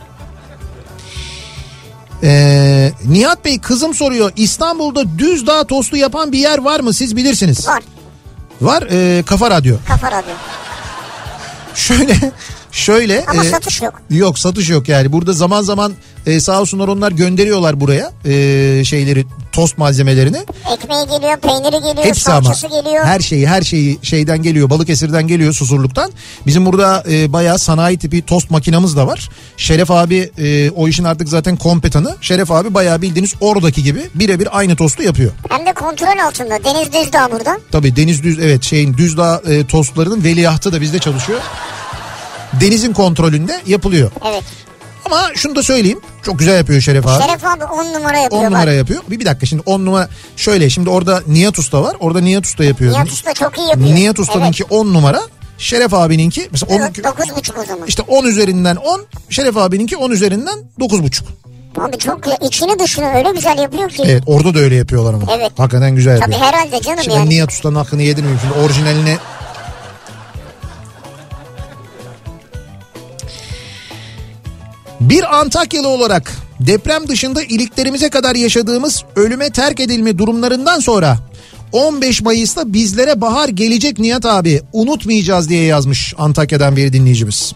Speaker 1: Ee, Nihat Bey kızım soruyor İstanbul'da düz dağ tostu yapan bir yer var mı siz bilirsiniz.
Speaker 2: Var
Speaker 1: Var ee, Kafa Radyo.
Speaker 2: kafa radyo.
Speaker 1: Şöyle şöyle.
Speaker 2: Ama
Speaker 1: ee,
Speaker 2: satış yok.
Speaker 1: Yok satış yok yani burada zaman zaman ee, sağ olsunlar onlar gönderiyorlar buraya ee, şeyleri tost malzemelerini.
Speaker 2: Ekmeği geliyor, peyniri geliyor,
Speaker 1: Hepsi ama
Speaker 2: salçası geliyor.
Speaker 1: her şeyi her şeyi şeyden geliyor Balıkesir'den geliyor Susurluk'tan. Bizim burada e, bayağı sanayi tipi tost makinamız da var. Şeref abi e, o işin artık zaten kompetanı. Şeref abi bayağı bildiğiniz oradaki gibi birebir aynı tostu yapıyor.
Speaker 2: Hem de kontrol altında. Deniz Düzdağ burada.
Speaker 1: Tabii Deniz Düz evet şeyin Düzdağ e, tostlarının veliahtı da bizde çalışıyor. denizin kontrolünde yapılıyor.
Speaker 2: Evet.
Speaker 1: Ama şunu da söyleyeyim. Çok güzel yapıyor Şeref abi.
Speaker 2: Şeref abi 10 numara yapıyor.
Speaker 1: 10
Speaker 2: bak.
Speaker 1: numara yapıyor. Bir, bir dakika şimdi 10 numara şöyle şimdi orada Nihat Usta var. Orada Nihat Usta yapıyor.
Speaker 2: Nihat Usta çok iyi yapıyor.
Speaker 1: Nihat Usta'nınki 10 numara. Şeref abininki mesela 10
Speaker 2: 9,5 o zaman.
Speaker 1: işte 10 üzerinden 10. Şeref abininki 10 üzerinden 9,5.
Speaker 2: Abi çok ya- içini dışını öyle güzel yapıyor ki.
Speaker 1: Evet orada da öyle yapıyorlar ama.
Speaker 2: Evet.
Speaker 1: Hakikaten güzel
Speaker 2: Tabii
Speaker 1: yapıyor.
Speaker 2: herhalde canım
Speaker 1: Şimdi
Speaker 2: yani.
Speaker 1: Nihat Usta'nın hakkını yedirmeyeyim. Şimdi orijinalini Bir Antakyalı olarak deprem dışında iliklerimize kadar yaşadığımız ölüme terk edilme durumlarından sonra 15 Mayıs'ta bizlere bahar gelecek Nihat abi unutmayacağız diye yazmış Antakya'dan bir dinleyicimiz.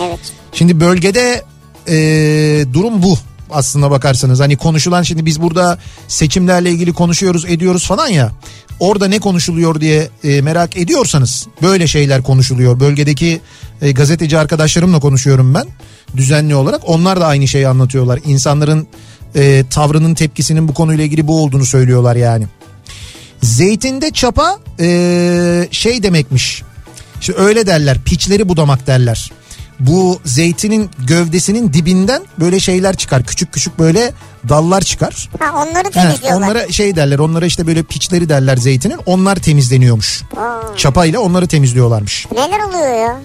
Speaker 2: Evet.
Speaker 1: Şimdi bölgede eee, durum bu aslında bakarsanız. Hani konuşulan şimdi biz burada seçimlerle ilgili konuşuyoruz ediyoruz falan ya. Orada ne konuşuluyor diye e, merak ediyorsanız böyle şeyler konuşuluyor. Bölgedeki e, gazeteci arkadaşlarımla konuşuyorum ben düzenli olarak. Onlar da aynı şeyi anlatıyorlar. İnsanların e, tavrının tepkisinin bu konuyla ilgili bu olduğunu söylüyorlar yani. Zeytinde çapa eee, şey demekmiş. İşte öyle derler piçleri budamak derler. Bu zeytinin gövdesinin dibinden böyle şeyler çıkar. Küçük küçük böyle dallar çıkar.
Speaker 2: Ha onları
Speaker 1: He,
Speaker 2: temizliyorlar.
Speaker 1: onlara şey derler onlara işte böyle piçleri derler zeytinin. Onlar temizleniyormuş.
Speaker 2: Aa,
Speaker 1: Çapa ile onları temizliyorlarmış.
Speaker 2: neler oluyor ya?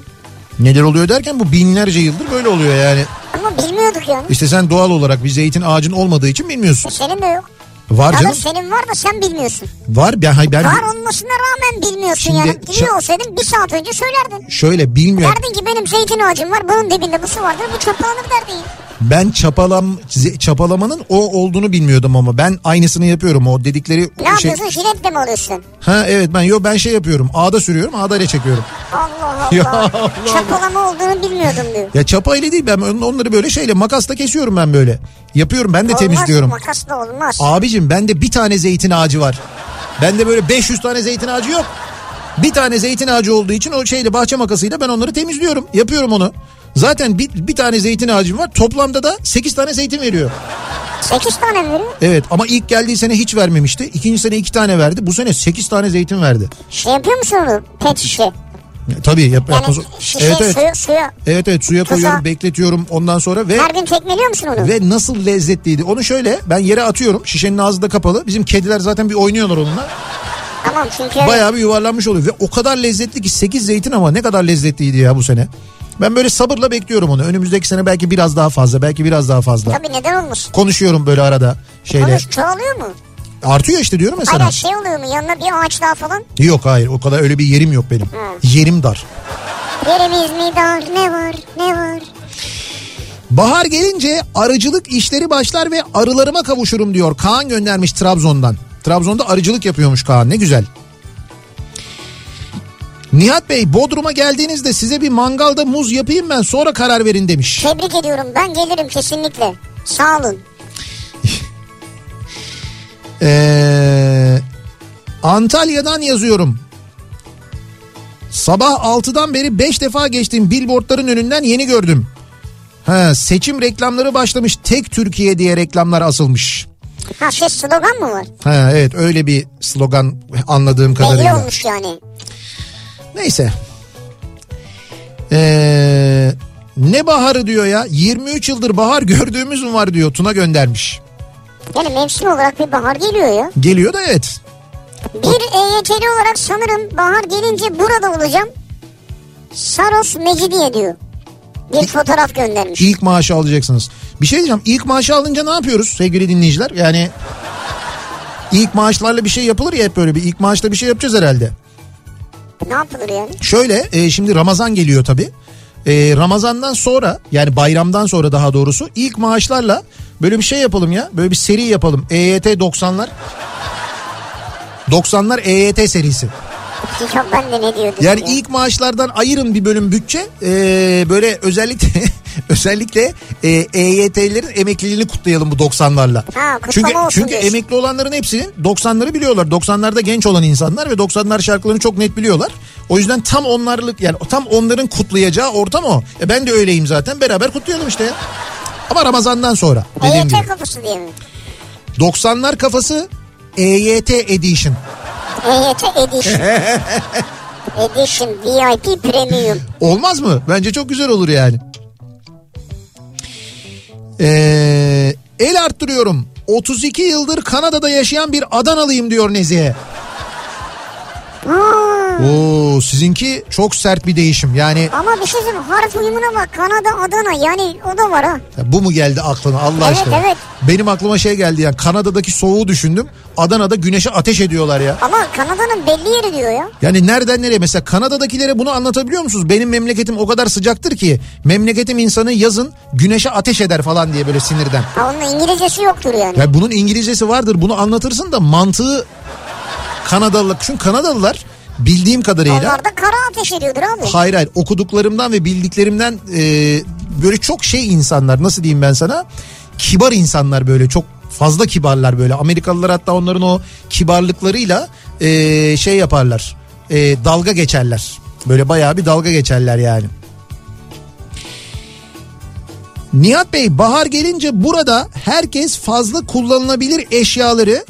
Speaker 1: Neler oluyor derken bu binlerce yıldır böyle oluyor yani.
Speaker 2: Ama bilmiyorduk yani.
Speaker 1: İşte sen doğal olarak bir zeytin ağacın olmadığı için bilmiyorsun.
Speaker 2: Senin de yok.
Speaker 1: Var
Speaker 2: Ya da
Speaker 1: canım.
Speaker 2: senin var da sen bilmiyorsun.
Speaker 1: Var ben, hayır, ben
Speaker 2: şey Var olmasına rağmen bilmiyorsun
Speaker 1: Şimdi
Speaker 2: yani. Biliyor
Speaker 1: ça-
Speaker 2: olsaydın bir saat önce söylerdin.
Speaker 1: şöyle bilmiyorum.
Speaker 2: Derdin ki benim zeytin ağacım var bunun dibinde bu su vardır bu çöpe alır derdin.
Speaker 1: Ben çapalam ze- çapalamanın o olduğunu bilmiyordum ama ben aynısını yapıyorum o dedikleri
Speaker 2: Ne
Speaker 1: şey.
Speaker 2: yapıyorsun jiletle mi alıyorsun?
Speaker 1: Ha evet ben yo ben şey yapıyorum. Ağda sürüyorum, ağda ile çekiyorum.
Speaker 2: Allah
Speaker 1: Ya
Speaker 2: Allah.
Speaker 1: Allah.
Speaker 2: Çapalama olduğunu bilmiyordum diyor.
Speaker 1: Ya çapa ile değil ben on- onları böyle şeyle makasla kesiyorum ben böyle. Yapıyorum ben de temizliyorum.
Speaker 2: Olmaz makasla olmaz.
Speaker 1: Abicim bende bir tane zeytin ağacı var. Bende böyle 500 tane zeytin ağacı yok. Bir tane zeytin ağacı olduğu için o şeyle bahçe makasıyla ben onları temizliyorum. Yapıyorum onu. Zaten bir, bir tane zeytin ağacım var. Toplamda da 8 tane zeytin veriyor.
Speaker 2: 8 tane mi veriyor?
Speaker 1: Evet ama ilk geldiği sene hiç vermemişti. İkinci sene iki tane verdi. Bu sene sekiz tane zeytin verdi.
Speaker 2: Şey yapıyor musun onu? Pet şişe.
Speaker 1: Ya, Tabii yap,
Speaker 2: Yani
Speaker 1: yapmaz-
Speaker 2: şişe
Speaker 1: Evet evet.
Speaker 2: suya, suya.
Speaker 1: Evet evet suya
Speaker 2: Tuzağa.
Speaker 1: koyuyorum bekletiyorum ondan sonra ve
Speaker 2: Her gün tekmeliyor musun onu?
Speaker 1: ve nasıl lezzetliydi. Onu şöyle ben yere atıyorum. Şişenin ağzı da kapalı. Bizim kediler zaten bir oynuyorlar onunla.
Speaker 2: Tamam çünkü
Speaker 1: Bayağı bir yuvarlanmış oluyor ve o kadar lezzetli ki 8 zeytin ama ne kadar lezzetliydi ya bu sene. Ben böyle sabırla bekliyorum onu. Önümüzdeki sene belki biraz daha fazla, belki biraz daha fazla.
Speaker 2: tabii neden olmuş?
Speaker 1: Konuşuyorum böyle arada şeyle.
Speaker 2: Konuş çoğalıyor mu?
Speaker 1: Artıyor işte diyorum ya
Speaker 2: Hayır
Speaker 1: sana.
Speaker 2: şey oluyor mu? Yanına bir ağaç daha falan.
Speaker 1: Yok hayır o kadar öyle bir yerim yok benim. Yerim dar.
Speaker 2: Yerimiz mi dar? Ne var? Ne var?
Speaker 1: Bahar gelince arıcılık işleri başlar ve arılarıma kavuşurum diyor. Kaan göndermiş Trabzon'dan. Trabzon'da arıcılık yapıyormuş Kaan ne güzel. Nihat Bey Bodrum'a geldiğinizde size bir mangalda muz yapayım ben sonra karar verin demiş.
Speaker 2: Tebrik ediyorum. Ben gelirim kesinlikle. Sağ olun.
Speaker 1: Ee, Antalya'dan yazıyorum. Sabah 6'dan beri 5 defa geçtim billboardların önünden yeni gördüm. Ha, seçim reklamları başlamış tek Türkiye diye reklamlar asılmış.
Speaker 2: Ha şey slogan mı var?
Speaker 1: Ha evet öyle bir slogan anladığım
Speaker 2: Belli
Speaker 1: kadarıyla.
Speaker 2: olmuş yani.
Speaker 1: Neyse. Ee, ne baharı diyor ya? 23 yıldır bahar gördüğümüz mü var diyor Tuna göndermiş.
Speaker 2: Yani mevsim olarak bir bahar geliyor ya.
Speaker 1: Geliyor da evet.
Speaker 2: Bir E EYT'li olarak sanırım bahar gelince burada olacağım. Saros Mecidiye diyor. Bir fotoğraf göndermiş.
Speaker 1: İlk maaşı alacaksınız. Bir şey diyeceğim. İlk maaşı alınca ne yapıyoruz sevgili dinleyiciler? Yani ilk maaşlarla bir şey yapılır ya hep böyle bir ilk maaşla bir şey yapacağız herhalde.
Speaker 2: Ne yapılır yani?
Speaker 1: Şöyle e, şimdi Ramazan geliyor tabii. E, Ramazan'dan sonra yani bayramdan sonra daha doğrusu ilk maaşlarla böyle bir şey yapalım ya. Böyle bir seri yapalım. E EYT 90'lar. 90'lar EYT E serisi.
Speaker 2: Ya ben de ne diyordum
Speaker 1: Yani
Speaker 2: ya.
Speaker 1: ilk maaşlardan ayırın bir bölüm bütçe. E, böyle özellikle özellikle e, EYT'lerin emekliliğini kutlayalım bu 90'larla.
Speaker 2: Ha, kutlama
Speaker 1: çünkü
Speaker 2: olsun
Speaker 1: çünkü
Speaker 2: diyorsun.
Speaker 1: emekli olanların hepsinin 90'ları biliyorlar. 90'larda genç olan insanlar ve 90'lar şarkılarını çok net biliyorlar. O yüzden tam onlarlık yani tam onların kutlayacağı ortam o. E ben de öyleyim zaten. Beraber kutlayalım işte. Ama Ramazan'dan sonra dediğim
Speaker 2: EYT
Speaker 1: gibi.
Speaker 2: E kapısı diye mi?
Speaker 1: 90'lar E
Speaker 2: E
Speaker 1: kafası EYT Edition.
Speaker 2: EYT ediş. Edition VIP Premium.
Speaker 1: Olmaz mı? Bence çok güzel olur yani. Ee, el arttırıyorum. 32 yıldır Kanada'da yaşayan bir Adanalıyım diyor Nezihe. Oo, sizinki çok sert bir değişim. Yani
Speaker 2: Ama bir şey söyleyeyim harf uyumuna bak Kanada Adana yani o da var ha.
Speaker 1: ya bu mu geldi aklına Allah
Speaker 2: Evet,
Speaker 1: aşkına?
Speaker 2: evet.
Speaker 1: Benim aklıma şey geldi ya. Kanada'daki soğuğu düşündüm. Adana'da güneşe ateş ediyorlar ya.
Speaker 2: Ama Kanada'nın belli yeri diyor ya.
Speaker 1: Yani nereden nereye mesela Kanada'dakilere bunu anlatabiliyor musunuz? Benim memleketim o kadar sıcaktır ki memleketim insanı yazın güneşe ateş eder falan diye böyle sinirden.
Speaker 2: Ha onun İngilizcesi yoktur yani.
Speaker 1: Ya bunun İngilizcesi vardır bunu anlatırsın da mantığı Kanadalı. Çünkü Kanadalılar bildiğim kadarıyla
Speaker 2: Onlar da kara ateş ediyordur abi.
Speaker 1: hayır hayır okuduklarımdan ve bildiklerimden e, böyle çok şey insanlar nasıl diyeyim ben sana kibar insanlar böyle çok fazla kibarlar böyle Amerikalılar hatta onların o kibarlıklarıyla e, şey yaparlar e, dalga geçerler böyle bayağı bir dalga geçerler yani. Nihat Bey bahar gelince burada herkes fazla kullanılabilir eşyaları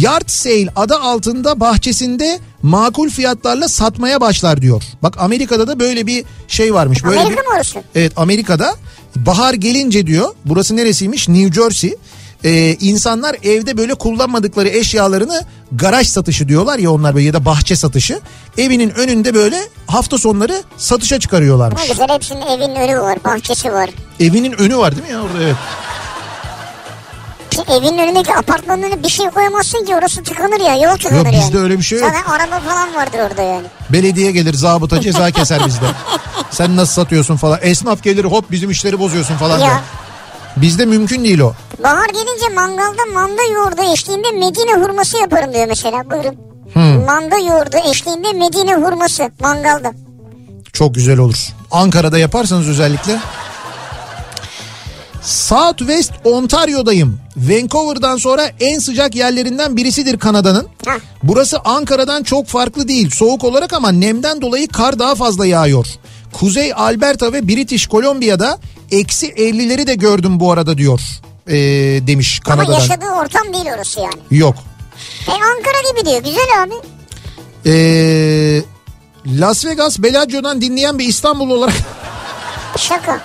Speaker 1: yard sale adı altında bahçesinde makul fiyatlarla satmaya başlar diyor. Bak Amerika'da da böyle bir şey varmış. Böyle
Speaker 2: Amerika
Speaker 1: bir-
Speaker 2: mı orası?
Speaker 1: Evet Amerika'da bahar gelince diyor burası neresiymiş New Jersey. Ee, insanlar evde böyle kullanmadıkları eşyalarını garaj satışı diyorlar ya onlar böyle ya da bahçe satışı. Evinin önünde böyle hafta sonları satışa çıkarıyorlarmış.
Speaker 2: Ne güzel hepsinin evinin önü var, bahçesi var.
Speaker 1: Evinin önü var değil mi ya orada evet.
Speaker 2: Ki evinin önündeki apartmanın önüne bir şey koyamazsın ki orası tıkanır ya, yol tıkanır
Speaker 1: Yok,
Speaker 2: yani.
Speaker 1: bizde öyle bir şey yok.
Speaker 2: Zaten araba falan vardır orada yani.
Speaker 1: Belediye gelir zabıta ceza keser bizde. Sen nasıl satıyorsun falan. Esnaf gelir hop bizim işleri bozuyorsun falan.
Speaker 2: Ya.
Speaker 1: der. Bizde mümkün değil o.
Speaker 2: Bahar gelince mangalda manda yoğurdu eşliğinde Medine hurması yaparım diyor mesela. Buyurun.
Speaker 1: Hmm.
Speaker 2: Manda yoğurdu eşliğinde Medine hurması mangalda.
Speaker 1: Çok güzel olur. Ankara'da yaparsanız özellikle. Southwest Ontario'dayım. Vancouver'dan sonra en sıcak yerlerinden birisidir Kanada'nın.
Speaker 2: Heh.
Speaker 1: Burası Ankara'dan çok farklı değil. Soğuk olarak ama nemden dolayı kar daha fazla yağıyor. Kuzey Alberta ve British Columbia'da eksi 50'leri de gördüm bu arada diyor. Ee, demiş
Speaker 2: Ama
Speaker 1: Kanada'dan.
Speaker 2: yaşadığı ortam değil orası yani.
Speaker 1: Yok.
Speaker 2: E Ankara gibi diyor. Güzel abi.
Speaker 1: Ee, Las Vegas Bellagio'dan dinleyen bir İstanbul olarak
Speaker 2: Şaka.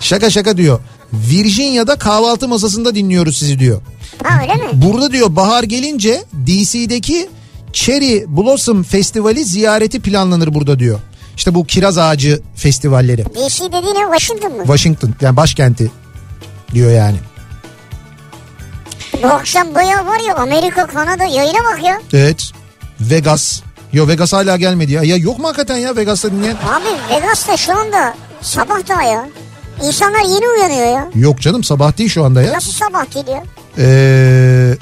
Speaker 1: şaka şaka diyor. Virginia'da kahvaltı masasında dinliyoruz sizi diyor.
Speaker 2: Ha öyle mi?
Speaker 1: Burada diyor bahar gelince DC'deki Cherry Blossom Festivali ziyareti planlanır burada diyor. İşte bu kiraz ağacı festivalleri.
Speaker 2: DC dediğine Washington mı?
Speaker 1: Washington yani başkenti diyor yani.
Speaker 2: Bu akşam bayağı var ya Amerika, Kanada yayına bak ya.
Speaker 1: Evet. Vegas. Yo Vegas hala gelmedi ya. Ya yok mu hakikaten ya Vegas'ta dinleyen?
Speaker 2: Abi Vegas'ta şu anda sabah daha ya. İnsanlar yeni uyanıyor ya.
Speaker 1: Yok canım sabah değil şu anda ya.
Speaker 2: Nasıl sabah değil ya?
Speaker 1: Ee,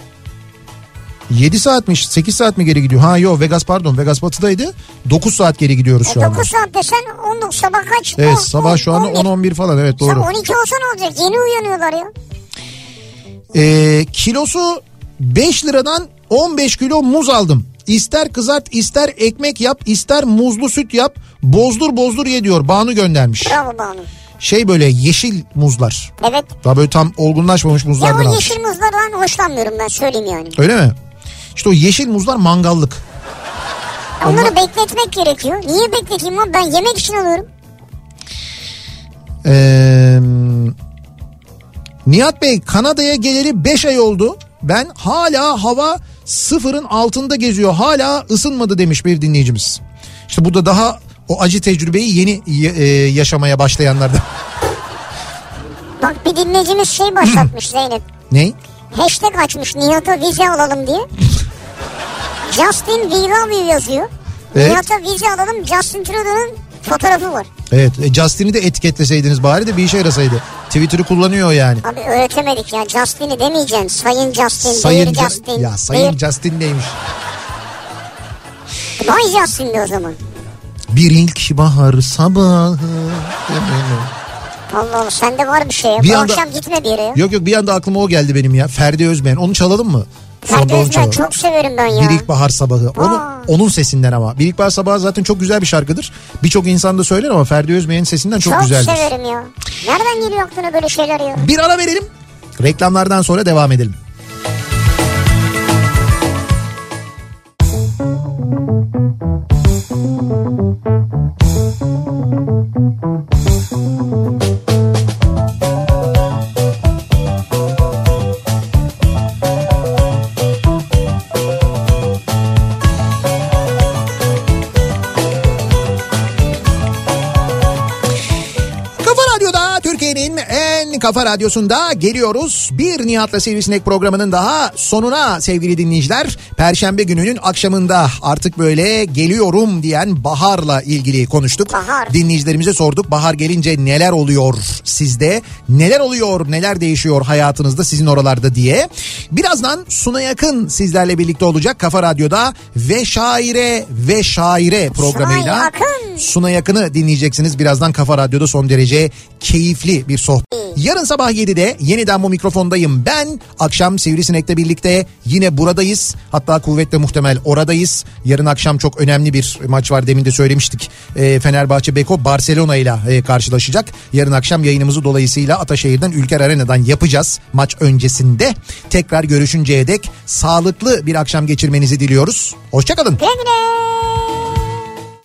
Speaker 1: 7 saatmiş 8 saat mi geri gidiyor? Ha yok Vegas pardon Vegas batıdaydı. 9 saat geri gidiyoruz
Speaker 2: E,
Speaker 1: şu anda.
Speaker 2: 9 saat desen 19 sabah kaç?
Speaker 1: Evet
Speaker 2: On, on,
Speaker 1: sabah şu anda
Speaker 2: 11.
Speaker 1: 10-11 falan evet
Speaker 2: Sen
Speaker 1: doğru.
Speaker 2: 12 olsa ne olacak? Yeni uyanıyorlar ya.
Speaker 1: Ee, kilosu 5 liradan 15 kilo muz aldım. İster kızart ister ekmek yap ister muzlu süt yap bozdur bozdur ye diyor Banu göndermiş.
Speaker 2: Bravo Banu.
Speaker 1: Şey böyle yeşil muzlar.
Speaker 2: Evet.
Speaker 1: Daha böyle tam olgunlaşmamış
Speaker 2: Ya
Speaker 1: muzlardan
Speaker 2: o
Speaker 1: almış.
Speaker 2: yeşil muzlardan hoşlanmıyorum ben söyleyeyim yani.
Speaker 1: Öyle mi? İşte o yeşil muzlar mangallık.
Speaker 2: Onları bekletmek gerekiyor. Niye bekleteyim lan? Ben yemek için alıyorum.
Speaker 1: Ee, Nihat Bey Kanada'ya geleli 5 ay oldu. Ben hala hava sıfırın altında geziyor. Hala ısınmadı demiş bir dinleyicimiz. İşte bu da daha o acı tecrübeyi yeni e, yaşamaya başlayanlardan.
Speaker 2: Bak bir dinleyicimiz şey başlatmış Zeynep.
Speaker 1: Ney?
Speaker 2: Hashtag açmış Nihat'a vize alalım diye. Justin We Love You yazıyor.
Speaker 1: Evet.
Speaker 2: Nihat'a vize alalım Justin Trudeau'nun fotoğrafı var.
Speaker 1: Evet e, Justin'i de etiketleseydiniz bari de bir işe yarasaydı. Twitter'ı kullanıyor yani.
Speaker 2: Abi öğretemedik ya Justin'i demeyeceksin. Sayın Justin, Sayın
Speaker 1: Sayın Ju-
Speaker 2: Justin.
Speaker 1: ya Sayın
Speaker 2: Buyur.
Speaker 1: Justin neymiş?
Speaker 2: Bay Justin de o zaman.
Speaker 1: Bir ilk bahar sabahı.
Speaker 2: Allah Allah sende var bir şey. ya.
Speaker 1: Bir
Speaker 2: Bu
Speaker 1: anda-
Speaker 2: akşam gitme bir yere. ya.
Speaker 1: Yok yok bir anda aklıma o geldi benim ya. Ferdi Özbeğen. Onu çalalım mı?
Speaker 2: Ben
Speaker 1: Sonda onu
Speaker 2: Gözden
Speaker 1: çalalım.
Speaker 2: çok severim ben ya.
Speaker 1: Bir İlkbahar Sabahı. Onu,
Speaker 2: Aa.
Speaker 1: onun sesinden ama. Bir İlkbahar Sabahı zaten çok güzel bir şarkıdır. Birçok insan da söyler ama Ferdi Özbey'in sesinden çok,
Speaker 2: çok
Speaker 1: güzeldir.
Speaker 2: severim ya. Nereden geliyor aklına böyle şeyler ya?
Speaker 1: Bir ara verelim. Reklamlardan sonra devam edelim. Türkiye'nin en kafa radyosunda geliyoruz. Bir Nihat'la Sivrisinek programının daha sonuna sevgili dinleyiciler. Perşembe gününün akşamında artık böyle geliyorum diyen Bahar'la ilgili konuştuk.
Speaker 2: Bahar.
Speaker 1: Dinleyicilerimize sorduk. Bahar gelince neler oluyor sizde? Neler oluyor? Neler değişiyor hayatınızda sizin oralarda diye. Birazdan Suna Yakın sizlerle birlikte olacak Kafa Radyo'da ve şaire ve şaire programıyla.
Speaker 2: Yakın.
Speaker 1: Suna Yakın'ı dinleyeceksiniz. Birazdan Kafa Radyo'da son derece keyifli bir sohbet. Yarın sabah 7'de yeniden bu mikrofondayım ben. Akşam Sivrisinek'le birlikte yine buradayız. Hatta kuvvetle muhtemel oradayız. Yarın akşam çok önemli bir maç var. Demin de söylemiştik. Ee, Fenerbahçe Beko Barcelona ile e, karşılaşacak. Yarın akşam yayınımızı dolayısıyla Ataşehir'den Ülker Arena'dan yapacağız. Maç öncesinde tekrar görüşünceye dek sağlıklı bir akşam geçirmenizi diliyoruz. Hoşçakalın.
Speaker 2: Güle güle.